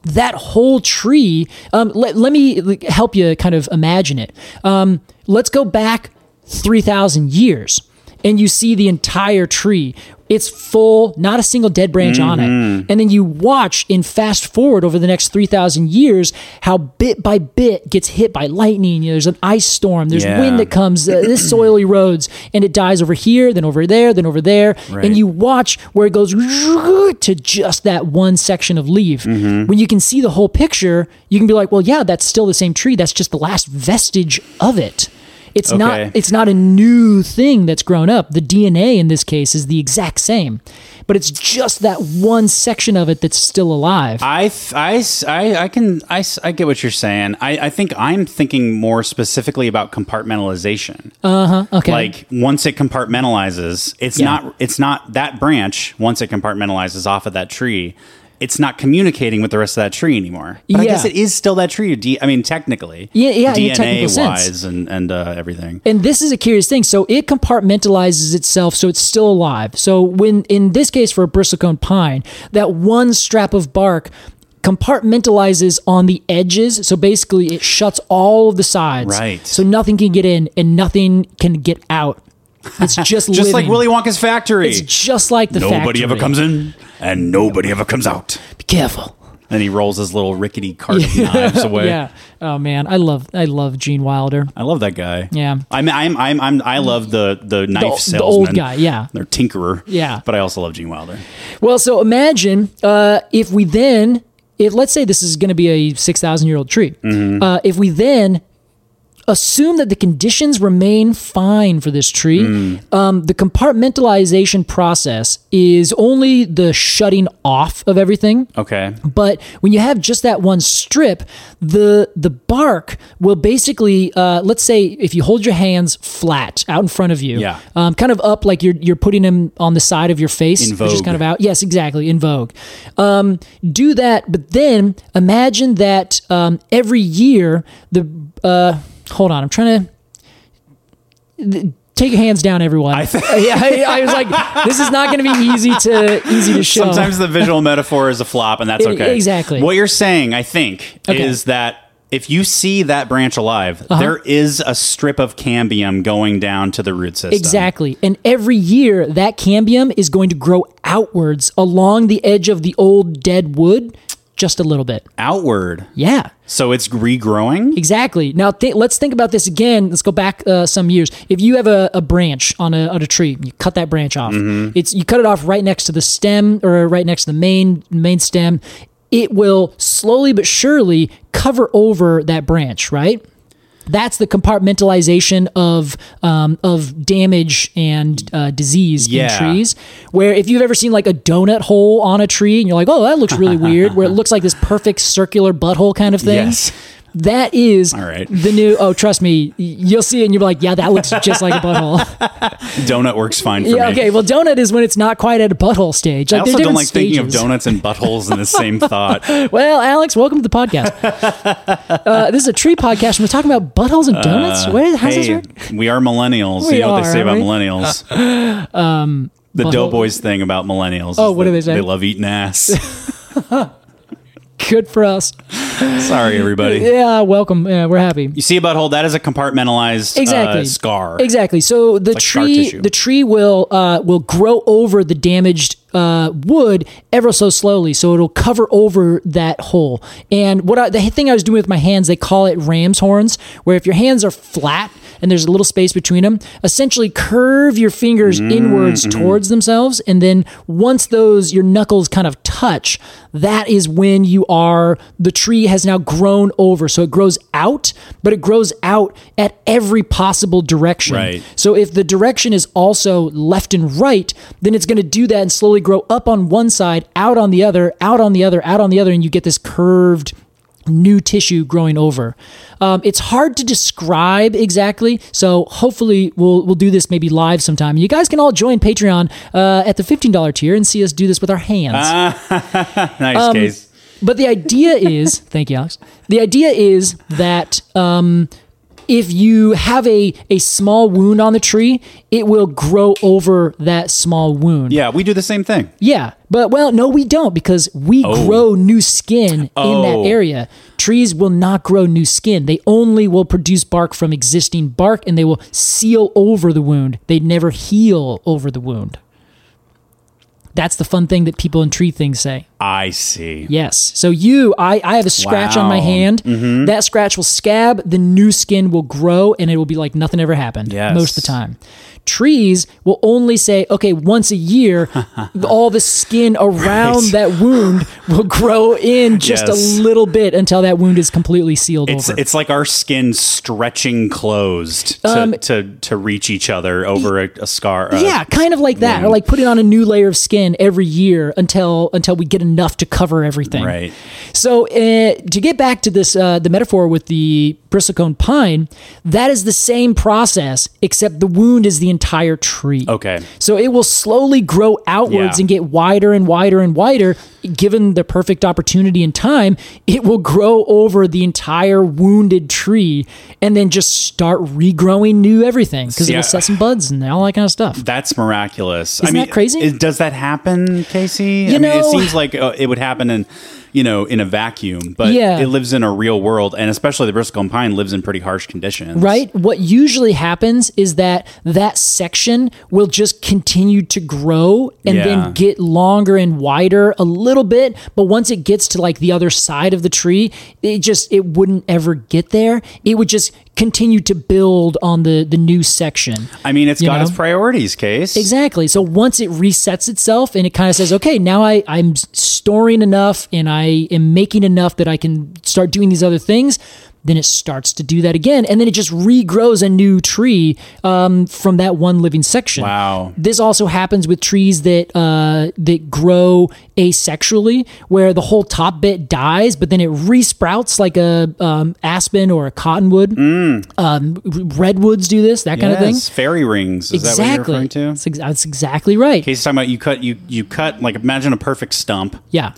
Speaker 3: That whole tree. Um, let, let me like, help you kind of imagine it. Um, let's go back three thousand years, and you see the entire tree. It's full, not a single dead branch on it. And then you watch in fast forward over the next three thousand years how bit by bit gets hit by lightning. You know, there's an ice storm. There's
Speaker 2: Yeah.
Speaker 3: wind that comes. Uh, this soil erodes, and it dies over here, then over there, then over there.
Speaker 2: Right.
Speaker 3: And you watch where it goes to just that one section of leaf.
Speaker 2: Mm-hmm.
Speaker 3: When you can see the whole picture, you can be like, well, yeah, that's still the same tree. That's just the last vestige of it. It's
Speaker 2: Okay.
Speaker 3: not it's not a new thing that's grown up. The DNA in this case is the exact same. But it's just that one section of it that's still alive.
Speaker 2: I, th- I, s- I- I can I, s- I get what you're saying. I, I think I'm thinking more specifically about compartmentalization.
Speaker 3: Uh-huh, okay.
Speaker 2: Like once it compartmentalizes, it's
Speaker 3: Yeah.
Speaker 2: not it's not that branch. Once it compartmentalizes off of that tree, it's not communicating with the rest of that tree anymore. But I
Speaker 3: Yeah.
Speaker 2: guess it is still that tree. D- I mean, technically,
Speaker 3: Yeah, yeah, in a
Speaker 2: DNA
Speaker 3: technical sense.
Speaker 2: wise and and uh, everything.
Speaker 3: And this is a curious thing. So it compartmentalizes itself, so it's still alive. So when in this case for a bristlecone pine, that one strap of bark compartmentalizes on the edges. So basically, it shuts all of the sides.
Speaker 2: Right.
Speaker 3: So nothing can get in and nothing can get out. It's just
Speaker 2: Just
Speaker 3: living.
Speaker 2: like Willy Wonka's factory.
Speaker 3: It's just like the
Speaker 2: nobody
Speaker 3: factory.
Speaker 2: ever comes in and nobody ever comes out.
Speaker 3: Be careful.
Speaker 2: And he rolls his little rickety cart knives away.
Speaker 3: Yeah. Oh man, I love I love Gene Wilder.
Speaker 2: I love that guy.
Speaker 3: Yeah.
Speaker 2: I'm, I'm, I'm, I'm, I love the, the knife
Speaker 3: the
Speaker 2: salesman.
Speaker 3: old guy, yeah.
Speaker 2: They're tinkerer.
Speaker 3: Yeah.
Speaker 2: But I also love Gene Wilder.
Speaker 3: Well, so imagine uh, if we then, if let's say this is going to be a six thousand year old tree, uh, if we then assume that the conditions remain fine for this tree, um, the compartmentalization process is only the shutting off of everything.
Speaker 2: Okay.
Speaker 3: But when you have just that one strip, the the bark will basically, uh, let's say, if you hold your hands flat out in front of you,
Speaker 2: Yeah.
Speaker 3: um, kind of up like you're you're putting them on the side of your face,
Speaker 2: In
Speaker 3: which is
Speaker 2: vogue.
Speaker 3: kind of out. Yes, exactly, in vogue. Um, do that, but then imagine that um, every year the uh, hold on, I'm trying to. Take your hands down, everyone. I yeah, I, I was like, this is not going to be easy to easy to show.
Speaker 2: Sometimes the visual metaphor is a flop, and that's
Speaker 3: It-
Speaker 2: okay.
Speaker 3: E, exactly.
Speaker 2: What you're saying, I think,
Speaker 3: Okay. Uh-huh.
Speaker 2: is that if you see that branch alive, there is a strip of cambium going down to the root system.
Speaker 3: Exactly. And every year, that cambium is going to grow outwards along the edge of the old dead wood just a little bit.
Speaker 2: Outward.
Speaker 3: Yeah,
Speaker 2: So it's regrowing?
Speaker 3: exactly. Now, th- let's think about this again. Let's go back uh, some years. If you have a, a branch on a, on a tree, you cut that branch off.
Speaker 2: Mm-hmm.
Speaker 3: It's You cut it off right next to the stem or right next to the main, main stem. It will slowly but surely cover over that branch, right? That's the compartmentalization of um, of damage and uh, disease
Speaker 2: Yeah.
Speaker 3: in trees. Where if you've ever seen like a donut hole on a tree, and you're like, "Oh, that looks really weird," where it looks like this perfect circular butthole kind of thing.
Speaker 2: Yes.
Speaker 3: That is
Speaker 2: right.
Speaker 3: the new. Oh, trust me, y- you'll see it, and you'll be like, "Yeah, that looks just like a butthole."
Speaker 2: Donut works fine for
Speaker 3: yeah,
Speaker 2: me.
Speaker 3: okay. Well, donut is when it's not quite at a butthole stage.
Speaker 2: I
Speaker 3: Like,
Speaker 2: also
Speaker 3: there's
Speaker 2: don't
Speaker 3: different
Speaker 2: like thinking of
Speaker 3: stages.
Speaker 2: donuts and buttholes in the same thought.
Speaker 3: Well, Alex, welcome to the podcast. uh, this is a tree podcast, and we're talking about buttholes and donuts. Where? How's this
Speaker 2: Uh, Hey,
Speaker 3: work?
Speaker 2: we are millennials.
Speaker 3: We
Speaker 2: you know what they
Speaker 3: are,
Speaker 2: say about
Speaker 3: right?
Speaker 2: millennials.
Speaker 3: Um,
Speaker 2: the
Speaker 3: butthole-
Speaker 2: Doughboys thing about millennials.
Speaker 3: Oh,
Speaker 2: is
Speaker 3: what
Speaker 2: that
Speaker 3: do they say?
Speaker 2: They love eating ass.
Speaker 3: Good for us.
Speaker 2: Sorry, everybody.
Speaker 3: Yeah, welcome. Yeah, we're happy.
Speaker 2: You see a butthole, that is a compartmentalized
Speaker 3: Exactly.
Speaker 2: uh, scar.
Speaker 3: Exactly. So the
Speaker 2: scar
Speaker 3: tree,
Speaker 2: tissue.
Speaker 3: the tree will uh, will grow over the damaged uh, wood ever so slowly. So it'll cover over that hole. And what I, the thing I was doing with my hands, they call it ram's horns, where if your hands are flat and there's a little space between them, essentially curve your fingers inwards towards themselves, and then once those your knuckles kind of touch, that is when you are the tree has now grown over. So it grows out, but it grows out at every possible direction.
Speaker 2: Right.
Speaker 3: So if the direction is also left and right, then it's going to do that and slowly grow up on one side, out on the other, out on the other, out on the other, and you get this curved new tissue growing over. Um, it's hard to describe exactly, so hopefully we'll we'll do this maybe live sometime. You guys can all join Patreon uh, at the fifteen dollar tier and see us do this with our hands.
Speaker 2: Nice
Speaker 3: um,
Speaker 2: case.
Speaker 3: But the idea is, thank you, Alex. The idea is that um, if you have a a small wound on the tree, it will grow over that small wound.
Speaker 2: Yeah, we do the same thing.
Speaker 3: Yeah, but well, no, we don't because we grow new skin in
Speaker 2: Oh.
Speaker 3: that area. Trees will not grow new skin. They only will produce bark from existing bark, and they will seal over the wound. They never heal over the wound. That's the fun thing that people in tree things say.
Speaker 2: I see.
Speaker 3: Yes. So you, I, I have a scratch on my
Speaker 2: Wow. Mm-hmm.
Speaker 3: hand. That scratch will scab. The new skin will grow, and it will be like nothing ever happened.
Speaker 2: Yes.
Speaker 3: Most of the time, trees will only say, "Okay, once a year, all the skin around
Speaker 2: Right.
Speaker 3: that wound will grow in just
Speaker 2: Yes.
Speaker 3: a little bit until that wound is completely sealed
Speaker 2: It's
Speaker 3: over."
Speaker 2: it's like our skin stretching closed to to, to reach each other over a, a scar. uh,
Speaker 3: Um, yeah, kind of like that,
Speaker 2: Mm.
Speaker 3: or like putting on a new layer of skin every year until until we get enough to cover everything.
Speaker 2: Right.
Speaker 3: So uh, to get back to this, uh, the metaphor with the bristlecone pine, that is the same process, except the wound is the entire tree.
Speaker 2: Okay.
Speaker 3: So it will slowly grow outwards
Speaker 2: Yeah.
Speaker 3: and get wider and wider and wider. Given the perfect opportunity and time, it will grow over the entire wounded tree and then just start regrowing new everything because
Speaker 2: See, I-
Speaker 3: it'll set some buds and all that kind of stuff.
Speaker 2: That's miraculous. I
Speaker 3: Isn't
Speaker 2: mean,
Speaker 3: that crazy?
Speaker 2: is- does that happen, Casey? I
Speaker 3: You
Speaker 2: mean, it
Speaker 3: know-
Speaker 2: seems like uh, it would happen in, you know, in a vacuum, but
Speaker 3: Yeah.
Speaker 2: it lives in a real world, and especially the Bristol and pine lives in pretty harsh conditions.
Speaker 3: right? What usually happens is that that section will just continue to grow and
Speaker 2: Yeah.
Speaker 3: then get longer and wider a little bit, but once it gets to like the other side of the tree, it just it wouldn't ever get there. It would just continue to build on the the new section.
Speaker 2: I mean, it's
Speaker 3: You
Speaker 2: got
Speaker 3: know?
Speaker 2: its priorities, Case.
Speaker 3: Exactly. So once it resets itself and it kind of says, okay, now I, I'm s- storing enough and I am making enough that I can start doing these other things, then it starts to do that again. And then it just regrows a new tree um, from that one living section.
Speaker 2: Wow.
Speaker 3: This also happens with trees that uh, that grow asexually, where the whole top bit dies, but then it resprouts like a um, aspen or a cottonwood. Um, r- redwoods do this, that kind of thing.
Speaker 2: Mm. Yes, Fairy rings. Is that what
Speaker 3: Exactly.
Speaker 2: you're referring to?
Speaker 3: That's ex- That's exactly right.
Speaker 2: Casey's talking about you cut you you cut like imagine a perfect stump.
Speaker 3: Yeah.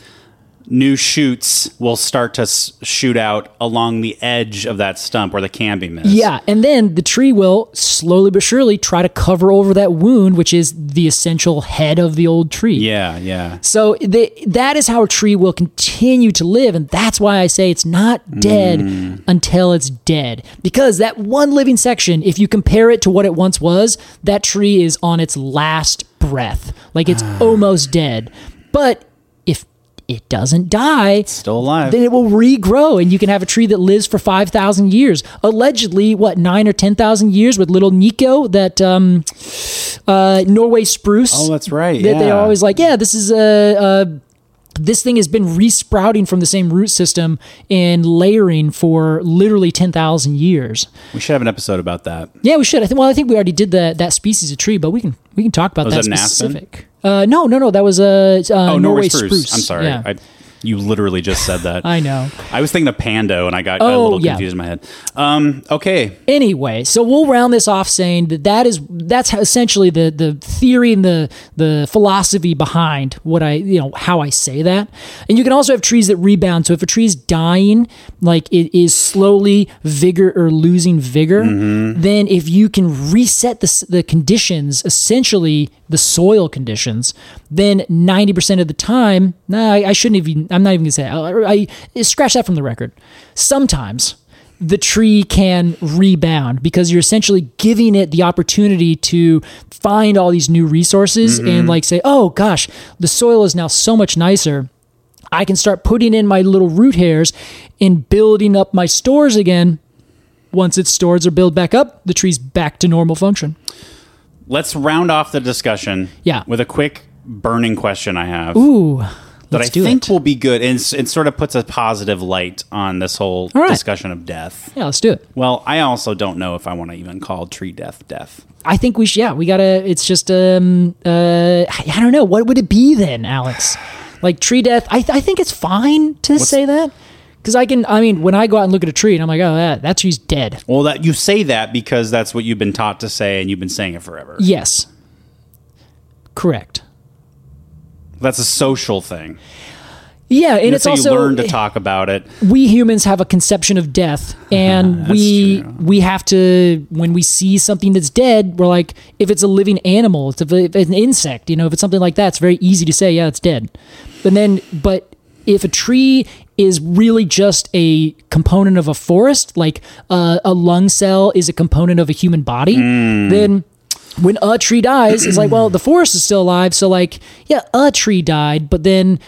Speaker 2: new shoots will start to s- shoot out along the edge of that stump where the camping is.
Speaker 3: Yeah, and then the tree will slowly but surely try to cover over that wound, which is the essential head of the old tree.
Speaker 2: Yeah, yeah.
Speaker 3: So the, that is how a tree will continue to live, and that's why I say it's not dead
Speaker 2: Mm.
Speaker 3: until it's dead. Because that one living section, if you compare it to what it once was, that tree is on its last breath, like it's
Speaker 2: Ah.
Speaker 3: almost dead. But if it doesn't die,
Speaker 2: Still alive.
Speaker 3: then it will regrow and you can have a tree that lives for 5,000 years. Allegedly, what, 9 or 10,000 years with little Nico, that um, uh, Norway spruce.
Speaker 2: Oh, that's right,
Speaker 3: That They're
Speaker 2: yeah.
Speaker 3: always like, yeah, this is a. a this thing has been resprouting from the same root system and layering for literally 10,000 years.
Speaker 2: we should have an episode about that.
Speaker 3: Yeah, we should. I think. Well, I think we already did that that species of tree, but we can we can talk about
Speaker 2: Oh, is
Speaker 3: that
Speaker 2: that an aspen?
Speaker 3: specific. Uh, no, no, no. That was uh, uh,
Speaker 2: oh,
Speaker 3: Norway,
Speaker 2: Norway
Speaker 3: spruce.
Speaker 2: spruce. I'm sorry.
Speaker 3: Yeah.
Speaker 2: I, you literally just said that.
Speaker 3: I know.
Speaker 2: I was thinking of pando, and I got a
Speaker 3: Oh,
Speaker 2: little
Speaker 3: yeah.
Speaker 2: confused in my head. Um, okay,
Speaker 3: anyway so we'll round this off saying that that is that's how- essentially the the theory and the the philosophy behind what i you know how i say that and you can also have trees that rebound so if a tree is dying like it is slowly vigor or losing vigor then if you can reset the, s- the conditions essentially the soil conditions then 90% of the time nah, I, I shouldn't even i'm not even gonna say that. I, I scratch that from the record sometimes the tree can rebound because you're essentially giving it the opportunity to find all these new resources and like say, oh gosh, the soil is now so much nicer. I can start putting in my little root hairs and building up my stores again. Once its stores are built back up, the tree's back to normal function.
Speaker 2: let's round off the discussion.
Speaker 3: Yeah.
Speaker 2: with a quick burning question I have
Speaker 3: Ooh,
Speaker 2: that
Speaker 3: let's
Speaker 2: I
Speaker 3: do
Speaker 2: think
Speaker 3: it.
Speaker 2: will be good, and s- it sort of puts a positive light on this whole
Speaker 3: All right.
Speaker 2: discussion of death.
Speaker 3: yeah, let's do it.
Speaker 2: Well, I also don't know if I want to even call tree death death.
Speaker 3: I think we should. Yeah, we gotta. It's just um uh I, I don't know what would it be then, Alex? Like tree death. I I think it's fine to say that because I can. I mean, when I go out and look at a tree and I'm like, oh, that that tree's dead.
Speaker 2: Well, that you say that because that's what you've been taught to say, and you've been saying it forever.
Speaker 3: Yes, correct.
Speaker 2: That's a social thing.
Speaker 3: Yeah, and
Speaker 2: And
Speaker 3: it's
Speaker 2: so
Speaker 3: also
Speaker 2: you learn to talk about it.
Speaker 3: we humans have a conception of death and we we have to when we see something that's dead we're like if it's a living animal it's a, if it's an insect you know if it's something like that it's very easy to say yeah it's dead but then but if a tree is really just a component of a forest like uh, a lung cell is a component of a human body
Speaker 2: Mm.
Speaker 3: then when a tree dies, it's like, well, the forest is still alive. So, like, yeah, a tree died. But then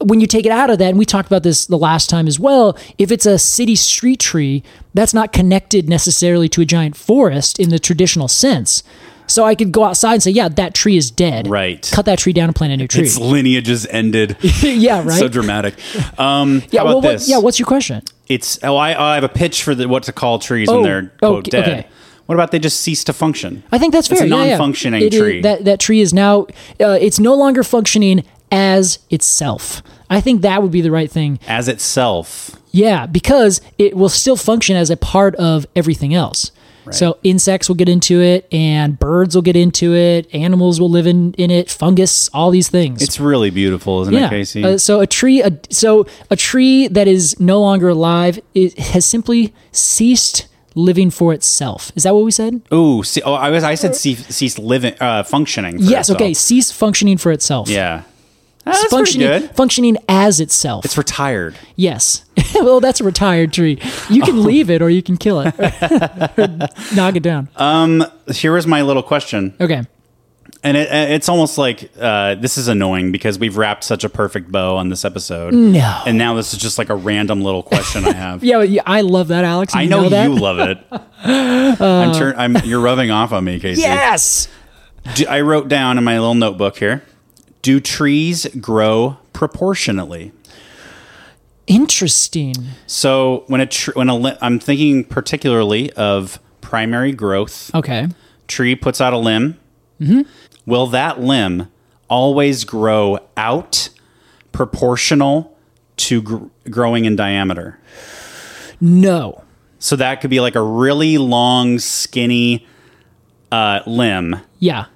Speaker 3: when you take it out of that, and we talked about this the last time as well, if it's a city street tree, that's not connected necessarily to a giant forest in the traditional sense. So, I could go outside and say, yeah, that tree is dead.
Speaker 2: Right.
Speaker 3: Cut that tree down and plant a new tree.
Speaker 2: Its lineages ended.
Speaker 3: yeah, right.
Speaker 2: So dramatic. Um,
Speaker 3: yeah,
Speaker 2: how about
Speaker 3: well, what-
Speaker 2: this?
Speaker 3: yeah, what's your question?
Speaker 2: It's oh, I, I have a pitch for the, what to call trees
Speaker 3: Oh,
Speaker 2: when they're quote
Speaker 3: okay,
Speaker 2: dead.
Speaker 3: okay.
Speaker 2: What about they just cease to function?
Speaker 3: I think that's fair.
Speaker 2: It's a
Speaker 3: Yeah, yeah.
Speaker 2: non-functioning
Speaker 3: It is-
Speaker 2: tree.
Speaker 3: that that tree is now uh, it's no longer functioning as itself. I think that would be the right thing.
Speaker 2: as itself.
Speaker 3: Yeah, because it will still function as a part of everything else. So insects will get into it, and birds will get into it, animals will live in, in it, fungus, all these things.
Speaker 2: It's really beautiful, isn't it,
Speaker 3: yeah.
Speaker 2: Casey?
Speaker 3: Uh, so a tree, a, so a tree that is no longer alive it has simply ceased living for itself. Is that what we said?
Speaker 2: Ooh, see, oh, I was I said cease, cease living uh, functioning. for
Speaker 3: yes.
Speaker 2: itself.
Speaker 3: Okay. Cease functioning for itself.
Speaker 2: Yeah. Ah, that's pretty
Speaker 3: functioning
Speaker 2: good.
Speaker 3: functioning as itself.
Speaker 2: It's retired.
Speaker 3: yes. well, that's a retired tree. You
Speaker 2: Oh.
Speaker 3: can leave it or you can kill it. Knock it down.
Speaker 2: Uh, Here is my little question.
Speaker 3: okay.
Speaker 2: And it, it's almost like uh, this is annoying because we've wrapped such a perfect bow on this episode.
Speaker 3: No.
Speaker 2: And now this is just like a random little question I have.
Speaker 3: Yeah, well, yeah, I love that, Alex.
Speaker 2: I
Speaker 3: You
Speaker 2: know,
Speaker 3: that.
Speaker 2: you love it. I'm, turn I'm you're rubbing off on me, Casey.
Speaker 3: Yes.
Speaker 2: Do- I wrote down in my little notebook here. Do trees grow proportionately?
Speaker 3: Interesting.
Speaker 2: So when a tr- when a li- I'm thinking particularly of primary growth.
Speaker 3: Okay.
Speaker 2: Tree puts out a limb. Will that limb always grow out proportional to gr- growing in diameter?
Speaker 3: No.
Speaker 2: So that could be like a really long, skinny uh, limb
Speaker 3: Yeah.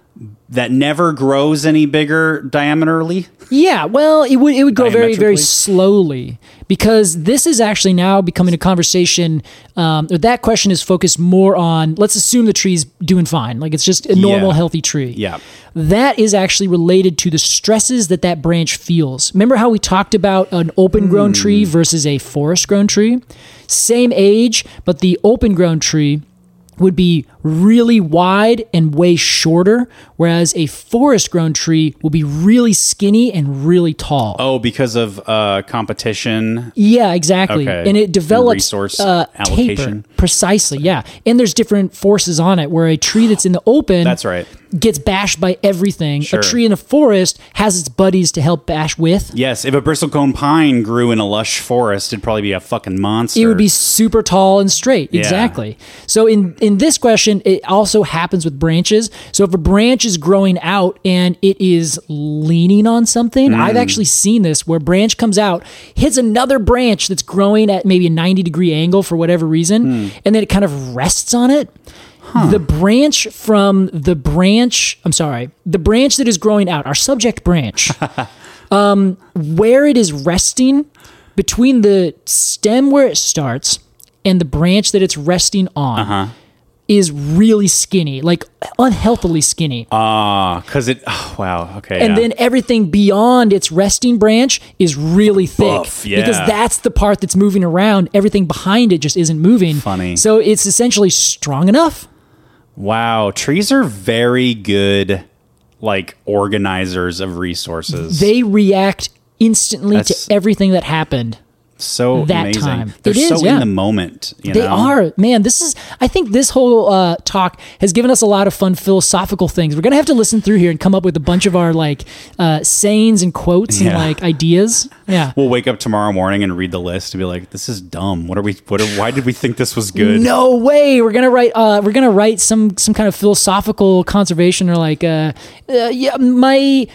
Speaker 2: that never grows any bigger diameterly.
Speaker 3: Yeah, well, it would it would grow very very
Speaker 2: Diametrically?
Speaker 3: slowly because this is actually now becoming a conversation. Um, or that question is focused more on let's assume the tree's doing fine, like it's just a normal
Speaker 2: Yeah.
Speaker 3: healthy tree.
Speaker 2: Yeah.
Speaker 3: that is actually related to the stresses that that branch feels. Remember how we talked about an open grown tree versus a forest grown tree? Same age, but the open grown tree would be really wide and way shorter, whereas a forest grown tree will be really skinny and really tall.
Speaker 2: Oh, because of uh, competition.
Speaker 3: Yeah, exactly.
Speaker 2: Okay.
Speaker 3: And it develops
Speaker 2: Resource
Speaker 3: uh,
Speaker 2: allocation.
Speaker 3: Taper. Precisely, yeah. And there's different forces on it. Where a tree that's in the open,
Speaker 2: That's right.
Speaker 3: gets bashed by everything.
Speaker 2: Sure.
Speaker 3: A tree in the forest has its buddies to help bash with.
Speaker 2: Yes, if a bristlecone pine grew in a lush forest, it'd probably be a fucking monster.
Speaker 3: It would be super tall and straight. Exactly. So in in this question, it also happens with branches. So if a branch is growing out and it is leaning on something, I've actually seen this where a branch comes out, hits another branch that's growing at maybe a 90 degree angle for whatever reason, and then it kind of rests on it. The branch from the branch, I'm sorry, the branch that is growing out, our subject branch. where it is resting between the stem where it starts and the branch that it's resting on
Speaker 2: Uh-huh.
Speaker 3: is really skinny, like unhealthily skinny.
Speaker 2: ah, because it. Oh, wow. Okay.
Speaker 3: and
Speaker 2: yeah.
Speaker 3: then everything beyond its resting branch is really thick
Speaker 2: Buff, yeah.
Speaker 3: because that's the part that's moving around. Everything behind it just isn't moving.
Speaker 2: Funny.
Speaker 3: So it's essentially strong enough.
Speaker 2: wow, trees are very good, like organizers of resources.
Speaker 3: They react instantly
Speaker 2: That's-
Speaker 3: to everything that happened.
Speaker 2: so
Speaker 3: that
Speaker 2: amazing.
Speaker 3: time.
Speaker 2: They're
Speaker 3: It is,
Speaker 2: so
Speaker 3: yeah.
Speaker 2: in the moment. You
Speaker 3: They
Speaker 2: know?
Speaker 3: are, man. This is. I think this whole uh, talk has given us a lot of fun philosophical things. We're gonna have to listen through here and come up with a bunch of our like uh, sayings and quotes and
Speaker 2: Yeah.
Speaker 3: like ideas. Yeah.
Speaker 2: We'll wake up tomorrow morning and read the list and be like, "This is dumb. What are we? What? Are, why did we think this was good?"
Speaker 3: No way. We're gonna write. Uh, we're gonna write some some kind of philosophical conservation or like. Uh, uh, yeah, my.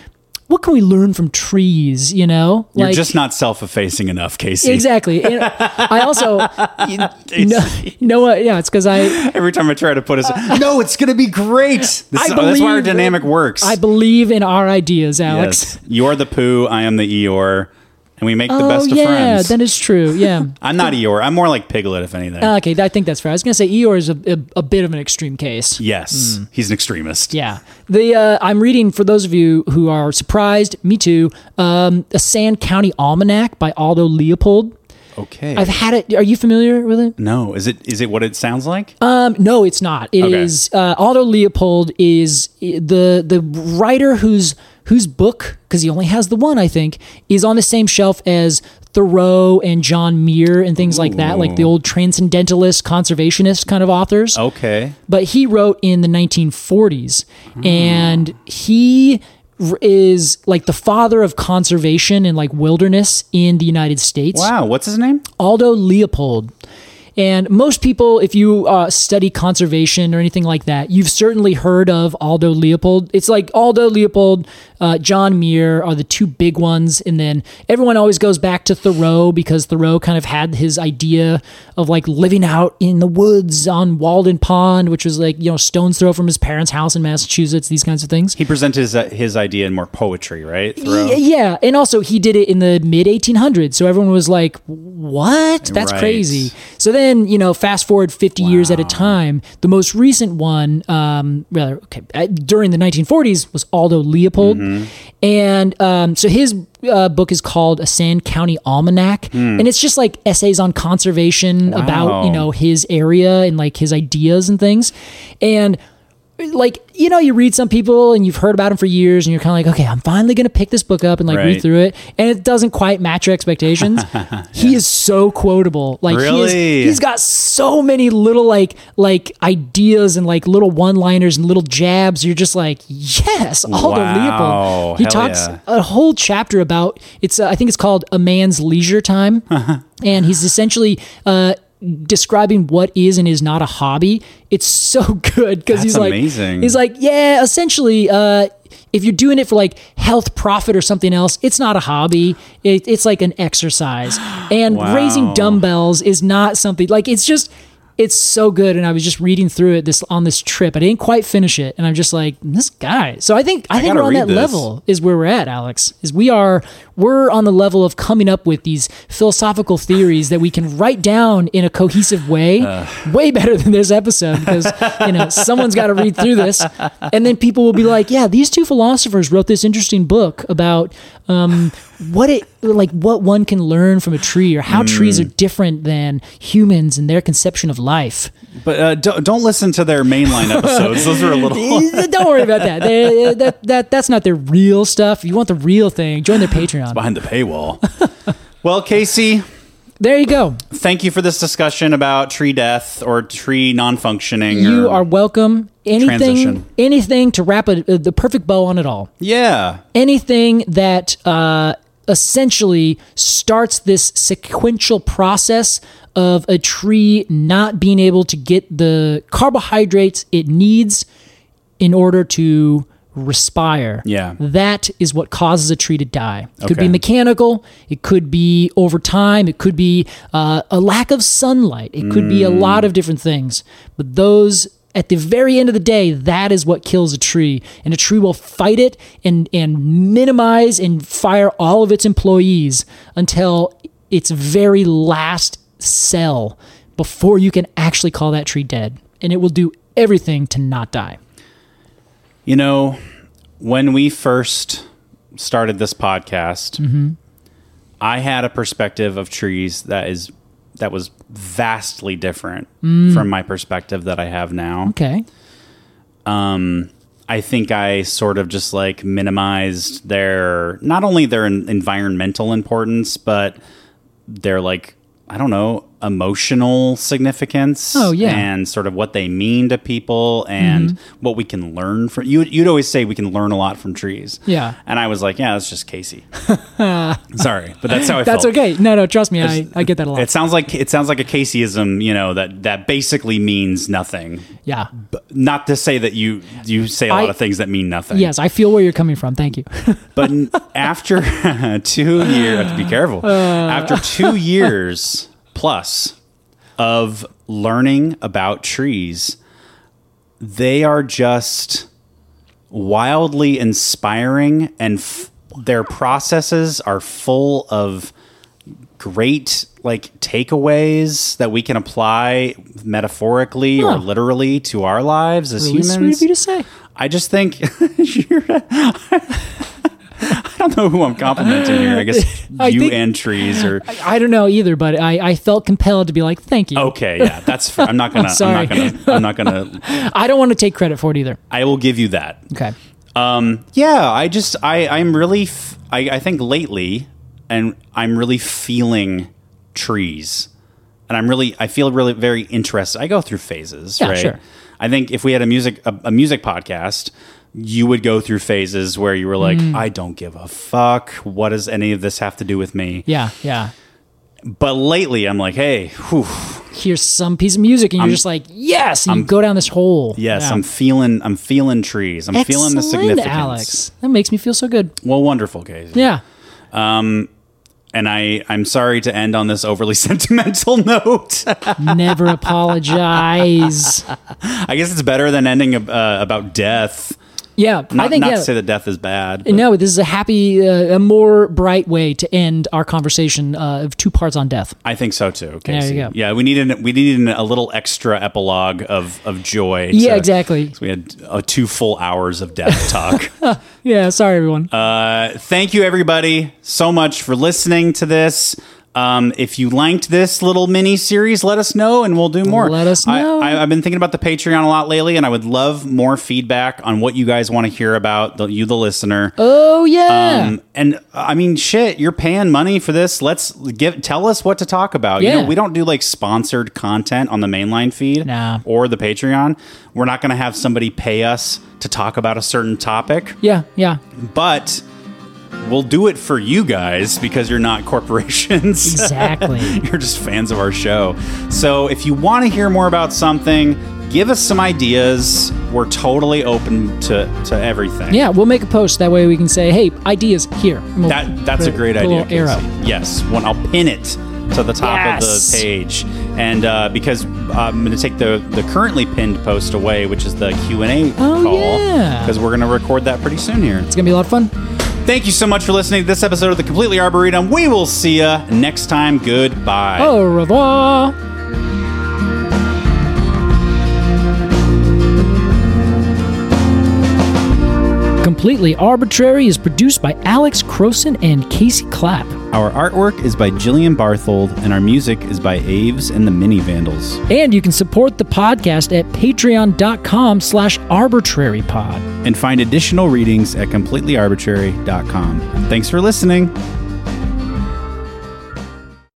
Speaker 3: What can we learn from trees? You know,
Speaker 2: You're
Speaker 3: like
Speaker 2: just not self-effacing enough, Casey.
Speaker 3: exactly. And I also no,
Speaker 2: It's-
Speaker 3: Noah. Yeah, it's because I
Speaker 2: Every time I try to put us, no, it's gonna be great. This, oh,
Speaker 3: I
Speaker 2: that's why our
Speaker 3: believe-
Speaker 2: dynamic works.
Speaker 3: I believe in our ideas, Alex.
Speaker 2: Yes. You're the poo, I am the Eeyore, and we make the best of
Speaker 3: Oh, yeah,
Speaker 2: friends.
Speaker 3: that is true. Yeah. Ah,
Speaker 2: I'm not Eeyore. I'm more like Piglet, if anything.
Speaker 3: okay, I think that's fair. I was gonna say Eeyore is a, a, a bit of an extreme case.
Speaker 2: yes, he's an extremist.
Speaker 3: mm. Yeah. The uh, I'm reading for those of you who are surprised. Me too. Um, a Sand County Almanac by Aldo Leopold.
Speaker 2: Okay.
Speaker 3: I've had it. Are you familiar with it?
Speaker 2: no, is it is it what it sounds like?
Speaker 3: Um, no, it's not. It is
Speaker 2: Okay.
Speaker 3: uh, Aldo Leopold is the the writer whose whose book because he only has the one I think is on the same shelf as Thoreau and John Muir and things like that, like the old transcendentalist conservationist kind of authors.
Speaker 2: okay.
Speaker 3: but he wrote in the 1940s and he r- is like the father of conservation and like wilderness in the United States.
Speaker 2: Wow. What's his name?
Speaker 3: Aldo Leopold. And most people, if you uh, study conservation or anything like that, you've certainly heard of Aldo Leopold. It's like Aldo Leopold, uh, John Muir are the two big ones. And then everyone always goes back to Thoreau because Thoreau kind of had his idea of like living out in the woods on Walden Pond, which was like, you know, stone's throw from his parents' house in Massachusetts, these kinds of things.
Speaker 2: He presented his, uh, his idea in more poetry, right? Thoreau?
Speaker 3: Y- yeah, and also he did it in the mid 1800s, so everyone was like, "What? That's
Speaker 2: Right.
Speaker 3: crazy." So then, you know, fast forward 50 years at a time. The most recent one, um, rather, okay, uh, during the 1940s was Aldo Leopold,
Speaker 2: Mm-hmm.
Speaker 3: and um, so his uh, book is called A Sand County Almanac, and it's just like essays on conservation about you
Speaker 2: Hmm. Wow.
Speaker 3: know his area and like his ideas and things, and like you know you read some people and you've heard about them for years and you're kind of like okay i'm finally going to pick this book up and like read
Speaker 2: Right.
Speaker 3: through it and it doesn't quite match your expectations he is so quotable like he
Speaker 2: Really?
Speaker 3: is, he's got so many little like like ideas and like little one liners and little jabs you're just like yes all
Speaker 2: Wow.
Speaker 3: the leopold he
Speaker 2: Hell
Speaker 3: talks
Speaker 2: yeah.
Speaker 3: a whole chapter about it's uh, i think it's called a man's leisure time and he's essentially uh describing what is and is not a hobby it's so good because
Speaker 2: That's
Speaker 3: he's like
Speaker 2: amazing.
Speaker 3: he's like yeah essentially uh if you're doing it for like health profit or something else it's not a hobby it, it's like an exercise and raising
Speaker 2: Wow.
Speaker 3: dumbbells is not something like it's just It's so good, and I was just reading through it this on this trip. I didn't quite finish it, and I'm just like this guy. So I think I, think
Speaker 2: gotta
Speaker 3: we're on
Speaker 2: read
Speaker 3: that
Speaker 2: this.
Speaker 3: level is where we're at, Alex. Is we are we're on the level of coming up with these philosophical theories that we can write down in a cohesive way, way better than this episode because you know someone's got to read through this, and then people will be like, yeah, these two philosophers wrote this interesting book about um, what it like what one can learn from a tree or how trees are different than humans and their conception of life.
Speaker 2: But uh, don't, don't listen to their mainline episodes. Those are a little.
Speaker 3: Oh, Don't worry about that. They- that, that. That's not their real stuff. If you want the real thing, join their Patreon.
Speaker 2: behind the paywall. well, Casey,
Speaker 3: There you go.
Speaker 2: thank you for this discussion about tree death or tree non-functioning.
Speaker 3: You
Speaker 2: or-
Speaker 3: are welcome. Anything,
Speaker 2: Transition.
Speaker 3: anything to wrap a, the perfect bow on it all.
Speaker 2: yeah.
Speaker 3: Anything that uh, essentially starts this sequential process of a tree not being able to get the carbohydrates it needs in order to respire.
Speaker 2: Yeah.
Speaker 3: That is what causes a tree to die. It could
Speaker 2: Okay.
Speaker 3: be mechanical, it could be over time, it could be uh, a lack of sunlight, it could be a
Speaker 2: Mm.
Speaker 3: lot of different things. But those, at the very end of the day, that is what kills a tree. And a tree will fight it and, and minimize and fire all of its employees until its very last cell before you can actually call that tree dead. And it will do everything to not die.
Speaker 2: You know, when we first started this podcast,
Speaker 3: Mm-hmm.
Speaker 2: I had a perspective of trees that is that was vastly different
Speaker 3: Mm.
Speaker 2: from my perspective that I have now.
Speaker 3: Okay.
Speaker 2: I think I sort of just like minimized their not only their en- environmental importance, but their like I don't know emotional significance.
Speaker 3: Oh, yeah. Mm-hmm.
Speaker 2: and sort of what they mean to people and what we can learn from. You you'd always say we can learn a lot from trees.
Speaker 3: Yeah.
Speaker 2: and I was like, yeah, that's just Casey. Sorry, but that's how I.
Speaker 3: That's
Speaker 2: felt.
Speaker 3: okay. No, no, trust me. I, I get that a lot.
Speaker 2: It sounds like it sounds like a Caseyism, you know, that that basically means nothing.
Speaker 3: Yeah.
Speaker 2: Not to say that you you say a
Speaker 3: I-
Speaker 2: lot of things that mean nothing.
Speaker 3: Yes, I feel where you're coming from. Thank you.
Speaker 2: But n- after two years, be careful.
Speaker 3: Uh.
Speaker 2: after two years plus of learning about trees, they are just wildly inspiring, and f- their processes are full of great like takeaways that we can apply metaphorically or
Speaker 3: Huh.
Speaker 2: literally to our lives as
Speaker 3: Really
Speaker 2: humans.
Speaker 3: sweet of you to say.
Speaker 2: I just think you're. I don't know who I'm complimenting here. I guess
Speaker 3: I
Speaker 2: you
Speaker 3: think-
Speaker 2: and trees are
Speaker 3: I don't know either, but I, I felt compelled to be like, thank you.
Speaker 2: okay. Yeah, that's. Fair. I'm not gonna. I'm,
Speaker 3: sorry.
Speaker 2: not gonna. I'm not gonna.
Speaker 3: I don't want to take credit for it either.
Speaker 2: I will give you that.
Speaker 3: Okay.
Speaker 2: Yeah, I just. I. I'm really. F- I. I think lately, and I'm really feeling trees, and I'm really. I feel really very interested. I go through phases,
Speaker 3: Yeah,
Speaker 2: right?
Speaker 3: sure.
Speaker 2: I think if we had a music a, a music podcast, you would go through phases where you were like,
Speaker 3: Mm.
Speaker 2: I don't give a fuck. What does any of this have to do with me?
Speaker 3: Yeah, yeah.
Speaker 2: But lately, I'm like, hey, whew,
Speaker 3: Here's some piece of music, and you're just like, yes, and you go down this hole.
Speaker 2: yes,
Speaker 3: Yeah.
Speaker 2: I'm feeling, I'm feeling trees. I'm feeling the
Speaker 3: Excellent,
Speaker 2: significance.
Speaker 3: Alex. That makes me feel so good.
Speaker 2: Well, wonderful, Casey.
Speaker 3: Yeah.
Speaker 2: And I, I'm sorry to end on this overly sentimental note.
Speaker 3: Never apologize.
Speaker 2: I guess it's better than ending ab- uh, about death.
Speaker 3: Yeah.
Speaker 2: Not,
Speaker 3: I think
Speaker 2: not
Speaker 3: yeah.
Speaker 2: to say that death is bad. but-
Speaker 3: no, this is a happy, uh, a more bright way to end our conversation uh, of two parts on death.
Speaker 2: I think so too. Casey.
Speaker 3: you go.
Speaker 2: Yeah, we needed we needed a little extra epilogue of of joy.
Speaker 3: Yeah,
Speaker 2: to-
Speaker 3: exactly.
Speaker 2: So we had uh, two full hours of death talk.
Speaker 3: Yeah. Sorry, everyone.
Speaker 2: Uh, Thank you everybody so much for listening to this. Um, if you liked this little mini series, let us know and we'll do more.
Speaker 3: Let us
Speaker 2: I-
Speaker 3: know.
Speaker 2: I, I've been thinking about the Patreon a lot lately, and I would love more feedback on what you guys want to hear about the, you, the listener.
Speaker 3: oh, yeah.
Speaker 2: Um, and I mean, shit, you're paying money for this. Let's give tell us what to talk about. You
Speaker 3: Yeah.
Speaker 2: know, we don't do like sponsored content on the mainline feed
Speaker 3: Nah.
Speaker 2: or the Patreon. We're not going to have somebody pay us to talk about a certain topic,
Speaker 3: yeah. Yeah.
Speaker 2: but we'll do it for you guys because you're not corporations.
Speaker 3: Exactly.
Speaker 2: you're just fans of our show. So if you want to hear more about something, give us some ideas. We're totally open to to everything.
Speaker 3: Yeah, we'll make a post. That way we can say, hey, ideas here. And we'll
Speaker 2: That that's a
Speaker 3: put-
Speaker 2: great
Speaker 3: put a
Speaker 2: idea.
Speaker 3: little arrow.
Speaker 2: Casey. Yes, one. I'll pin it to the top
Speaker 3: Yes.
Speaker 2: of the page. And uh, because I'm going to take the, the currently pinned post away, which is the Q and A
Speaker 3: Oh,
Speaker 2: call,
Speaker 3: yeah.
Speaker 2: because we're going to record that pretty soon here.
Speaker 3: It's gonna be a lot of fun.
Speaker 2: Thank you so much for listening to this episode of the Completely Arboretum. We will see ya next time. Goodbye.
Speaker 3: Au revoir. Completely Arbitrary is produced by Alex Croson and Casey Clapp.
Speaker 2: Our artwork is by Jillian Barthold, and our music is by Aves and the Mini Vandals.
Speaker 3: And you can support the podcast at patreon.com slash arbitrarypod.
Speaker 2: And find additional readings at completelyarbitrary.com. Thanks for listening.